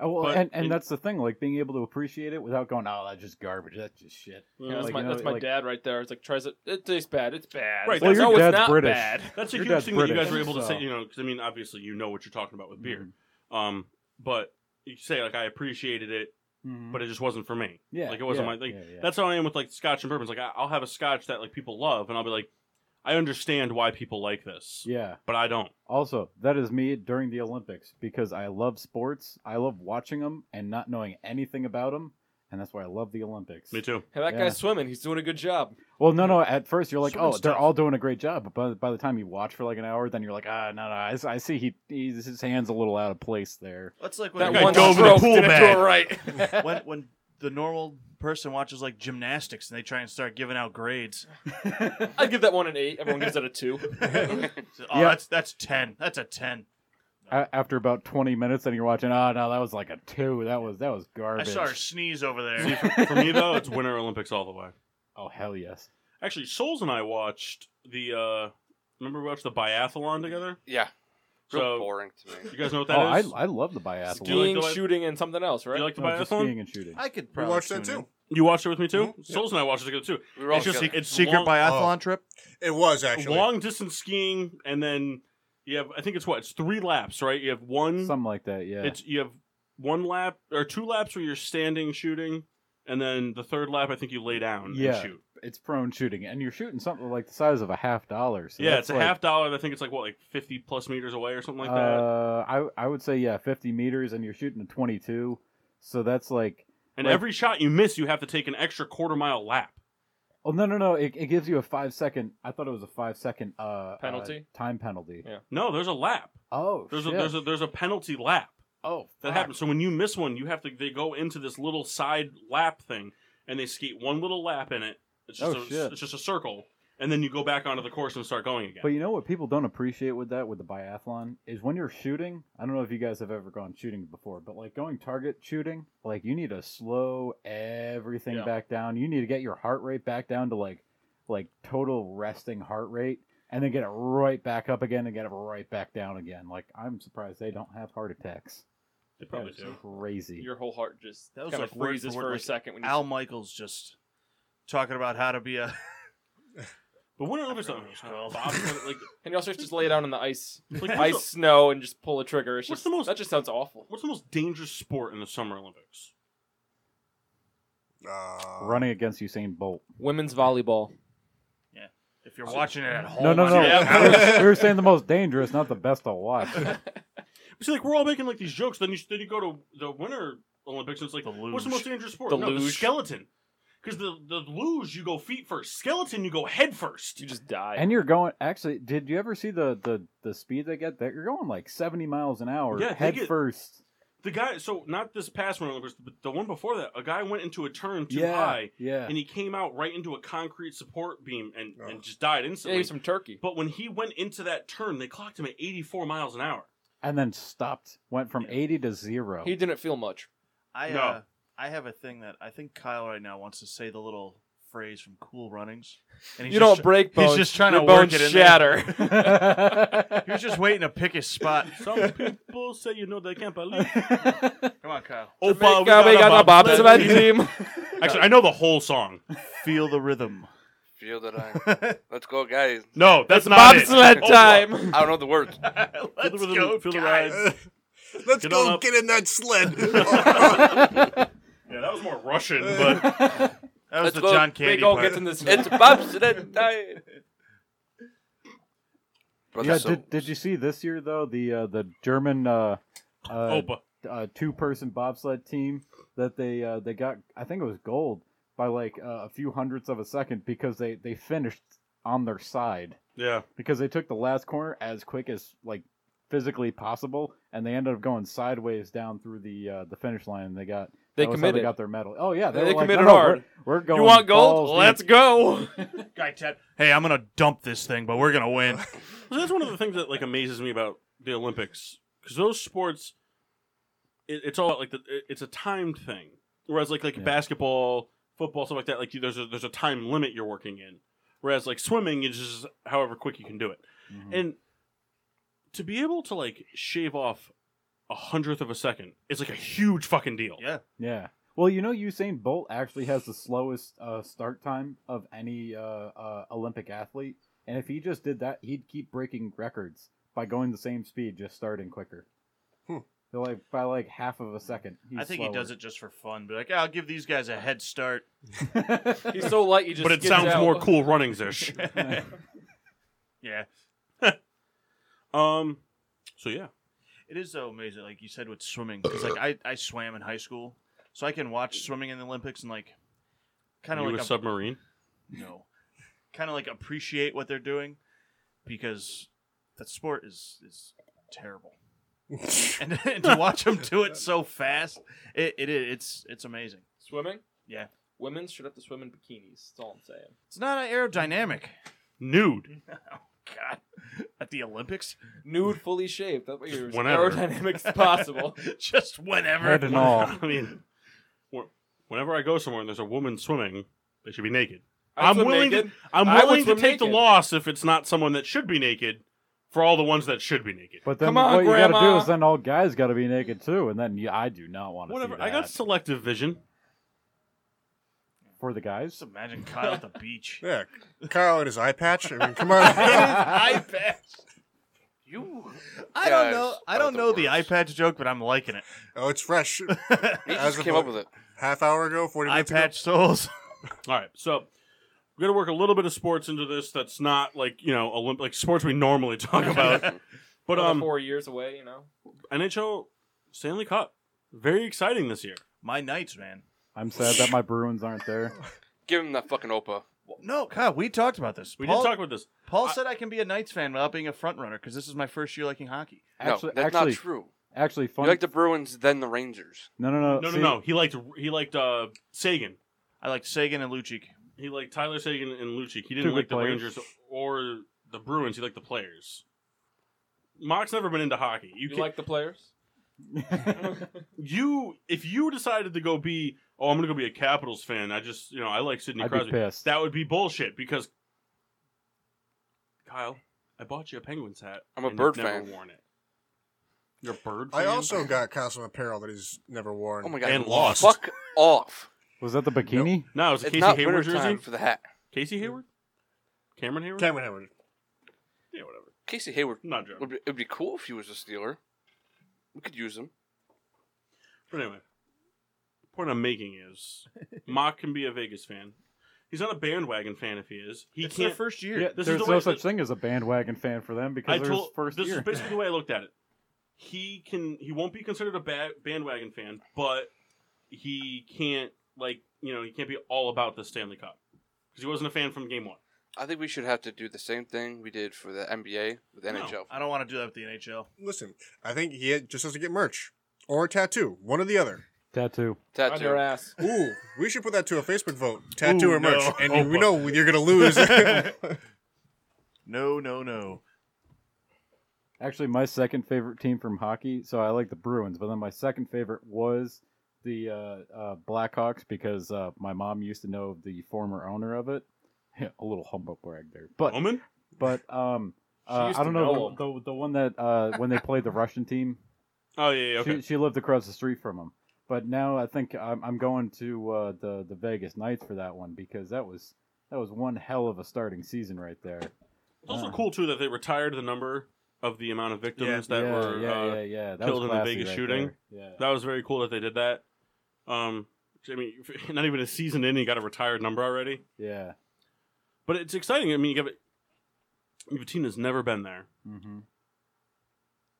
Speaker 5: Oh, well,
Speaker 1: But
Speaker 5: and, and
Speaker 1: in-
Speaker 5: that's the thing, like being able to appreciate it without going, oh, that's just garbage. That's just shit.
Speaker 1: Mm.
Speaker 6: Yeah, that's
Speaker 5: Like,
Speaker 6: my,
Speaker 5: you know,
Speaker 6: that's my
Speaker 5: like-
Speaker 6: dad right there. It's like tries it. It tastes bad. It's bad.
Speaker 1: Right,
Speaker 6: It's
Speaker 1: well,
Speaker 6: like,
Speaker 1: your
Speaker 6: "Oh, it's
Speaker 5: dad's
Speaker 6: not
Speaker 5: British.
Speaker 6: bad.
Speaker 1: That's a
Speaker 5: Your
Speaker 1: huge
Speaker 5: dad's
Speaker 1: thing that you guys
Speaker 5: British,
Speaker 1: were able to
Speaker 5: so-
Speaker 1: say. You know, because I mean, obviously you know what you're talking about with beer.
Speaker 5: Mhm.
Speaker 1: Um, but you say like I appreciated it,
Speaker 5: Mhm.
Speaker 1: but it just wasn't for me.
Speaker 5: yeah,
Speaker 1: like, it wasn't
Speaker 5: yeah,
Speaker 1: my- like,
Speaker 5: yeah, yeah.
Speaker 1: That's how I am with like scotch and bourbons. Like I, I'll have a scotch that like people love, and I'll be like, I understand why people like this,
Speaker 5: yeah.
Speaker 1: but I don't.
Speaker 5: Also, that is me during the Olympics because I love sports. I love watching them and not knowing anything about them, and that's why I love the Olympics.
Speaker 1: Me too.
Speaker 6: Hey, that
Speaker 5: Yeah.
Speaker 6: guy's swimming. He's doing a good job.
Speaker 5: Well, no, no. At first, you're like,
Speaker 2: Swimming's
Speaker 5: oh, they're
Speaker 2: tough.
Speaker 5: all doing a great job. But by, by the time you watch for like an hour, then you're like, ah, no, no. I, s- I see he, he's, his hands a little out of place there.
Speaker 2: That's like
Speaker 6: That
Speaker 1: guy
Speaker 6: one
Speaker 1: dove in the
Speaker 6: stroke
Speaker 1: pool
Speaker 6: did it to
Speaker 1: bag.
Speaker 6: him right.
Speaker 2: when when the normal person watches like gymnastics and they try and start giving out grades.
Speaker 6: I'd give that one an eight. Everyone gives it a two.
Speaker 2: So, oh,
Speaker 5: Yeah.
Speaker 2: that's that's ten. That's a ten.
Speaker 5: A- after about 20 minutes, and you're watching, ah, no, that was like a two. That was that was
Speaker 2: I
Speaker 5: garbage.
Speaker 2: saw her sneeze over
Speaker 1: See,
Speaker 2: there.
Speaker 1: for, for me though, it's Winter Olympics all the way.
Speaker 5: Oh hell yes.
Speaker 1: Actually, Souls and I watched the. uh Remember we watched the biathlon together.
Speaker 3: Yeah. Real
Speaker 1: So-
Speaker 3: boring to me.
Speaker 1: You guys know what
Speaker 5: Oh,
Speaker 1: that is?
Speaker 5: I, I love the biathlon.
Speaker 1: Do you like
Speaker 6: Skiing,
Speaker 1: the way-
Speaker 6: shooting, and something else,
Speaker 1: Do
Speaker 6: right?
Speaker 1: you like the
Speaker 5: No, just
Speaker 1: biathlon?
Speaker 5: skiing and shooting.
Speaker 2: I could
Speaker 4: We
Speaker 2: probably
Speaker 4: watched that
Speaker 2: tune in.
Speaker 4: too.
Speaker 1: You watched it with me too.
Speaker 4: Mhm.
Speaker 1: Souls and I watched it together too.
Speaker 3: We were all
Speaker 1: it's just
Speaker 3: Oh, together.
Speaker 1: it's
Speaker 2: Secret
Speaker 1: long,
Speaker 2: biathlon
Speaker 3: Oh.
Speaker 2: trip.
Speaker 4: It was actually.
Speaker 1: long distance skiing, and then you have I think it's what it's three laps, right? You have one.
Speaker 5: Something like that. Yeah.
Speaker 1: It's you have one lap or two laps where you're standing shooting, and then the third lap I think you lay down
Speaker 5: Yeah.
Speaker 1: and shoot.
Speaker 5: it's prone shooting, and you're shooting something like the size of a half dollar. So
Speaker 1: yeah,
Speaker 5: that's
Speaker 1: it's a
Speaker 5: like,
Speaker 1: half dollar. and I think it's like what, like fifty plus meters away or something like that.
Speaker 5: Uh, I I would say yeah, 50 meters, and you're shooting a 22. So that's like
Speaker 1: and
Speaker 5: like-
Speaker 1: every shot you miss, you have to take an extra quarter mile lap.
Speaker 5: oh no no no, it, it gives you a five second. I thought it was a five second uh
Speaker 6: Penalty?
Speaker 5: uh, time penalty.
Speaker 6: Yeah.
Speaker 1: No, there's a lap.
Speaker 5: Oh,
Speaker 1: There's
Speaker 5: shit.
Speaker 1: a there's a there's a penalty lap
Speaker 5: oh
Speaker 1: that
Speaker 5: fuck.
Speaker 1: happens. So when you miss one, you have to they go into this little side lap thing, and they skate one little lap in it. It's just
Speaker 5: Oh,
Speaker 1: a,
Speaker 5: shit.
Speaker 1: it's just a circle, and then you go back onto the course and start going again.
Speaker 5: But you know what people don't appreciate with that with the biathlon is when you're shooting. I don't know if you guys have ever gone shooting before, but like going target shooting, like you need to slow everything
Speaker 6: Yeah.
Speaker 5: back down. You need to get your heart rate back down to like like total resting heart rate, and then get it right back up again and get it right back down again. Like I'm surprised they don't have heart attacks.
Speaker 1: they
Speaker 5: That
Speaker 1: probably
Speaker 5: is
Speaker 1: do.
Speaker 5: crazy.
Speaker 6: Your whole heart just
Speaker 2: That was
Speaker 6: kind of
Speaker 2: like word
Speaker 6: freezes
Speaker 2: for
Speaker 6: for,
Speaker 2: word,
Speaker 6: a
Speaker 2: like,
Speaker 6: second when you.
Speaker 2: Al Michaels just talking about how to be a.
Speaker 1: But Winter Olympics,
Speaker 2: forgot what it's called.
Speaker 1: Bob, like
Speaker 6: and you also just lay down on the ice,
Speaker 1: Like, what's,
Speaker 6: ice,
Speaker 1: the,
Speaker 6: snow, and just pull a trigger. It's
Speaker 1: What's
Speaker 6: just,
Speaker 1: the most-
Speaker 6: that just sounds awful.
Speaker 1: what's the most dangerous sport in the Summer Olympics?
Speaker 4: Uh,
Speaker 5: Running against Usain Bolt.
Speaker 6: Women's volleyball.
Speaker 2: If you're watching it at home,
Speaker 5: No, no,
Speaker 2: on
Speaker 5: no.
Speaker 2: your-
Speaker 5: we were saying the most dangerous, not the best to watch.
Speaker 1: See, like we're all making like these jokes. Then you then you go to the Winter Olympics, and it's like
Speaker 2: The
Speaker 1: what's the
Speaker 2: luge.
Speaker 1: most dangerous sport?
Speaker 6: The
Speaker 1: no, the
Speaker 6: luge.
Speaker 1: skeleton. Because the the luge, you go feet first. Skeleton, you go head first.
Speaker 6: You just die.
Speaker 5: And you're going. Actually, did you ever see the the the speed they get? That you're going like 70 miles an hour,
Speaker 1: Yeah, they
Speaker 5: head
Speaker 1: get-
Speaker 5: first.
Speaker 1: The guy, so not this past Winter Olympics, but the one before that, a guy went into a turn too
Speaker 5: yeah,
Speaker 1: high,
Speaker 5: yeah.
Speaker 1: and he came out right into a concrete support beam and,
Speaker 4: Oh.
Speaker 1: and just died
Speaker 6: yeah,
Speaker 1: instantly.
Speaker 6: he's from Turkey.
Speaker 1: but when he went into that turn, they clocked him at 84 miles an hour.
Speaker 5: and then stopped. Went from 80 to zero.
Speaker 6: He didn't feel much.
Speaker 2: I
Speaker 1: No.
Speaker 2: uh, I have a thing that I think Kyle right now wants to say the little phrase from Cool Runnings. And
Speaker 6: you don't break bones.
Speaker 2: he's just trying
Speaker 6: your
Speaker 2: to work
Speaker 6: bones
Speaker 2: it in there.
Speaker 6: shatter.
Speaker 2: He was just waiting to pick his spot.
Speaker 1: Some people say you know they can't believe.
Speaker 2: Come on, Kyle.
Speaker 1: Opa,
Speaker 6: Jamaica, we got a Bob's Red team.
Speaker 1: Actually, I know the whole song.
Speaker 2: Feel the rhythm.
Speaker 3: Feel that I. Let's go, guys.
Speaker 1: No, that's not it.
Speaker 6: Bobsled time.
Speaker 3: I don't know the words.
Speaker 1: Feel the rhythm, feel the ride.
Speaker 4: Let's
Speaker 1: Get on
Speaker 4: go
Speaker 1: up.
Speaker 4: get in that sled.
Speaker 1: Yeah, that was more Russian, but
Speaker 2: That was
Speaker 3: Let's
Speaker 2: the
Speaker 3: go,
Speaker 2: John
Speaker 6: Big
Speaker 2: Candy
Speaker 6: old
Speaker 2: part.
Speaker 6: gets in this.
Speaker 3: It's bobsled time. Brother,
Speaker 5: yeah,
Speaker 3: so-
Speaker 5: did, did you see this year though the uh, the German uh, uh,
Speaker 1: Opa.
Speaker 5: uh, two person bobsled team that they uh, they got I think it was gold by like uh, a few hundredths of a second because they they finished on their side
Speaker 1: Yeah,
Speaker 5: because they took the last corner as quick as like physically possible and they ended up going sideways down through the uh, the finish line and they got
Speaker 6: They
Speaker 5: that was how
Speaker 6: committed.
Speaker 5: they got their medal oh yeah
Speaker 6: They
Speaker 5: were like,
Speaker 6: committed
Speaker 5: "No, no,
Speaker 6: hard.
Speaker 5: we're, we're going
Speaker 6: You want gold?
Speaker 5: balls deep."
Speaker 6: Let's go.
Speaker 2: Guy Ted. Hey, I'm gonna dump this thing, but we're gonna win.
Speaker 1: so that's one of the things that like amazes me about the Olympics because those sports, it, it's all like the, it- it's a timed thing. Whereas like like
Speaker 5: Yeah.
Speaker 1: basketball, football, stuff like that, like you, there's a there's a time limit you're working in. Whereas like swimming is just however quick you can do it.
Speaker 5: Mhm.
Speaker 1: And to be able to like shave off a hundredth of a second is like a huge fucking deal.
Speaker 2: Yeah.
Speaker 5: Yeah. Well, you know, Usain Bolt actually has the slowest uh, start time of any uh, uh, Olympic athlete, and if he just did that, he'd keep breaking records by going the same speed, just starting quicker.
Speaker 4: Hmm.
Speaker 5: So, like by like half of a second.
Speaker 2: I think he does it just for fun. But like, "Yeah, I'll give these guys a head start.
Speaker 5: it.
Speaker 6: He's so light, you just.
Speaker 1: but it
Speaker 6: skids
Speaker 1: sounds
Speaker 6: out.
Speaker 1: more cool runnings ish.
Speaker 2: Yeah,
Speaker 1: um, so yeah,
Speaker 2: it is though amazing. Like you said with swimming, because like I, I swam in high school, so I can watch swimming in the Olympics and like kind
Speaker 1: you
Speaker 2: of like
Speaker 1: a submarine.
Speaker 2: no, kind of like appreciate what they're doing because that sport is is terrible. and, and to watch them do it so fast, it, it it's it's amazing.
Speaker 6: Swimming?
Speaker 2: Yeah.
Speaker 6: Women should have to swim in bikinis. That's all I'm saying.
Speaker 2: It's not aerodynamic.
Speaker 1: Nude.
Speaker 2: God, at the Olympics,
Speaker 6: Nude, fully shaved. That way you're as
Speaker 1: Whenever.
Speaker 6: aerodynamic as possible.
Speaker 2: just whenever.
Speaker 5: Head and all.
Speaker 1: I mean, wh- whenever I go somewhere and there's a woman swimming, they should be naked.
Speaker 6: I'd
Speaker 1: I'm
Speaker 6: swim
Speaker 1: willing
Speaker 6: naked.
Speaker 1: to. I'm
Speaker 6: I would
Speaker 1: willing to
Speaker 6: swim
Speaker 1: take the
Speaker 6: naked.
Speaker 1: loss if it's not someone that should be naked. For all the ones that should be naked.
Speaker 5: But then
Speaker 6: Come on,
Speaker 5: what you gotta do
Speaker 6: Grandma.
Speaker 5: is then all guys gotta be naked too, and then you, I do not want to.
Speaker 1: Whatever. I got selective vision.
Speaker 5: for the guys.
Speaker 2: Just imagine Kyle at the beach.
Speaker 4: yeah, Kyle and his eye patch. I mean, come on.
Speaker 2: eye patch.
Speaker 3: you.
Speaker 2: I don't
Speaker 3: guys
Speaker 2: know. I
Speaker 3: are
Speaker 2: don't
Speaker 3: the
Speaker 2: know the eye
Speaker 3: worst.
Speaker 2: patch joke, but I'm liking it.
Speaker 4: oh, it's fresh.
Speaker 3: He
Speaker 4: As
Speaker 3: just
Speaker 4: of
Speaker 3: came
Speaker 4: like
Speaker 3: up with it.
Speaker 4: half hour ago, forty
Speaker 2: eye
Speaker 4: minutes
Speaker 2: patch souls.
Speaker 1: All right, so we're gonna work a little bit of sports into this. That's not like you know Olymp- like sports we normally talk about. but
Speaker 6: Another
Speaker 1: um,
Speaker 6: four years away, you know.
Speaker 1: NHL Stanley Cup, very exciting this year.
Speaker 2: My nights, man.
Speaker 5: I'm sad that my Bruins aren't there.
Speaker 3: Give him that fucking Opa.
Speaker 2: No, Kyle, we talked about this.
Speaker 1: We
Speaker 2: Paul,
Speaker 1: did talk about this.
Speaker 2: Paul said I can be a Knights fan without being a front runner because this is my first year liking hockey.
Speaker 5: Actually,
Speaker 3: no, that's
Speaker 5: actually,
Speaker 3: not true.
Speaker 5: actually, fun.
Speaker 3: You like the Bruins, then the Rangers.
Speaker 5: No, no, no,
Speaker 1: No,
Speaker 5: Uh, see?
Speaker 1: no, no. He liked he liked uh, Sagan.
Speaker 2: I liked Sagan and Lucic.
Speaker 1: He liked Tyler Sagan and Lucic. He didn't
Speaker 5: good
Speaker 1: like the
Speaker 5: players.
Speaker 1: Rangers or the Bruins. He liked the players. Mock's never been into hockey. You,
Speaker 6: You,
Speaker 1: can,
Speaker 6: like the players?
Speaker 1: you if you decided to go be oh I'm gonna go be a Capitals fan. I just you know I like Sidney
Speaker 5: I'd be
Speaker 1: Crosby.
Speaker 5: pissed.
Speaker 1: That would be bullshit because Kyle, I bought you a Penguins hat.
Speaker 3: I'm a
Speaker 1: and
Speaker 3: bird
Speaker 1: you've never
Speaker 3: fan.
Speaker 1: Worn it. You're a bird.
Speaker 4: ago. I
Speaker 1: fan?
Speaker 4: also got Kyle some apparel that he's never worn.
Speaker 3: Oh my god.
Speaker 1: And lost.
Speaker 3: Fuck off.
Speaker 5: Was that the bikini?
Speaker 1: no. It was a
Speaker 3: It's
Speaker 1: Casey
Speaker 3: not
Speaker 1: Hayward
Speaker 3: winter
Speaker 1: jersey.
Speaker 3: time for the hat.
Speaker 1: Casey Hayward, Cameron Hayward.
Speaker 4: Cameron Hayward.
Speaker 1: yeah, whatever.
Speaker 3: Casey Hayward.
Speaker 1: I'm not joking.
Speaker 3: Would be, it'd be cool if he was a Steeler. We could use him.
Speaker 1: But anyway, the point I'm making is Mock can be a Vegas fan. He's not a bandwagon fan if he is. He
Speaker 2: It's their
Speaker 1: can't.
Speaker 2: first year.
Speaker 5: Yeah,
Speaker 1: This is
Speaker 5: there's
Speaker 1: the
Speaker 5: no
Speaker 1: way
Speaker 5: such
Speaker 1: that-
Speaker 5: thing as a bandwagon fan for them because
Speaker 1: I
Speaker 5: they're
Speaker 1: told.
Speaker 5: his first
Speaker 1: this
Speaker 5: year.
Speaker 1: is basically the way I looked at it. He can. He won't be considered a ba- bandwagon fan, but he can't like you know he can't be all about the Stanley Cup because he wasn't a fan from game one.
Speaker 3: I think we should have to do the same thing we did for the NBA with
Speaker 1: No.
Speaker 3: NHL.
Speaker 2: I don't want to do that with the NHL.
Speaker 4: Listen, I think he had- just has to get merch or a tattoo, one or the other.
Speaker 5: Tattoo.
Speaker 6: On your
Speaker 3: Tattoo.
Speaker 6: ass.
Speaker 4: Ooh, we should put that to a Facebook vote: tattoo
Speaker 2: Ooh,
Speaker 4: or merch.
Speaker 2: no.
Speaker 4: And
Speaker 2: Oh,
Speaker 4: we know you're gonna lose.
Speaker 2: No, no, no.
Speaker 5: Actually, my second favorite team from hockey. So I like the Bruins, but then my second favorite was the uh, uh, Blackhawks because uh, my mom used to know the former owner of it. a little humble brag there, but
Speaker 1: Woman?
Speaker 5: but um,
Speaker 6: She
Speaker 5: uh,
Speaker 6: used
Speaker 5: I
Speaker 6: to
Speaker 5: don't
Speaker 6: know
Speaker 5: know, the, the the one that uh, when they played the Russian team,
Speaker 1: Oh yeah, yeah, okay.
Speaker 5: she, she lived across the street from him. But now I think I'm, I'm going to uh, the the Vegas Knights for that one because that was that was one hell of a starting season right there.
Speaker 1: Those were cool too that they retired the number of the amount of victims that
Speaker 5: yeah,
Speaker 1: were
Speaker 5: yeah,
Speaker 1: uh,
Speaker 5: yeah, yeah. That
Speaker 1: killed
Speaker 5: was
Speaker 1: in the
Speaker 5: classy
Speaker 1: Vegas
Speaker 5: right
Speaker 1: shooting.
Speaker 5: there. Yeah.
Speaker 1: That was very cool that they did that. Um, I mean, not even a season in, you got a retired number already.
Speaker 5: yeah.
Speaker 1: But it's exciting. I mean, you have a, you have a team that's never been there,
Speaker 5: Mm-hmm.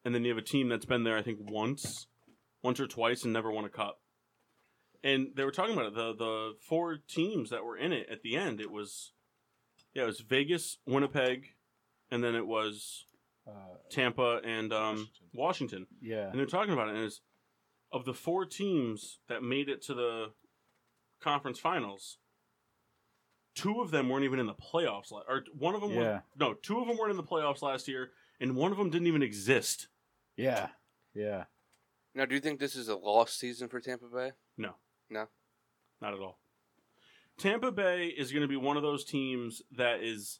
Speaker 1: and then you have a team that's been there, I think, once, once or twice, and never won a cup. And they were talking about it. The the four teams that were in it at the end, it was, yeah, it was Vegas, Winnipeg, and then it was
Speaker 5: Uh,
Speaker 1: Tampa and um, Washington.
Speaker 5: yeah.
Speaker 1: And they're talking about it. And it's of the four teams that made it to the conference finals, two of them weren't even in the playoffs. la- Or one of them was
Speaker 5: Yeah.
Speaker 1: no, two of them weren't in the playoffs last year, and one of them didn't even exist.
Speaker 5: Yeah. Yeah.
Speaker 3: Now, do you think this is a lost season for Tampa Bay?
Speaker 1: Not at all. Tampa Bay is going to be one of those teams that is.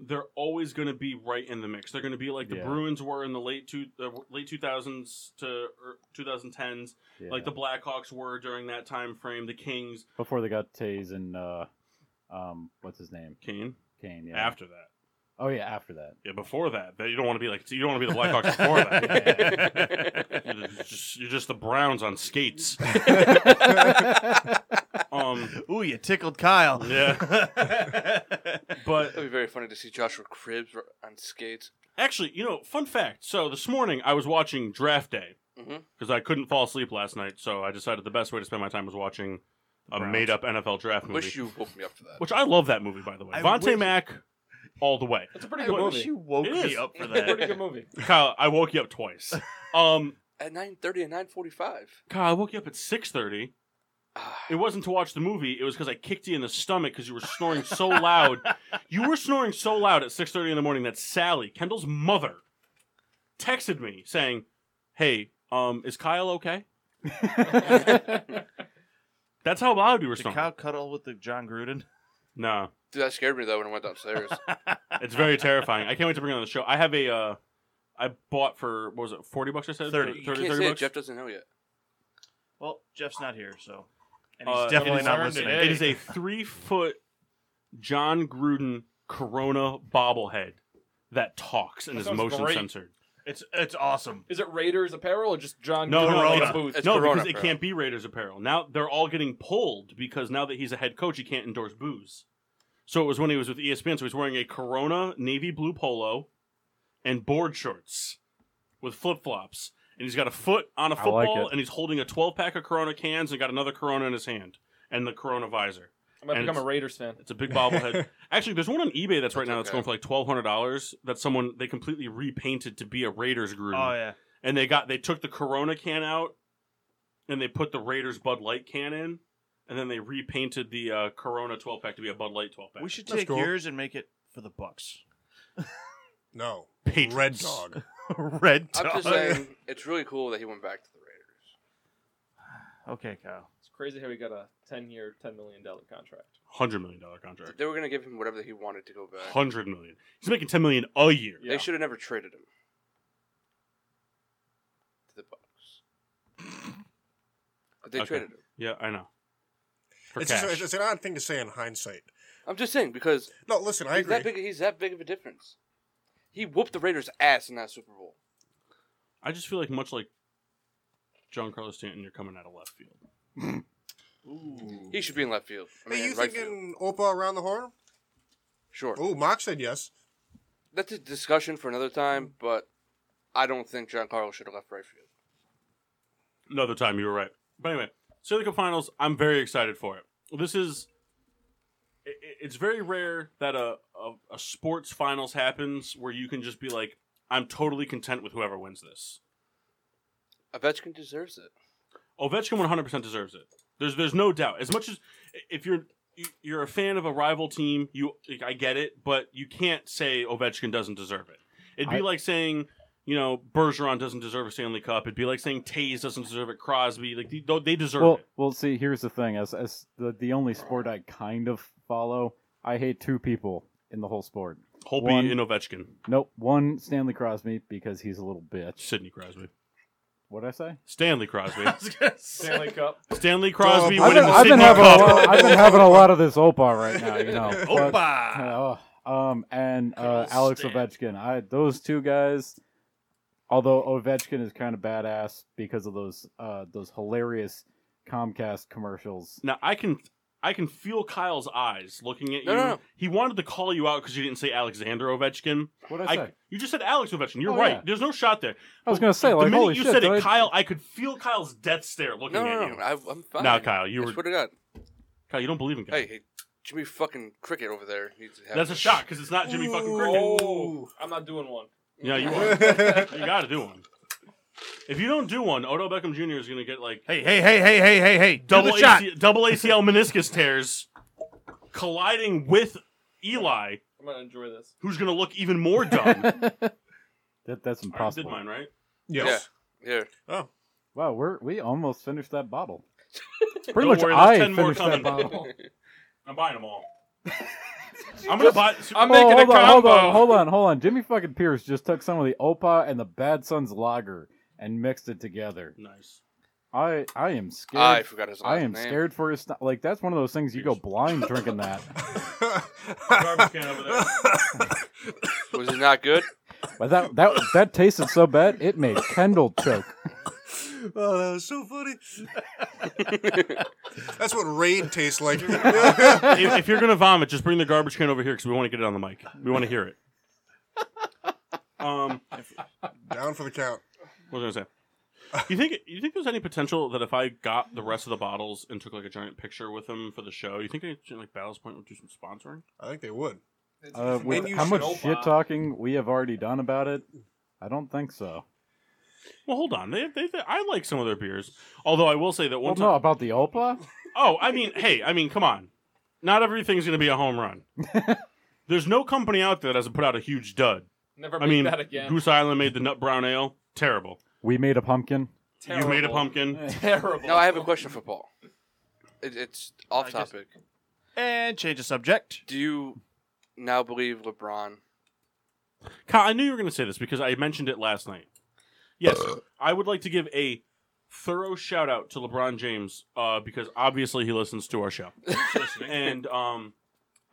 Speaker 1: They're always going to be right in the mix. They're going to be like the
Speaker 5: Yeah.
Speaker 1: Bruins were in the late two, the late two thousands to er, 2010s,
Speaker 5: Yeah.
Speaker 1: like the Blackhawks were during that time frame. The Kings,
Speaker 5: before they got Taze and uh, um, what's his name,
Speaker 1: Kane.
Speaker 5: Kane. Yeah.
Speaker 1: After that,
Speaker 5: oh yeah, after that.
Speaker 1: Yeah, before that, that you don't want to be like you don't want to be the Blackhawks before that. you're, just, you're just the Browns on skates. Um,
Speaker 2: Ooh, you tickled Kyle.
Speaker 1: Yeah. but
Speaker 3: That'd be very funny to see Joshua Cribbs r- on skates.
Speaker 1: actually, you know, fun fact. So this morning I was watching Draft Day
Speaker 3: Mhm.
Speaker 1: because I couldn't fall asleep last night, so I decided the best way to spend my time was watching a
Speaker 2: Browns.
Speaker 1: made-up NFL draft movie.
Speaker 3: Wish you woke me up for that.
Speaker 1: Which I love that movie, by the way.
Speaker 2: I
Speaker 1: Vontae
Speaker 2: wish-
Speaker 1: Mack, all the way.
Speaker 6: It's a pretty
Speaker 2: I
Speaker 6: good
Speaker 2: wish
Speaker 6: movie.
Speaker 2: you woke
Speaker 1: It
Speaker 2: me
Speaker 1: is.
Speaker 2: up for
Speaker 6: pretty
Speaker 2: that.
Speaker 6: good movie.
Speaker 1: Kyle, I woke you up twice. Um,
Speaker 3: At 9.30 and 9.45.
Speaker 1: Kyle, I woke you up at six thirty.
Speaker 3: Ah,
Speaker 1: It wasn't to watch the movie. It was because I kicked you in the stomach because you were snoring so loud. you were snoring so loud at 6.30 in the morning that Sally, Kendall's mother, texted me saying, hey, um, is Kyle okay? That's how loud you were
Speaker 2: Did
Speaker 1: snoring.
Speaker 2: Kyle cuddle with the John Gruden?
Speaker 1: nah,
Speaker 3: dude, that scared me, though, when I went downstairs.
Speaker 1: it's very terrifying. I can't wait to bring it on the show. I have a, uh, I bought for, what was it, 40 bucks I said?
Speaker 2: Thirty.
Speaker 1: 30,
Speaker 3: you
Speaker 1: 30
Speaker 3: can't say it.
Speaker 1: bucks?
Speaker 3: Jeff doesn't know yet.
Speaker 2: Well, Jeff's not here, so and he's
Speaker 1: Uh,
Speaker 2: definitely
Speaker 1: it is-
Speaker 2: not
Speaker 6: learned
Speaker 2: listening.
Speaker 6: today.
Speaker 1: It is a three foot John Gruden Corona bobblehead that talks and
Speaker 6: That
Speaker 1: is
Speaker 6: sounds
Speaker 1: motion
Speaker 6: great.
Speaker 1: censored.
Speaker 2: It's it's awesome.
Speaker 6: Is it Raiders apparel or just John?
Speaker 1: No, no, no,
Speaker 6: Gruden's
Speaker 1: it's-
Speaker 6: booth?
Speaker 3: It's
Speaker 1: no,
Speaker 3: Corona
Speaker 1: because it
Speaker 3: apparel.
Speaker 1: can't be Raiders apparel. Now they're all getting pulled because now that he's a head coach, he can't endorse booze. So it was when he was with E ESPN. So he's wearing a Corona navy blue polo and board shorts with flip flops, and he's got a foot on a
Speaker 5: I like
Speaker 1: football,
Speaker 5: it.
Speaker 1: and he's holding a twelve pack of Corona cans and got another Corona in his hand and the Corona visor.
Speaker 6: I might
Speaker 1: and
Speaker 6: become a
Speaker 1: it's-
Speaker 6: Raiders fan.
Speaker 1: It's a big bobblehead. Actually, there's one on eBay that's right
Speaker 3: That's
Speaker 1: now that's
Speaker 3: okay.
Speaker 1: going for like twelve hundred dollars. That someone they completely repainted to be a Raiders Gruden
Speaker 2: Oh yeah.
Speaker 1: and they got they took the Corona can out, and they put the Raiders Bud Light can in, and then they repainted the uh, Corona twelve pack to be a Bud Light twelve pack.
Speaker 2: We should
Speaker 4: That's
Speaker 2: take
Speaker 4: cool.
Speaker 2: yours and make it for the Bucks.
Speaker 4: No.
Speaker 1: Patriots.
Speaker 4: Red Dog.
Speaker 2: Red
Speaker 3: I'm just
Speaker 2: dog.
Speaker 3: saying, it's really cool that he went back to the Raiders.
Speaker 2: Okay, Kyle.
Speaker 6: It's crazy how he got a ten-year, ten million dollar contract.
Speaker 1: hundred million dollar contract.
Speaker 3: They were going to give him whatever he wanted to go back.
Speaker 1: Hundred million. He's making ten million a year.
Speaker 3: They should have never traded him. To the Bucks. But they
Speaker 1: Okay.
Speaker 3: traded him.
Speaker 1: Yeah, I know. For
Speaker 4: It's,
Speaker 1: cash.
Speaker 4: just, it's, it's an odd thing to say in hindsight.
Speaker 3: I'm just saying, because
Speaker 4: No, listen, I
Speaker 3: he's
Speaker 4: agree.
Speaker 3: that, big, he's that big of a difference. He whooped the Raiders' ass in that Super Bowl.
Speaker 1: I just feel like much like John Carlos Stanton, you're coming out of left field.
Speaker 3: He should be in left field. I mean,
Speaker 4: Hey, you
Speaker 3: right field.
Speaker 4: thinking Opa around the horn?
Speaker 3: Sure.
Speaker 4: Oh, Mock said yes.
Speaker 3: That's a discussion for another time, but I don't think John Carlos should have left right field.
Speaker 1: Another time, you were right. But anyway, Silica Finals. I'm very excited for it. This is. i- i- It's very rare that a, a a sports finals happens where you can just be like, I'm totally content with whoever wins this.
Speaker 3: Ovechkin deserves it.
Speaker 1: Ovechkin 100% deserves it. There's there's no doubt. As much as if you're you- you're a fan of a rival team, you I get it, but you can't say Ovechkin doesn't deserve it. It'd be
Speaker 5: I-
Speaker 1: like saying, you know, Bergeron doesn't deserve a Stanley Cup. It'd be like saying Tays doesn't deserve it. Crosby, like they, they deserve
Speaker 5: Well,
Speaker 1: it.
Speaker 5: well, see, here's the thing: as as the, the only sport I kind of follow, I hate two people in the whole sport.
Speaker 1: Holpe
Speaker 5: one-
Speaker 1: and Ovechkin,
Speaker 5: Nope, one Stanley Crosby because he's a little bitch.
Speaker 1: Sidney Crosby,
Speaker 5: What would I say?
Speaker 1: Stanley Crosby,
Speaker 2: I was gonna say.
Speaker 6: Stanley Cup.
Speaker 1: Stanley Crosby
Speaker 4: I've
Speaker 5: I've
Speaker 1: winning
Speaker 5: been,
Speaker 1: the
Speaker 5: I've been
Speaker 1: Sidney
Speaker 5: having a
Speaker 1: Cup.
Speaker 5: lot, I've been having a lot of this opa right now, you know. but-
Speaker 1: Opa.
Speaker 5: Uh, um, and uh,
Speaker 2: Colonel
Speaker 5: Alex
Speaker 2: Stan.
Speaker 5: Ovechkin. I those two guys. Although Ovechkin is kind of badass because of those uh, those hilarious Comcast commercials.
Speaker 1: Now I can I can feel Kyle's eyes looking at you.
Speaker 3: No, no, no.
Speaker 1: He wanted to call you out because you didn't say Alexander Ovechkin.
Speaker 5: What did I say?
Speaker 1: I, you just said Alex Ovechkin. You're
Speaker 5: Oh,
Speaker 1: right.
Speaker 5: yeah.
Speaker 1: There's no shot there.
Speaker 5: I was gonna say
Speaker 1: the
Speaker 5: like
Speaker 1: minute
Speaker 5: holy
Speaker 1: you
Speaker 5: shit.
Speaker 1: said it,
Speaker 5: did I-
Speaker 1: Kyle, I could feel Kyle's death stare looking
Speaker 3: No,
Speaker 1: at
Speaker 3: no,
Speaker 1: you.
Speaker 3: no. I, I'm fine.
Speaker 1: Nah, Kyle, you
Speaker 3: I
Speaker 1: were
Speaker 3: swear to God.
Speaker 1: Kyle. You don't believe in God.
Speaker 3: Hey, hey, Jimmy fucking Cricket over there needs to have
Speaker 1: That's a shot because it's not Ah, Jimmy fucking Cricket.
Speaker 6: Oh, I'm not doing one.
Speaker 1: Yeah, you are. you got to do one. If you don't do one, Odo Beckham Jr. is going to get like
Speaker 8: Hey, hey, hey, hey, hey, hey, hey.
Speaker 1: double
Speaker 8: Double shot.
Speaker 1: AC double ACL meniscus tears, colliding with Eli,
Speaker 6: I'm gonna enjoy this.
Speaker 1: who's going to look even more dumb.
Speaker 5: that, that's
Speaker 1: I already did
Speaker 5: impossible.
Speaker 1: mine right.
Speaker 4: Yes.
Speaker 3: Here.
Speaker 5: Wow, we're we almost finished that bottle. Pretty
Speaker 1: Don't
Speaker 5: much,
Speaker 1: worry, there's
Speaker 5: I
Speaker 1: 10 more
Speaker 5: finished
Speaker 1: coming.
Speaker 5: that bottle.
Speaker 1: I'm buying them all. I'm gonna buy.
Speaker 6: I'm
Speaker 5: Oh,
Speaker 6: making
Speaker 5: hold
Speaker 6: a
Speaker 5: on, Hold
Speaker 6: combo.
Speaker 5: on, hold on, hold on. Jimmy fucking Pierce just took some of the Opa and the Bad Sons Lager and mixed it together.
Speaker 1: Nice.
Speaker 5: I I am scared.
Speaker 3: I forgot his last
Speaker 5: I am
Speaker 3: name.
Speaker 5: scared for his. st- Like that's one of those things you go blind drinking that.
Speaker 1: Garbage can over there.
Speaker 3: Was he not good?
Speaker 5: But that that that tasted so bad it made Kendall choke.
Speaker 4: Oh, that
Speaker 5: Uh,
Speaker 4: was so funny. That's what raid tastes like.
Speaker 5: Uh,
Speaker 1: if, if you're gonna vomit, just bring the garbage can over here because we want to get it on the mic. We want to hear it. Um,
Speaker 4: Down for the count.
Speaker 1: what was I gonna say? You think you think there's any potential that if I got the rest of the bottles and took like a giant picture with them for the show, you think any, like Ballast Point would do some sponsoring?
Speaker 4: I think they would.
Speaker 5: Uh, with
Speaker 4: you
Speaker 5: how
Speaker 4: should
Speaker 5: much
Speaker 4: Opa.
Speaker 5: shit talking we have already done about it? I don't think so.
Speaker 1: Well, hold on. They, they, they- I like some of their beers. Although I will say that
Speaker 5: Well,
Speaker 1: one
Speaker 5: no,
Speaker 1: time.
Speaker 5: about the Opa.
Speaker 1: Oh, I mean, hey, I mean, come on. Not everything's gonna be a home run. there's no company out there that hasn't put out a huge dud.
Speaker 6: Never
Speaker 1: I
Speaker 6: make
Speaker 1: mean,
Speaker 6: that again.
Speaker 1: Goose Island made the nut brown ale. Terrible.
Speaker 5: We made a pumpkin.
Speaker 1: You made a pumpkin.
Speaker 6: Terrible.
Speaker 3: No, I have a question for Paul. It, it's off
Speaker 2: I guess-
Speaker 3: topic.
Speaker 2: And change the subject.
Speaker 3: Do you now believe LeBron?
Speaker 1: Kyle, I knew you were going to say this because I mentioned it last night. Yes, I would like to give a thorough shout out to LeBron James uh, because obviously he listens to our show. and um,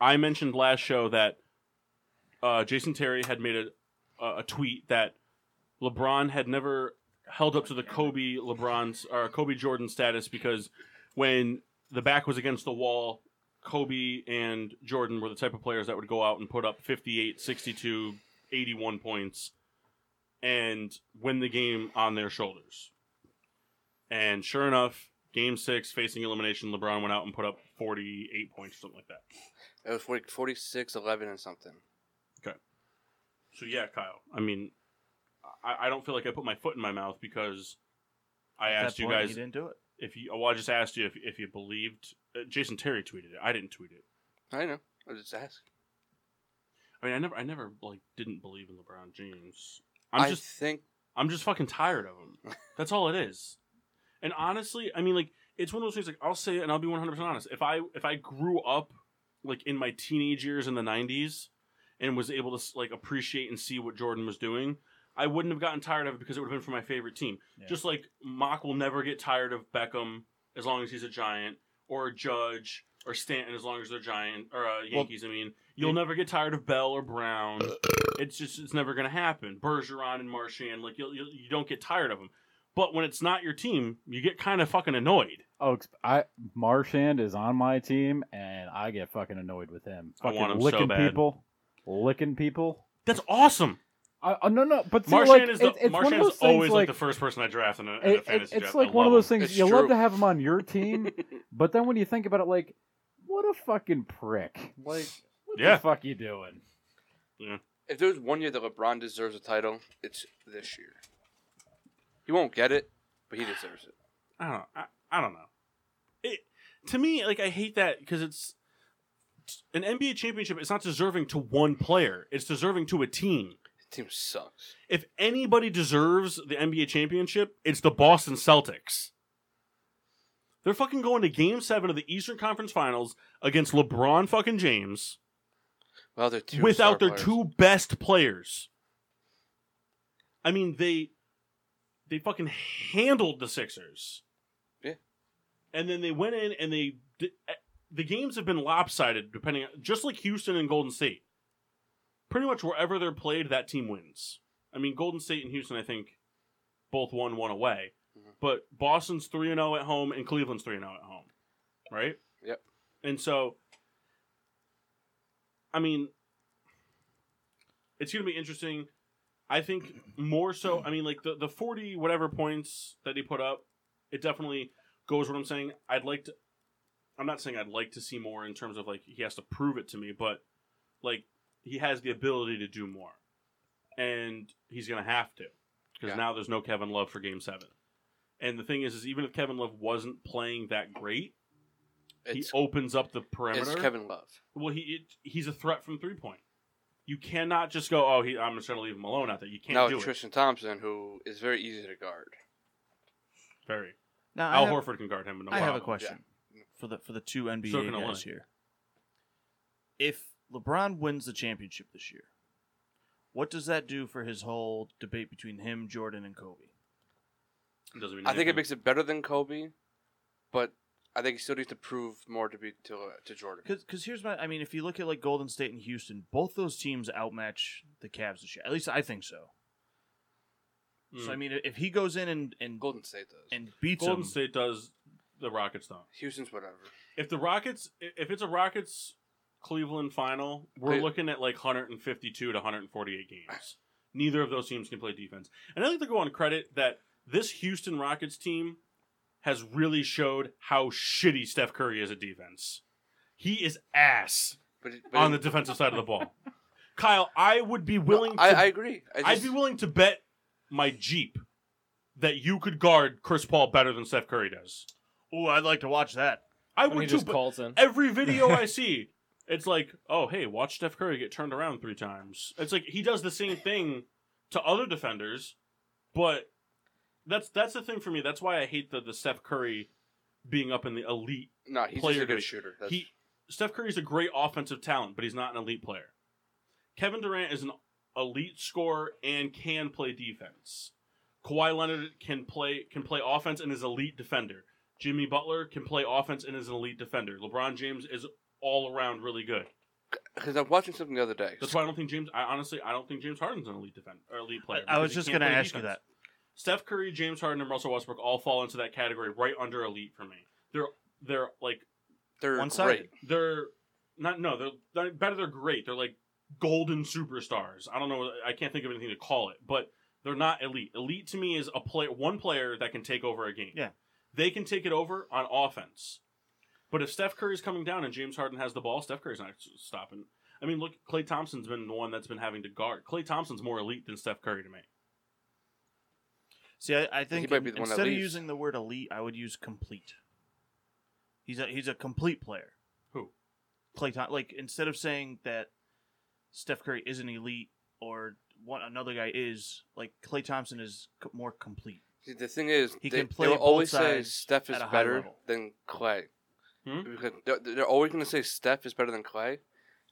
Speaker 1: I mentioned last show that uh, Jason Terry had made a, a a tweet that LeBron had never held up to the Kobe LeBron's or Kobe Jordan status because when the back was against the wall, Kobe and Jordan were the type of players that would go out and put up 58, 62, 81 points and win the game on their shoulders. And sure enough, game six, facing elimination, LeBron went out and put up 48 points or something like that.
Speaker 3: It was 40, 46, 11, and something.
Speaker 1: So, yeah, Kyle, I mean, I, I don't feel like I put my foot in my mouth because I
Speaker 2: At that
Speaker 1: asked you
Speaker 2: point,
Speaker 1: guys
Speaker 2: You didn't do it.
Speaker 1: if you, well, I just asked you if, if you believed. Uh, Jason Terry tweeted it. I didn't tweet it.
Speaker 3: I know. I was just asking.
Speaker 1: I mean, I never, I never like didn't believe in LeBron James. I'm
Speaker 3: I
Speaker 1: just,
Speaker 3: think
Speaker 1: I'm just fucking tired of him. That's all it is. And honestly, I mean, like, it's one of those things. Like, I'll say it, and I'll be 100 percent honest. If I if I grew up like in my teenage years in the 90s and was able to like appreciate and see what Jordan was doing, I wouldn't have gotten tired of it because it would have been for my favorite team.
Speaker 2: Yeah.
Speaker 1: Just like Mock will never get tired of Beckham as long as he's a Giant, or Judge, or Stanton as long as they're Giant or uh, Yankees. I mean, you'll never get tired of Bell or Brown. it's just it's never gonna happen. Bergeron and Marchand, like you'll, you'll, you don't get tired of them. But when it's not your team, you get kind of fucking annoyed.
Speaker 5: Oh, ex- I Marshand is on my team, and I get fucking annoyed with him.
Speaker 1: I
Speaker 5: Fucking
Speaker 1: want him so
Speaker 5: licking
Speaker 1: bad.
Speaker 5: people, licking people.
Speaker 1: That's awesome.
Speaker 5: I, oh, no, no, but see,
Speaker 1: Marchand
Speaker 5: like,
Speaker 1: is the,
Speaker 5: it- it's one of
Speaker 1: Marchand
Speaker 5: those
Speaker 1: is
Speaker 5: things,
Speaker 1: always
Speaker 5: like,
Speaker 1: like, the first person I draft in a, in
Speaker 5: it-
Speaker 1: a fantasy
Speaker 5: it-
Speaker 1: draft.
Speaker 5: it's
Speaker 1: I
Speaker 5: like one of
Speaker 1: love
Speaker 5: those
Speaker 1: him.
Speaker 5: things
Speaker 3: It's
Speaker 5: you love
Speaker 3: true.
Speaker 5: to have him on your team, but then when you think about it, like, what a fucking prick! Like, what
Speaker 1: Yeah.
Speaker 5: the fuck you doing?
Speaker 3: if there was one year that LeBron deserves a title, it's this year. He won't get it, but he deserves it.
Speaker 1: I don't. I, I don't know. It to me like I hate that because it's an NBA championship. It's not deserving to one player. It's deserving to a team.
Speaker 3: Team sucks.
Speaker 1: If anybody deserves the NBA championship, it's the Boston Celtics. They're fucking going to game seven of the Eastern Conference Finals against LeBron fucking James
Speaker 3: Well, they're two
Speaker 1: without
Speaker 3: star
Speaker 1: their
Speaker 3: players.
Speaker 1: two best players. I mean, they they fucking handled the Sixers.
Speaker 3: Yeah.
Speaker 1: And then they went in and they di- eh, the games have been lopsided depending on, just like Houston and Golden State. Pretty much wherever they're played, that team wins. I mean, Golden State and Houston, I think, both won one away.
Speaker 3: Mhm.
Speaker 1: But Boston's 3 0 at home and Cleveland's 3 0 at home. Right?
Speaker 3: Yep.
Speaker 1: And so, I mean, it's going to be interesting. I think more so, I mean, like the, the 40 whatever points that he put up, it definitely goes what I'm saying. I'd like to, I'm not saying I'd like to see more in terms of like he has to prove it to me, but like he has the ability to do more. And he's going to have to because
Speaker 3: Yeah.
Speaker 1: now there's no Kevin Love for game seven. And the thing is, is even if Kevin Love wasn't playing that great,
Speaker 3: It's,
Speaker 1: he opens up the perimeter.
Speaker 3: it's Kevin Love.
Speaker 1: Well, he it, he's a threat from three point. You cannot just go, oh, he, I'm just going to leave him alone out there. You can't
Speaker 3: Now
Speaker 1: do
Speaker 3: it's Tristan Thompson, who is very easy to guard.
Speaker 1: it. Very.
Speaker 2: Now,
Speaker 1: Al
Speaker 2: I, have,
Speaker 1: Horford can guard him. with No
Speaker 2: I have a
Speaker 1: problem.
Speaker 2: question for the for the two NBA
Speaker 1: So can I.
Speaker 2: guys here. If LeBron wins the championship this year, what does that do for his whole debate between him, Jordan, and Kobe?
Speaker 1: It doesn't mean
Speaker 3: I think it
Speaker 1: anything.
Speaker 3: makes it better than Kobe, but I think he still needs to prove more to be to uh, to Jordan.
Speaker 2: Because here's my I mean, if you look at like Golden State and Houston, both those teams outmatch the Cavs this year. At least I think so.
Speaker 1: Mm.
Speaker 2: So I mean, if he goes in and and
Speaker 3: Golden State does.
Speaker 2: and beats
Speaker 1: Golden
Speaker 2: them,
Speaker 1: State does the Rockets though.
Speaker 3: Houston's whatever.
Speaker 1: If the Rockets, i- if it's a Rockets Cleveland final, we're
Speaker 3: They-
Speaker 1: looking at like 152 to 148 games. Neither of those teams can play defense, and I think they go on credit that this Houston Rockets team has really showed how shitty Steph Curry is at defense. He is ass
Speaker 3: But, it- but
Speaker 1: on the
Speaker 3: it-
Speaker 1: defensive side of the ball. Kyle, I would be willing.
Speaker 3: I,
Speaker 1: to
Speaker 3: I agree. I
Speaker 1: I'd
Speaker 3: just,
Speaker 1: be willing to bet my Jeep that you could guard Chris Paul better than Steph Curry does.
Speaker 2: oh, I'd like to watch that.
Speaker 1: I
Speaker 6: when he
Speaker 1: would too.
Speaker 6: just
Speaker 1: But
Speaker 6: calls in.
Speaker 1: every video I see, it's like, oh hey, watch Steph Curry get turned around three times. It's like he does the same thing to other defenders, but that's that's the thing for me. That's why I hate the the Steph Curry being up in the elite.
Speaker 3: no, he's just
Speaker 1: player
Speaker 3: a
Speaker 1: to-
Speaker 3: good shooter. That's,
Speaker 1: He Steph Curry's a great offensive talent, but he's not an elite player. Kevin Durant is an elite scorer and can play defense. Kawhi Leonard can play can play offense and is an elite defender. Jimmy Butler can play offense and is an elite defender. LeBron James is all around really good.
Speaker 3: because I'm watching something the other day.
Speaker 1: That's why I don't think James. I honestly I don't think James Harden's an elite defender or elite player.
Speaker 2: I, I was
Speaker 1: because
Speaker 2: just
Speaker 1: he
Speaker 2: going
Speaker 1: can't
Speaker 2: to
Speaker 1: play
Speaker 2: ask you
Speaker 1: defense.
Speaker 2: that.
Speaker 1: Steph Curry, James Harden, and Russell Westbrook all fall into that category right under elite for me. They're they're like
Speaker 3: They're
Speaker 2: One-sided.
Speaker 3: great.
Speaker 1: they're not no they're, they're better they're great they're like golden superstars i don't know i can't think of anything to call it but they're not elite elite to me is a play one player that can take over a game
Speaker 2: Yeah.
Speaker 1: they can take it over on offense but if steph curry's coming down and james harden has the ball steph curry's not stopping i mean look clay thompson's been the one that's been having to guard clay thompson's more elite than steph curry to me
Speaker 2: See, I, I think
Speaker 3: might be the one that
Speaker 2: instead of
Speaker 3: leaves.
Speaker 2: using the word elite, I would use complete. He's a he's a complete player.
Speaker 1: Who?
Speaker 2: Clay Thom- Like instead of saying that Steph Curry isn't elite or what another guy is, like Clay Thompson is co- more complete.
Speaker 3: See, The thing is,
Speaker 2: He
Speaker 3: they,
Speaker 2: can play
Speaker 3: they will
Speaker 2: both
Speaker 3: always say
Speaker 2: sides
Speaker 3: Steph is
Speaker 2: at a high
Speaker 3: better
Speaker 2: level.
Speaker 3: than Clay.
Speaker 1: Hmm?
Speaker 3: Because they're, they're always going to say Steph is better than Clay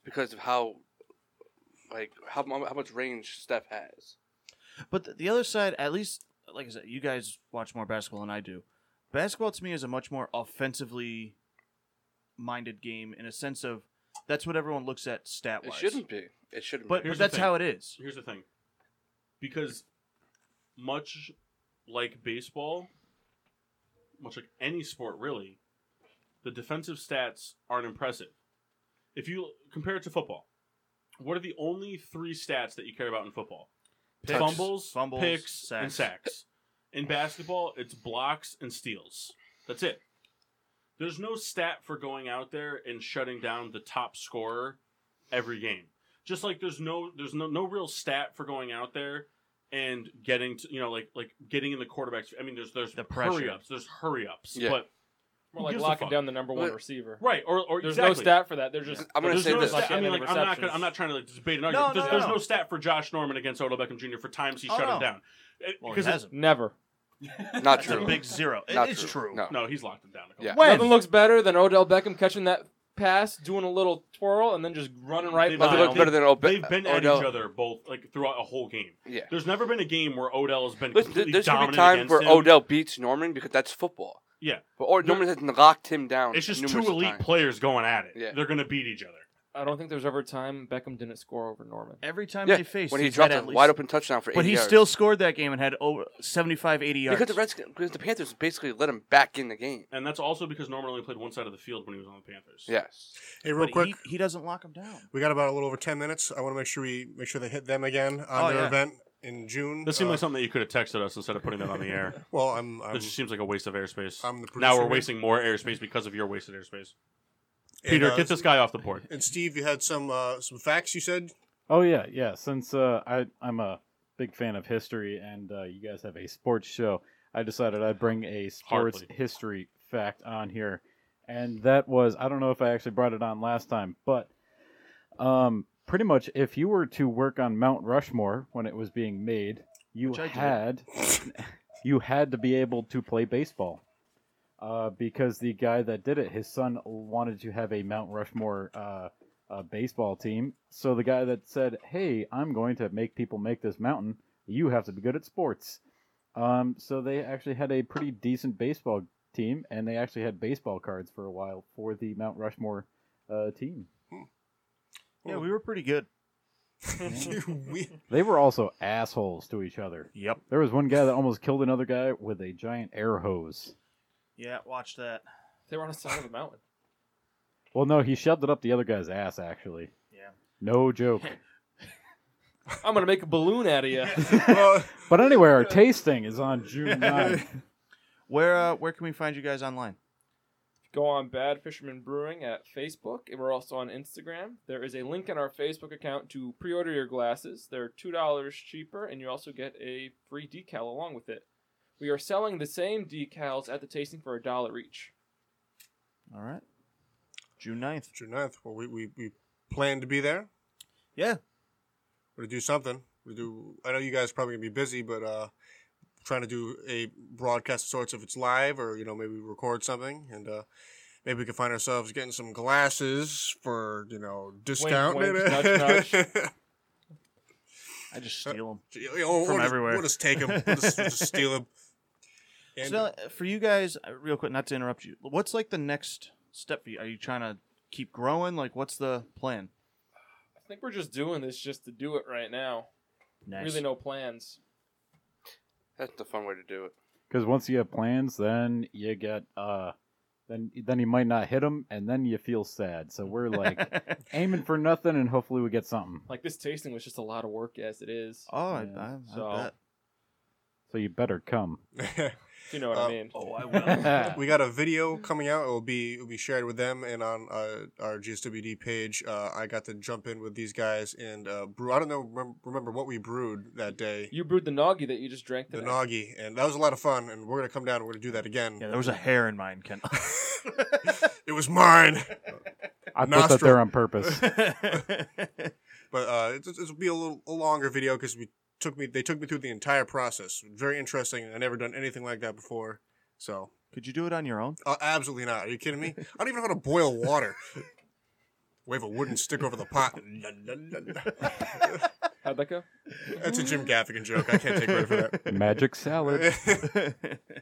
Speaker 3: because of how, like, how, mu- how much range Steph has.
Speaker 2: But the, the other side, at least, like I said, you guys watch more basketball than I do. Basketball to me is a much more offensively minded game in a sense of that's what everyone looks at stat
Speaker 3: It
Speaker 2: wise.
Speaker 3: shouldn't be. It shouldn't
Speaker 2: But,
Speaker 3: be.
Speaker 1: Here's the
Speaker 2: but that's
Speaker 1: thing.
Speaker 2: how it is.
Speaker 1: here's the thing because much like baseball much like any sport really the defensive stats aren't impressive if you compare it to football what are the only three stats that you care about in football
Speaker 2: Picks,
Speaker 1: fumbles,
Speaker 2: fumbles,
Speaker 1: picks and
Speaker 2: sacks.
Speaker 1: sacks in basketball it's blocks and steals that's it there's no stat for going out there and shutting down the top scorer every game just like there's no there's no no real stat for going out there and getting to you know like like getting in the quarterbacks. I mean, there's there's
Speaker 2: The pressure.
Speaker 1: hurry ups, there's hurry ups,
Speaker 3: Yeah.
Speaker 1: but
Speaker 6: More
Speaker 1: Who
Speaker 6: like
Speaker 1: gives a
Speaker 6: locking
Speaker 1: fuck?
Speaker 6: down the number one
Speaker 3: Well,
Speaker 6: receiver.
Speaker 1: Right, or, or
Speaker 6: There's
Speaker 1: exactly.
Speaker 6: no stat for that. They're just.
Speaker 3: I'm gonna
Speaker 1: There's
Speaker 3: say
Speaker 1: no
Speaker 3: this.
Speaker 1: stat. I mean,
Speaker 6: Like,
Speaker 1: like, I'm not. Gonna, I'm not trying to like, debate an argument.
Speaker 2: No,
Speaker 1: there's
Speaker 2: no,
Speaker 1: there's
Speaker 2: no.
Speaker 1: no stat for Josh Norman against Odell Beckham Jr. for times he
Speaker 2: Oh,
Speaker 1: shut
Speaker 2: no.
Speaker 1: him down. It-
Speaker 2: Well,
Speaker 1: because
Speaker 2: he
Speaker 1: it-
Speaker 2: hasn't.
Speaker 6: Never.
Speaker 3: Not
Speaker 2: That's
Speaker 3: true.
Speaker 2: a big zero. It-
Speaker 3: Not
Speaker 2: it's true.
Speaker 3: No.
Speaker 1: no, he's locked him down. a couple
Speaker 3: Oh. Yeah.
Speaker 1: times.
Speaker 2: When?
Speaker 6: Nothing looks better than Odell Beckham catching that pass, doing a little twirl, and then just running right
Speaker 1: They've
Speaker 6: by
Speaker 3: Nothing
Speaker 1: been-
Speaker 6: him.
Speaker 3: looks better than Obe-
Speaker 1: They've been at
Speaker 3: Odell.
Speaker 1: each other both like throughout a whole game.
Speaker 3: uh, Yeah.
Speaker 1: There's never been a game where Odell has been
Speaker 3: Listen, th-
Speaker 1: completely
Speaker 3: there's gonna
Speaker 1: dominant
Speaker 3: be times
Speaker 1: against
Speaker 3: where
Speaker 1: him.
Speaker 3: Odell beats Norman because that's football.
Speaker 1: Yeah.
Speaker 3: But or
Speaker 1: There-
Speaker 3: Norman has locked him down.
Speaker 1: It's just two
Speaker 3: numerous
Speaker 1: elite
Speaker 3: times.
Speaker 1: players going at it.
Speaker 3: Yeah.
Speaker 1: They're going to beat each other.
Speaker 6: I don't think there's ever a time Beckham didn't score over Norman.
Speaker 2: Every time
Speaker 3: Yeah,
Speaker 2: they faced,
Speaker 3: when he
Speaker 2: he's had
Speaker 3: dropped a
Speaker 2: at least-
Speaker 3: wide open touchdown for eight
Speaker 2: But he
Speaker 3: yards.
Speaker 2: still scored that game and had over 75, 80 yards.
Speaker 3: because the Redskins, because the Panthers basically let him back in the game.
Speaker 1: And that's also because Norman only played one side of the field when he was on the Panthers.
Speaker 3: Yes.
Speaker 4: Hey, real
Speaker 2: But
Speaker 4: quick,
Speaker 2: he, he doesn't lock him down.
Speaker 4: we got about a little over ten minutes. I want to make sure we make sure they hit them again on
Speaker 2: Oh,
Speaker 4: their
Speaker 2: yeah.
Speaker 4: event in June.
Speaker 1: This seemed
Speaker 4: Uh,
Speaker 1: like something that you could have texted us instead of putting that on the air.
Speaker 4: Well, I'm. I'm
Speaker 1: This just seems like a waste of airspace.
Speaker 4: I'm
Speaker 1: now
Speaker 4: the producer
Speaker 1: we're
Speaker 4: here.
Speaker 1: wasting more airspace because of your wasted airspace.
Speaker 4: and,
Speaker 1: Peter,
Speaker 4: uh,
Speaker 1: get this guy off the board.
Speaker 4: And Steve, you had some uh, some facts. You said
Speaker 5: Oh yeah, yeah. Since uh, I I'm a big fan of history, and uh, you guys have a sports show, I decided I'd bring a sports
Speaker 1: Hardly.
Speaker 5: history fact on here, and that was I don't know if I actually brought it on last time, but um, pretty much if you were to work on Mount Rushmore when it was being made, you
Speaker 2: Which I did.
Speaker 5: had you had to be able to play baseball. Uh, because the guy that did it, his son wanted to have a Mount Rushmore uh, a baseball team. So the guy that said, "Hey, I'm going to make people make this mountain. You have to be good at sports." Um, so they actually had a pretty decent baseball team, and they actually had baseball cards for a while for the Mount Rushmore uh, team.
Speaker 2: Yeah, we were pretty good.
Speaker 4: we,
Speaker 5: They were also assholes to each other.
Speaker 2: Yep.
Speaker 5: There was one guy that almost killed another guy with a giant air hose.
Speaker 2: Yeah, watch that.
Speaker 6: They were on the side of the mountain.
Speaker 5: Well, no, he shoved it up the other guy's ass. Actually,
Speaker 2: Yeah.
Speaker 5: no joke.
Speaker 6: I'm gonna make a balloon out of you.
Speaker 4: well,
Speaker 5: But anyway, our tasting is on June 9th.
Speaker 2: Where uh, where can we find you guys online?
Speaker 6: Go on Bad Fisherman Brewing at Facebook, and we're also on Instagram. There is a link in our Facebook account to pre-order your glasses. They're two dollars cheaper, and you also get a free decal along with it. We are selling the same decals at the tasting for a dollar each.
Speaker 2: All right. June 9th.
Speaker 4: June 9th. Well, we, we, we plan to be there.
Speaker 2: Yeah.
Speaker 4: We're gonna do something. We do. I know you guys probably gonna be busy, but uh, trying to do a broadcast of sorts if it's live or you know maybe record something and uh, maybe we can find ourselves getting some glasses for you know discount.
Speaker 6: wink,
Speaker 4: maybe.
Speaker 6: nudge,
Speaker 2: I just steal them.
Speaker 4: You know,
Speaker 2: From
Speaker 4: we'll just-
Speaker 2: everywhere.
Speaker 4: We'll just take them. We'll just, we'll just steal them. And
Speaker 2: So uh, for you guys, uh, real quick, not to interrupt you, what's like the next step for you? Are you trying to keep growing? Like, what's the plan?
Speaker 6: I think we're just doing this just to do it right now. Really, no plans.
Speaker 3: That's the fun way to do it.
Speaker 5: Because once you have plans, then you get uh, then then you might not hit them, and then you feel sad. So we're like aiming for nothing, and hopefully we get something.
Speaker 6: Like this tasting was just a lot of work as it is.
Speaker 2: oh, I,
Speaker 5: Yeah,
Speaker 2: I, I
Speaker 6: so-
Speaker 2: bet.
Speaker 5: So you better come.
Speaker 6: If you know what I
Speaker 4: Uh,
Speaker 6: mean.
Speaker 2: I
Speaker 4: we got a video
Speaker 6: Mm-hmm.
Speaker 4: coming out. It will be it will be shared with them and on uh, our GSWD page. Uh, I got to jump in with these guys and uh, brew. I don't know remem- remember what we brewed that day.
Speaker 6: You brewed the noggy that you just drank
Speaker 4: The
Speaker 6: today.
Speaker 4: Nagi, and that was a lot of fun. And we're gonna come down. and We're gonna do that again.
Speaker 2: yeah, there was a hair in mine, Ken.
Speaker 4: it was mine.
Speaker 5: I put that
Speaker 4: Nostril.
Speaker 5: there on purpose.
Speaker 4: but uh, it, it'll be a little a longer video because we took me they took me through the entire process. Very interesting. I never done anything like that before. So
Speaker 2: Could you do it on your own?
Speaker 4: uh, absolutely not. Are you kidding me? I don't even know how to boil water. Wave a wooden stick over the pot.
Speaker 6: How'd that go?
Speaker 4: That's a Jim Gaffigan joke. I can't take credit for that.
Speaker 5: Magic salad.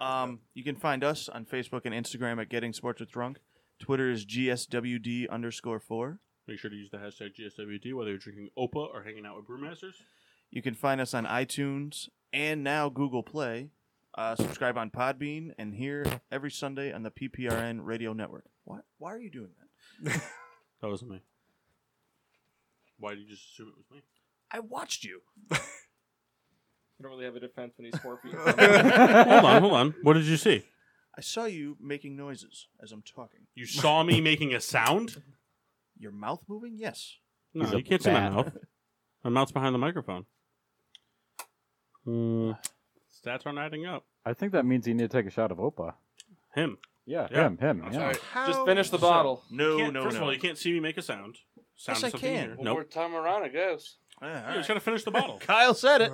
Speaker 2: um, you can find us on Facebook and Instagram at Getting Sports with Drunk. Twitter is GSWD underscore four.
Speaker 1: Make sure to use the hashtag GSWD whether you're drinking OPA or hanging out with brewmasters.
Speaker 2: You can find us on iTunes and now Google Play. Uh, subscribe on Podbean and here every Sunday on the PPRN Radio Network. What? Why are you doing that?
Speaker 1: That wasn't me. Why did you just assume it was me?
Speaker 2: I watched you.
Speaker 6: You don't really have a defense when he's four feet.
Speaker 1: hold on, hold on. What did you see?
Speaker 2: I saw you making noises as I'm talking.
Speaker 1: You saw me making a sound?
Speaker 2: Your mouth moving? Yes.
Speaker 1: No,
Speaker 5: He's a
Speaker 1: you can't see my
Speaker 5: bat.
Speaker 1: mouth. My mouth's behind the microphone. Hmm. Stats aren't adding up.
Speaker 5: I think that means you need to take a shot of Opa.
Speaker 1: Him.
Speaker 5: Yeah,
Speaker 1: Yeah.
Speaker 5: him, him.
Speaker 1: I'm
Speaker 5: yeah.
Speaker 1: sorry.
Speaker 6: Just finish the bottle.
Speaker 2: No,
Speaker 1: Can't-
Speaker 2: no,
Speaker 1: first
Speaker 2: no.
Speaker 1: of all, you can't see me make a sound. Sound
Speaker 2: Yes, I
Speaker 1: is something
Speaker 2: can.
Speaker 1: easier.
Speaker 3: One
Speaker 1: Nope.
Speaker 3: more time around, I guess.
Speaker 2: Yeah, all
Speaker 1: You just
Speaker 2: right.
Speaker 1: gotta finish the bottle.
Speaker 2: Kyle said it.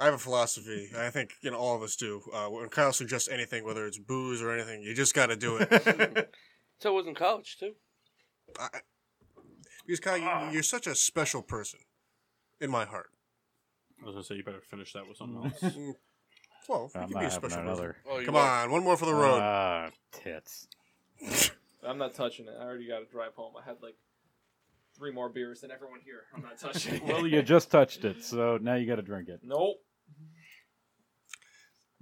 Speaker 4: I have a philosophy. and I think you know all of us do. Uh, when Kyle suggests anything, whether it's booze or anything, you just got to do it.
Speaker 3: So it was in college too.
Speaker 4: I, because Kyle,
Speaker 2: Ah.
Speaker 4: you, you're such a special person in my heart. Mm,
Speaker 1: I was gonna say you better finish that with something else.
Speaker 4: Well, you
Speaker 5: I'm
Speaker 4: can
Speaker 5: not
Speaker 4: be a
Speaker 5: having
Speaker 4: special person.
Speaker 5: another.
Speaker 3: Oh, you
Speaker 4: Come
Speaker 3: are.
Speaker 4: on, one more for the road.
Speaker 5: Ah, tits.
Speaker 6: I'm not touching it. I already got to drive home. I had like three more beers than everyone here. I'm not touching it.
Speaker 5: Well, you just touched it, so now you got to drink it.
Speaker 6: nope.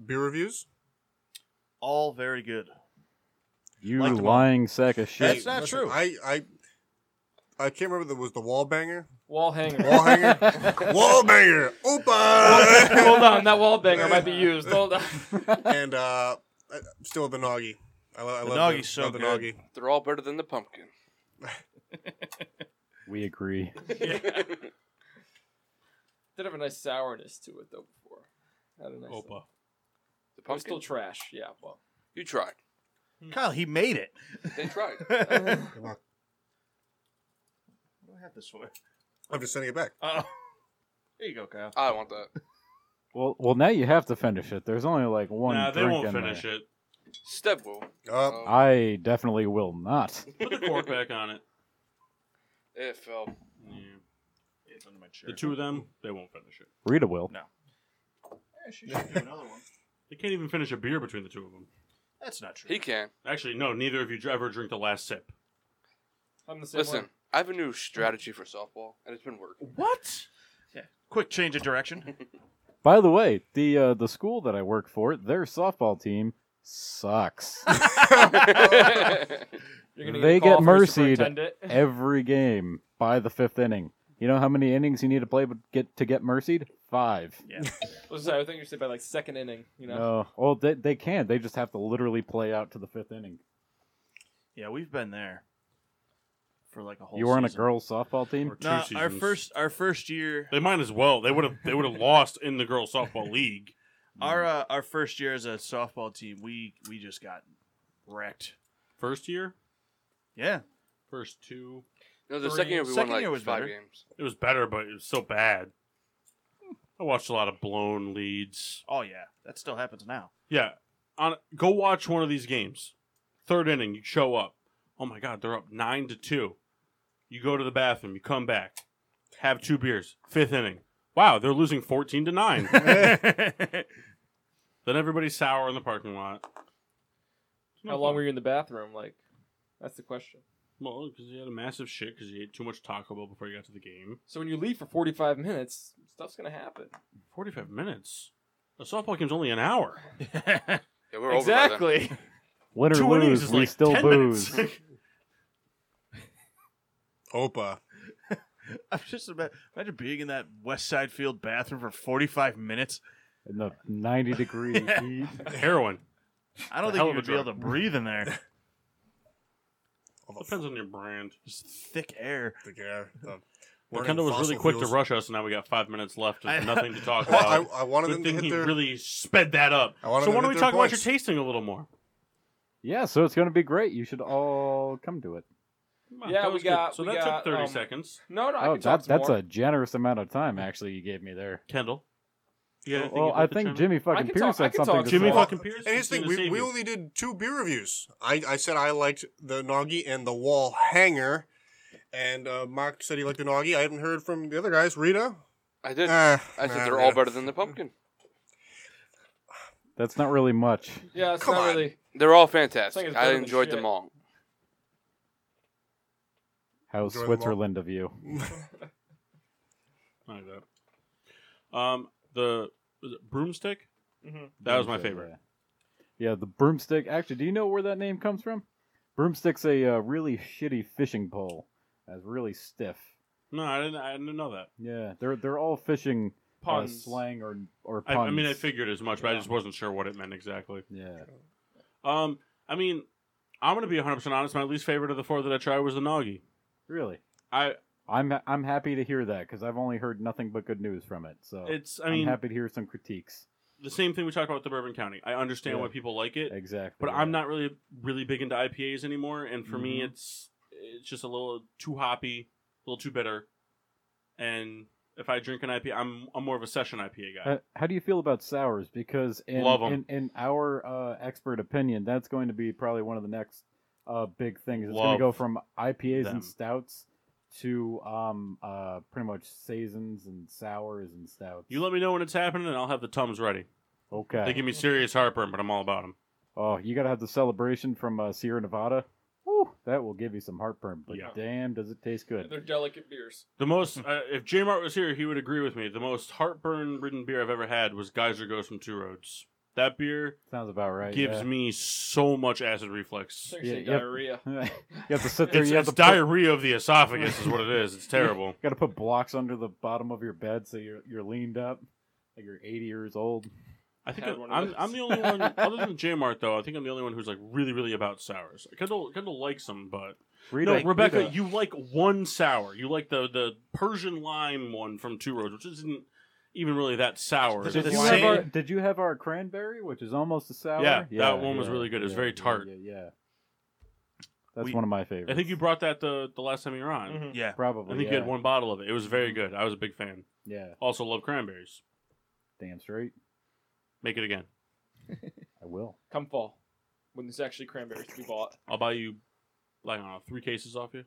Speaker 4: Beer reviews.
Speaker 2: All very good.
Speaker 5: You
Speaker 2: Like them all.
Speaker 5: lying sack of shit.
Speaker 2: That's not
Speaker 4: Listen,
Speaker 2: true.
Speaker 4: I, I I can't remember. That was the wall banger.
Speaker 6: Wall hanger.
Speaker 4: Wall hanger. wall banger. Opa.
Speaker 6: Hold on, that wall banger might be used. Hold on.
Speaker 4: and uh, I- still the Noggy. I, lo- I
Speaker 2: The
Speaker 4: love
Speaker 2: Noggy's so
Speaker 4: the- love the
Speaker 2: good.
Speaker 4: Noggy.
Speaker 3: They're all better than the pumpkin.
Speaker 5: We agree.
Speaker 6: Did have a nice sourness to it though before. Had
Speaker 5: Oh,
Speaker 6: a nice.
Speaker 1: Opa.
Speaker 3: The
Speaker 6: It was still
Speaker 3: pumpkin.
Speaker 6: trash. Yeah. Well.
Speaker 3: you tried.
Speaker 2: Kyle, he made it.
Speaker 3: They tried.
Speaker 2: What do I have this for?
Speaker 4: I'm just sending it back.
Speaker 2: Oh, there you go, Kyle.
Speaker 3: I want that.
Speaker 5: Well, well, now you have to finish it. There's only like one.
Speaker 1: Nah, they
Speaker 5: drink
Speaker 1: won't
Speaker 5: in
Speaker 1: finish
Speaker 5: there.
Speaker 1: it.
Speaker 3: Steb will.
Speaker 4: Uh,
Speaker 3: Um,
Speaker 5: I definitely will not.
Speaker 1: Put the cork back on it.
Speaker 3: it fell.
Speaker 1: Yeah.
Speaker 2: It's under my chair.
Speaker 1: The two of them, they won't finish it.
Speaker 5: Rita will.
Speaker 2: Yeah, she should do another one.
Speaker 1: They can't even finish a beer between the two of them.
Speaker 2: That's not true.
Speaker 3: He can.
Speaker 1: Actually, no, neither of you ever drink the last sip.
Speaker 6: I'm the same
Speaker 3: Listen,
Speaker 6: way.
Speaker 3: I have a new strategy for softball, and it's been working.
Speaker 2: What? Yeah. Quick change of direction.
Speaker 5: By the way, the uh, the school that I work for, their softball team sucks.
Speaker 6: You're gonna
Speaker 5: They
Speaker 6: a
Speaker 5: get
Speaker 6: call from your
Speaker 5: mercied.
Speaker 6: superintendent.
Speaker 5: Every game by the fifth inning. You know how many innings you need to play but get to get mercied? Five.
Speaker 2: Yeah.
Speaker 6: Listen, I think you said by like second inning. You know.
Speaker 5: No. Well, they, they can. They just have to literally play out to the fifth inning.
Speaker 2: Yeah, we've been there for like a whole.
Speaker 5: you were on a
Speaker 2: season.
Speaker 5: girls softball team?
Speaker 1: Or two
Speaker 2: No, our
Speaker 1: seasons.
Speaker 2: first, our first year,
Speaker 1: They might as well. They would have. They would have lost in the girls softball league.
Speaker 2: our uh, our first year as a softball team, we we just got wrecked.
Speaker 1: First year,
Speaker 2: Yeah,
Speaker 1: first two.
Speaker 3: no, the
Speaker 6: Three.
Speaker 3: second year we
Speaker 2: Second
Speaker 3: won like
Speaker 2: year was
Speaker 3: five
Speaker 2: better.
Speaker 3: games.
Speaker 1: It was better, but it was so bad. I watched a lot of blown leads.
Speaker 2: oh yeah, that still happens now.
Speaker 1: Yeah, on go watch one of these games. Third inning, you show up. Oh my god, they're up nine to two. You go to the bathroom. You come back, have two beers. Fifth inning. Wow, they're losing fourteen to nine. then everybody's sour in the parking lot.
Speaker 6: How long were you in the bathroom? Like, that's the question.
Speaker 1: Well, because you had a massive shit because you ate too much Taco Bell before you got to the game.
Speaker 6: So when you leave for 45 minutes, stuff's gonna happen.
Speaker 1: 45 minutes? A softball game's only an hour.
Speaker 3: Yeah, we were over by then.
Speaker 6: exactly.
Speaker 5: Win or
Speaker 1: Two innings
Speaker 5: lose,
Speaker 1: is
Speaker 5: we
Speaker 1: like
Speaker 5: still
Speaker 1: 10
Speaker 5: booze.
Speaker 1: minutes.
Speaker 4: Opa.
Speaker 2: I'm just about, imagine being in that West Side Field bathroom for 45 minutes.
Speaker 5: in the 90 degree
Speaker 2: Yeah.
Speaker 5: heat.
Speaker 1: Heroin.
Speaker 2: I don't
Speaker 1: It's a hell of
Speaker 2: think
Speaker 1: a
Speaker 2: you'd be able
Speaker 1: drug.
Speaker 2: to breathe in there.
Speaker 1: Depends on your brand.
Speaker 2: Just thick air.
Speaker 4: The gear, the burning
Speaker 1: Kendall was really
Speaker 4: fossil
Speaker 1: quick
Speaker 4: fuels.
Speaker 1: to rush us, and now we got five minutes left. There's
Speaker 2: I-
Speaker 1: nothing to talk
Speaker 4: Well,
Speaker 1: about.
Speaker 4: I, I wanted
Speaker 1: Good
Speaker 4: them to
Speaker 1: thing
Speaker 4: hit
Speaker 1: he
Speaker 4: their.
Speaker 1: really sped that up.
Speaker 4: I wanted
Speaker 1: So
Speaker 4: them
Speaker 1: why
Speaker 4: to
Speaker 1: don't we
Speaker 4: hit
Speaker 1: talk
Speaker 4: their
Speaker 1: about your
Speaker 4: points.
Speaker 1: tasting a little more?
Speaker 5: Yeah, so it's going to be great. You should all come to it.
Speaker 1: Come on,
Speaker 6: Yeah,
Speaker 1: that
Speaker 6: we
Speaker 1: was good.
Speaker 6: got-
Speaker 1: So
Speaker 6: we
Speaker 1: that
Speaker 6: got,
Speaker 1: took 30
Speaker 6: um,
Speaker 1: seconds.
Speaker 6: No, no, I
Speaker 5: oh,
Speaker 6: can talk
Speaker 5: that,
Speaker 6: some
Speaker 5: that's
Speaker 6: more.
Speaker 5: a generous amount of time, actually, you gave me there.
Speaker 1: Kendall. You got anything
Speaker 5: well,
Speaker 1: you'd
Speaker 5: I
Speaker 1: like to
Speaker 5: think
Speaker 1: chime in?
Speaker 5: Jimmy
Speaker 6: I
Speaker 5: fucking
Speaker 6: can
Speaker 5: Pierce
Speaker 6: talk- I
Speaker 5: said
Speaker 6: can
Speaker 5: something.
Speaker 6: talk
Speaker 5: to
Speaker 6: to
Speaker 1: Jimmy
Speaker 5: say.
Speaker 4: Well,
Speaker 1: fucking Pierce.
Speaker 4: And here's the
Speaker 1: he's
Speaker 4: thing:
Speaker 1: gonna
Speaker 4: we,
Speaker 1: save
Speaker 4: we
Speaker 1: you.
Speaker 4: only did two beer reviews. I, I said I liked the Noggy and the Wall Hanger, and uh, Mark said he liked the Noggy. I haven't heard from the other guys. Rita,
Speaker 3: I did.
Speaker 4: Ah,
Speaker 3: I said
Speaker 4: nah,
Speaker 3: they're all
Speaker 4: Rita.
Speaker 3: better than the pumpkin.
Speaker 5: That's not really much.
Speaker 6: Yeah, it's
Speaker 4: Come
Speaker 6: not
Speaker 4: on.
Speaker 6: really.
Speaker 3: They're all
Speaker 6: I think
Speaker 3: fantastic.
Speaker 6: it's
Speaker 3: I
Speaker 6: better than
Speaker 3: enjoyed
Speaker 6: shit.
Speaker 3: them all.
Speaker 5: How's
Speaker 4: Enjoy them all.
Speaker 5: Switzerland of you?
Speaker 1: Like that. Um, the was it broomstick?
Speaker 6: Mhm.
Speaker 1: That was my favorite.
Speaker 5: Yeah, the broomstick. Actually, do you know where that name comes from? Broomstick's a uh, really shitty fishing pole. That's really stiff.
Speaker 1: No, I didn't. I didn't know that.
Speaker 5: Yeah, they're they're all fishing uh,
Speaker 6: Puns.
Speaker 5: slang or or
Speaker 1: I,
Speaker 5: puns.
Speaker 1: I mean, I figured as much, but I just wasn't sure what it meant exactly.
Speaker 5: Yeah,
Speaker 1: Um, I mean, I'm gonna be 100 percent honest. My least favorite of the four that I tried was the Nagi.
Speaker 5: really.
Speaker 1: I
Speaker 5: I'm I'm Oh, happy to hear that because I've only heard nothing but good news from it. So
Speaker 1: it's. I
Speaker 5: am
Speaker 1: mean,
Speaker 5: happy to hear some critiques.
Speaker 1: the same thing we talked about with the Bourbon County. I understand
Speaker 5: Yeah.
Speaker 1: why people like it,
Speaker 5: Exactly.
Speaker 1: but
Speaker 5: yeah.
Speaker 1: I'm not really really big into IPAs anymore. And for me,
Speaker 5: Mhm.
Speaker 1: it's it's just a little too hoppy, a little too bitter. And if I drink an IPA, I'm I'm more of a session IPA guy.
Speaker 5: Uh, how do you feel about sours? Because in
Speaker 1: Love 'em.
Speaker 5: in, in our uh, expert opinion, that's going to be probably one of the next uh, big things. It's going
Speaker 1: Love
Speaker 5: to go from IPAs
Speaker 1: them.
Speaker 5: and stouts to um, uh, pretty much saisons and sours and stouts.
Speaker 1: you let me know when it's happening, and I'll have the tums ready.
Speaker 5: okay?
Speaker 1: They give me serious heartburn, but I'm all about them.
Speaker 5: Oh, you got to have the celebration from uh, Sierra Nevada. Woo, that will give you some heartburn, but
Speaker 1: Yeah.
Speaker 5: damn, does it taste good.
Speaker 6: They're delicate beers.
Speaker 1: The most, uh, if J Mart was here, he would agree with me. The most heartburn ridden beer I've ever had was Geyser Goes from Two Roads. That beer
Speaker 5: Sounds about right.
Speaker 1: gives
Speaker 5: Uh, yeah.
Speaker 1: me so much acid reflux.
Speaker 6: Seriously,
Speaker 5: Yeah, yep.
Speaker 6: diarrhea.
Speaker 5: you have to sit there.
Speaker 1: It's,
Speaker 5: you have
Speaker 1: it's
Speaker 5: to put-
Speaker 1: diarrhea of the esophagus, is what it is. It's terrible.
Speaker 5: Got to put blocks under the bottom of your bed so you're you're leaned up, like you're 80 years old.
Speaker 1: I think I,
Speaker 6: Had one of
Speaker 1: am
Speaker 6: those.
Speaker 1: I'm the only one, other than J Mart, though, I think I'm the only one who's like really, really about sours. Kendall, Kendall likes them, but.
Speaker 5: Rita,
Speaker 1: no, Rebecca,
Speaker 5: Rita,
Speaker 1: you like one sour. You like the, the Persian lime one from Two Roads, which isn't even really that sour.
Speaker 2: This
Speaker 1: It's the
Speaker 2: is
Speaker 5: did you,
Speaker 2: wine.
Speaker 5: have our,
Speaker 1: same-
Speaker 5: did you have our cranberry, which is almost a sour?
Speaker 1: Yeah, that one was really good. It was very tart.
Speaker 5: Yeah, yeah. That's
Speaker 2: We-
Speaker 5: one of my favorites.
Speaker 1: I think you brought that the, the last time you were
Speaker 5: Mm-hmm.
Speaker 1: on.
Speaker 6: Mhm.
Speaker 2: Yeah.
Speaker 5: probably.
Speaker 1: I think
Speaker 5: yeah.
Speaker 1: you had one bottle of it. It was very good. I was a big fan.
Speaker 5: Yeah,
Speaker 1: Also love cranberries.
Speaker 5: damn straight.
Speaker 1: Make it again.
Speaker 5: I will.
Speaker 6: Come fall, when there's actually cranberries to be bought.
Speaker 1: I'll buy you like I don't know, three cases off you.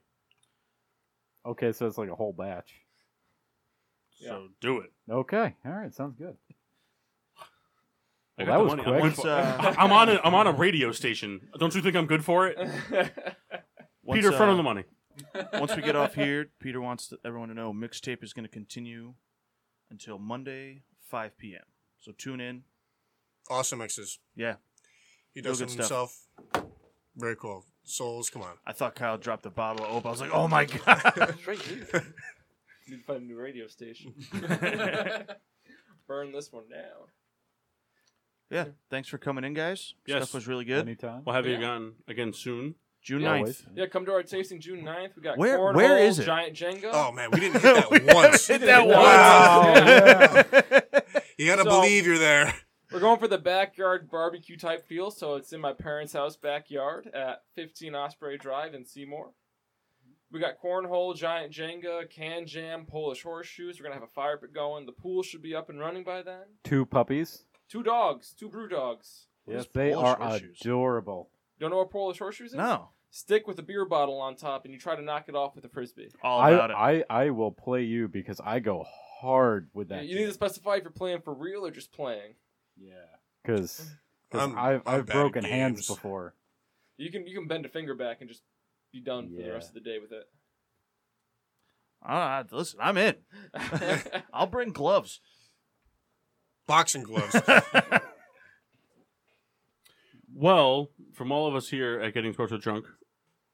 Speaker 5: Okay, so it's like a whole batch.
Speaker 1: So do it.
Speaker 5: Okay, all right, sounds good.
Speaker 1: I
Speaker 5: Well, that was
Speaker 1: I'm,
Speaker 5: quick.
Speaker 1: good
Speaker 2: Once,
Speaker 1: for-
Speaker 2: uh,
Speaker 1: I'm on a, I'm on a radio station. Don't you think I'm good for it?
Speaker 2: once,
Speaker 1: Peter, front
Speaker 2: uh,
Speaker 1: of the money.
Speaker 2: once we get off here, Peter wants to, everyone to know mixtape is going to continue until Monday, 5 p.m. So tune in.
Speaker 4: Awesome mixes.
Speaker 2: Yeah,
Speaker 4: He does
Speaker 2: Real
Speaker 4: it
Speaker 2: good stuff.
Speaker 4: himself. Very cool. Souls, come on.
Speaker 2: I thought Kyle dropped a bottle of Opa. I was like, oh my god.
Speaker 3: It's right here.
Speaker 6: Need to find a new radio station. Burn this one down.
Speaker 2: yeah, thanks for coming in, guys.
Speaker 1: Yes.
Speaker 2: Stuff was really good.
Speaker 5: Anytime.
Speaker 1: We'll have you
Speaker 6: Yeah.
Speaker 1: again again soon.
Speaker 2: June
Speaker 5: Yeah,
Speaker 2: 9th.
Speaker 5: always.
Speaker 6: Yeah, come to our tasting June 9th. We got
Speaker 2: Where-
Speaker 6: cornhole,
Speaker 2: where is it?
Speaker 6: Giant Jenga.
Speaker 4: Oh man, we didn't hit that once.
Speaker 2: Hit that
Speaker 6: Wow.
Speaker 2: one.
Speaker 4: You gotta
Speaker 6: So-
Speaker 4: believe you're there.
Speaker 6: We're going for the backyard barbecue type feel, so it's in my parents' house backyard at 15 Osprey Drive in Seymour. We got cornhole, giant Jenga, can jam, Polish horseshoes. We're gonna have a fire pit going. The pool should be up and running by then.
Speaker 5: Two puppies.
Speaker 6: Two dogs, two brew dogs.
Speaker 5: Yes,
Speaker 2: is
Speaker 5: they
Speaker 2: Polish
Speaker 5: are
Speaker 2: horseshoes?
Speaker 5: adorable.
Speaker 6: Don't know what Polish horseshoes is?
Speaker 2: no.
Speaker 6: Stick with a beer bottle on top, and you try to knock it off with a frisbee.
Speaker 2: All
Speaker 5: I,
Speaker 2: about it.
Speaker 5: I I will play you because I go hard with that.
Speaker 6: you need to specify if you're playing for real or just playing.
Speaker 5: Yeah, because
Speaker 4: I'm-
Speaker 5: I've I've
Speaker 4: I'm Um, bad at
Speaker 5: broken hands
Speaker 4: games.
Speaker 5: before.
Speaker 6: You can you can bend a finger back and just be done for the
Speaker 5: Yeah.
Speaker 6: rest of the day with
Speaker 2: All right, listen, I'm in.
Speaker 6: it.
Speaker 2: I'll bring gloves.
Speaker 4: Boxing gloves.
Speaker 1: Well, from all of us here at Getting Proto Drunk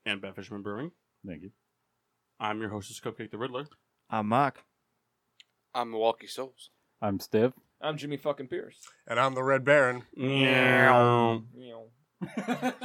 Speaker 1: and Bad Fisherman Brewing,
Speaker 5: Thank you.
Speaker 1: I'm your hostess Cupcake the Riddler.
Speaker 2: I'm Mark.
Speaker 3: I'm Milwaukee Souls.
Speaker 5: I'm stiff.
Speaker 6: I'm Jimmy fucking Pierce.
Speaker 4: and I'm the Red Baron.
Speaker 1: Yeah.
Speaker 6: Meow.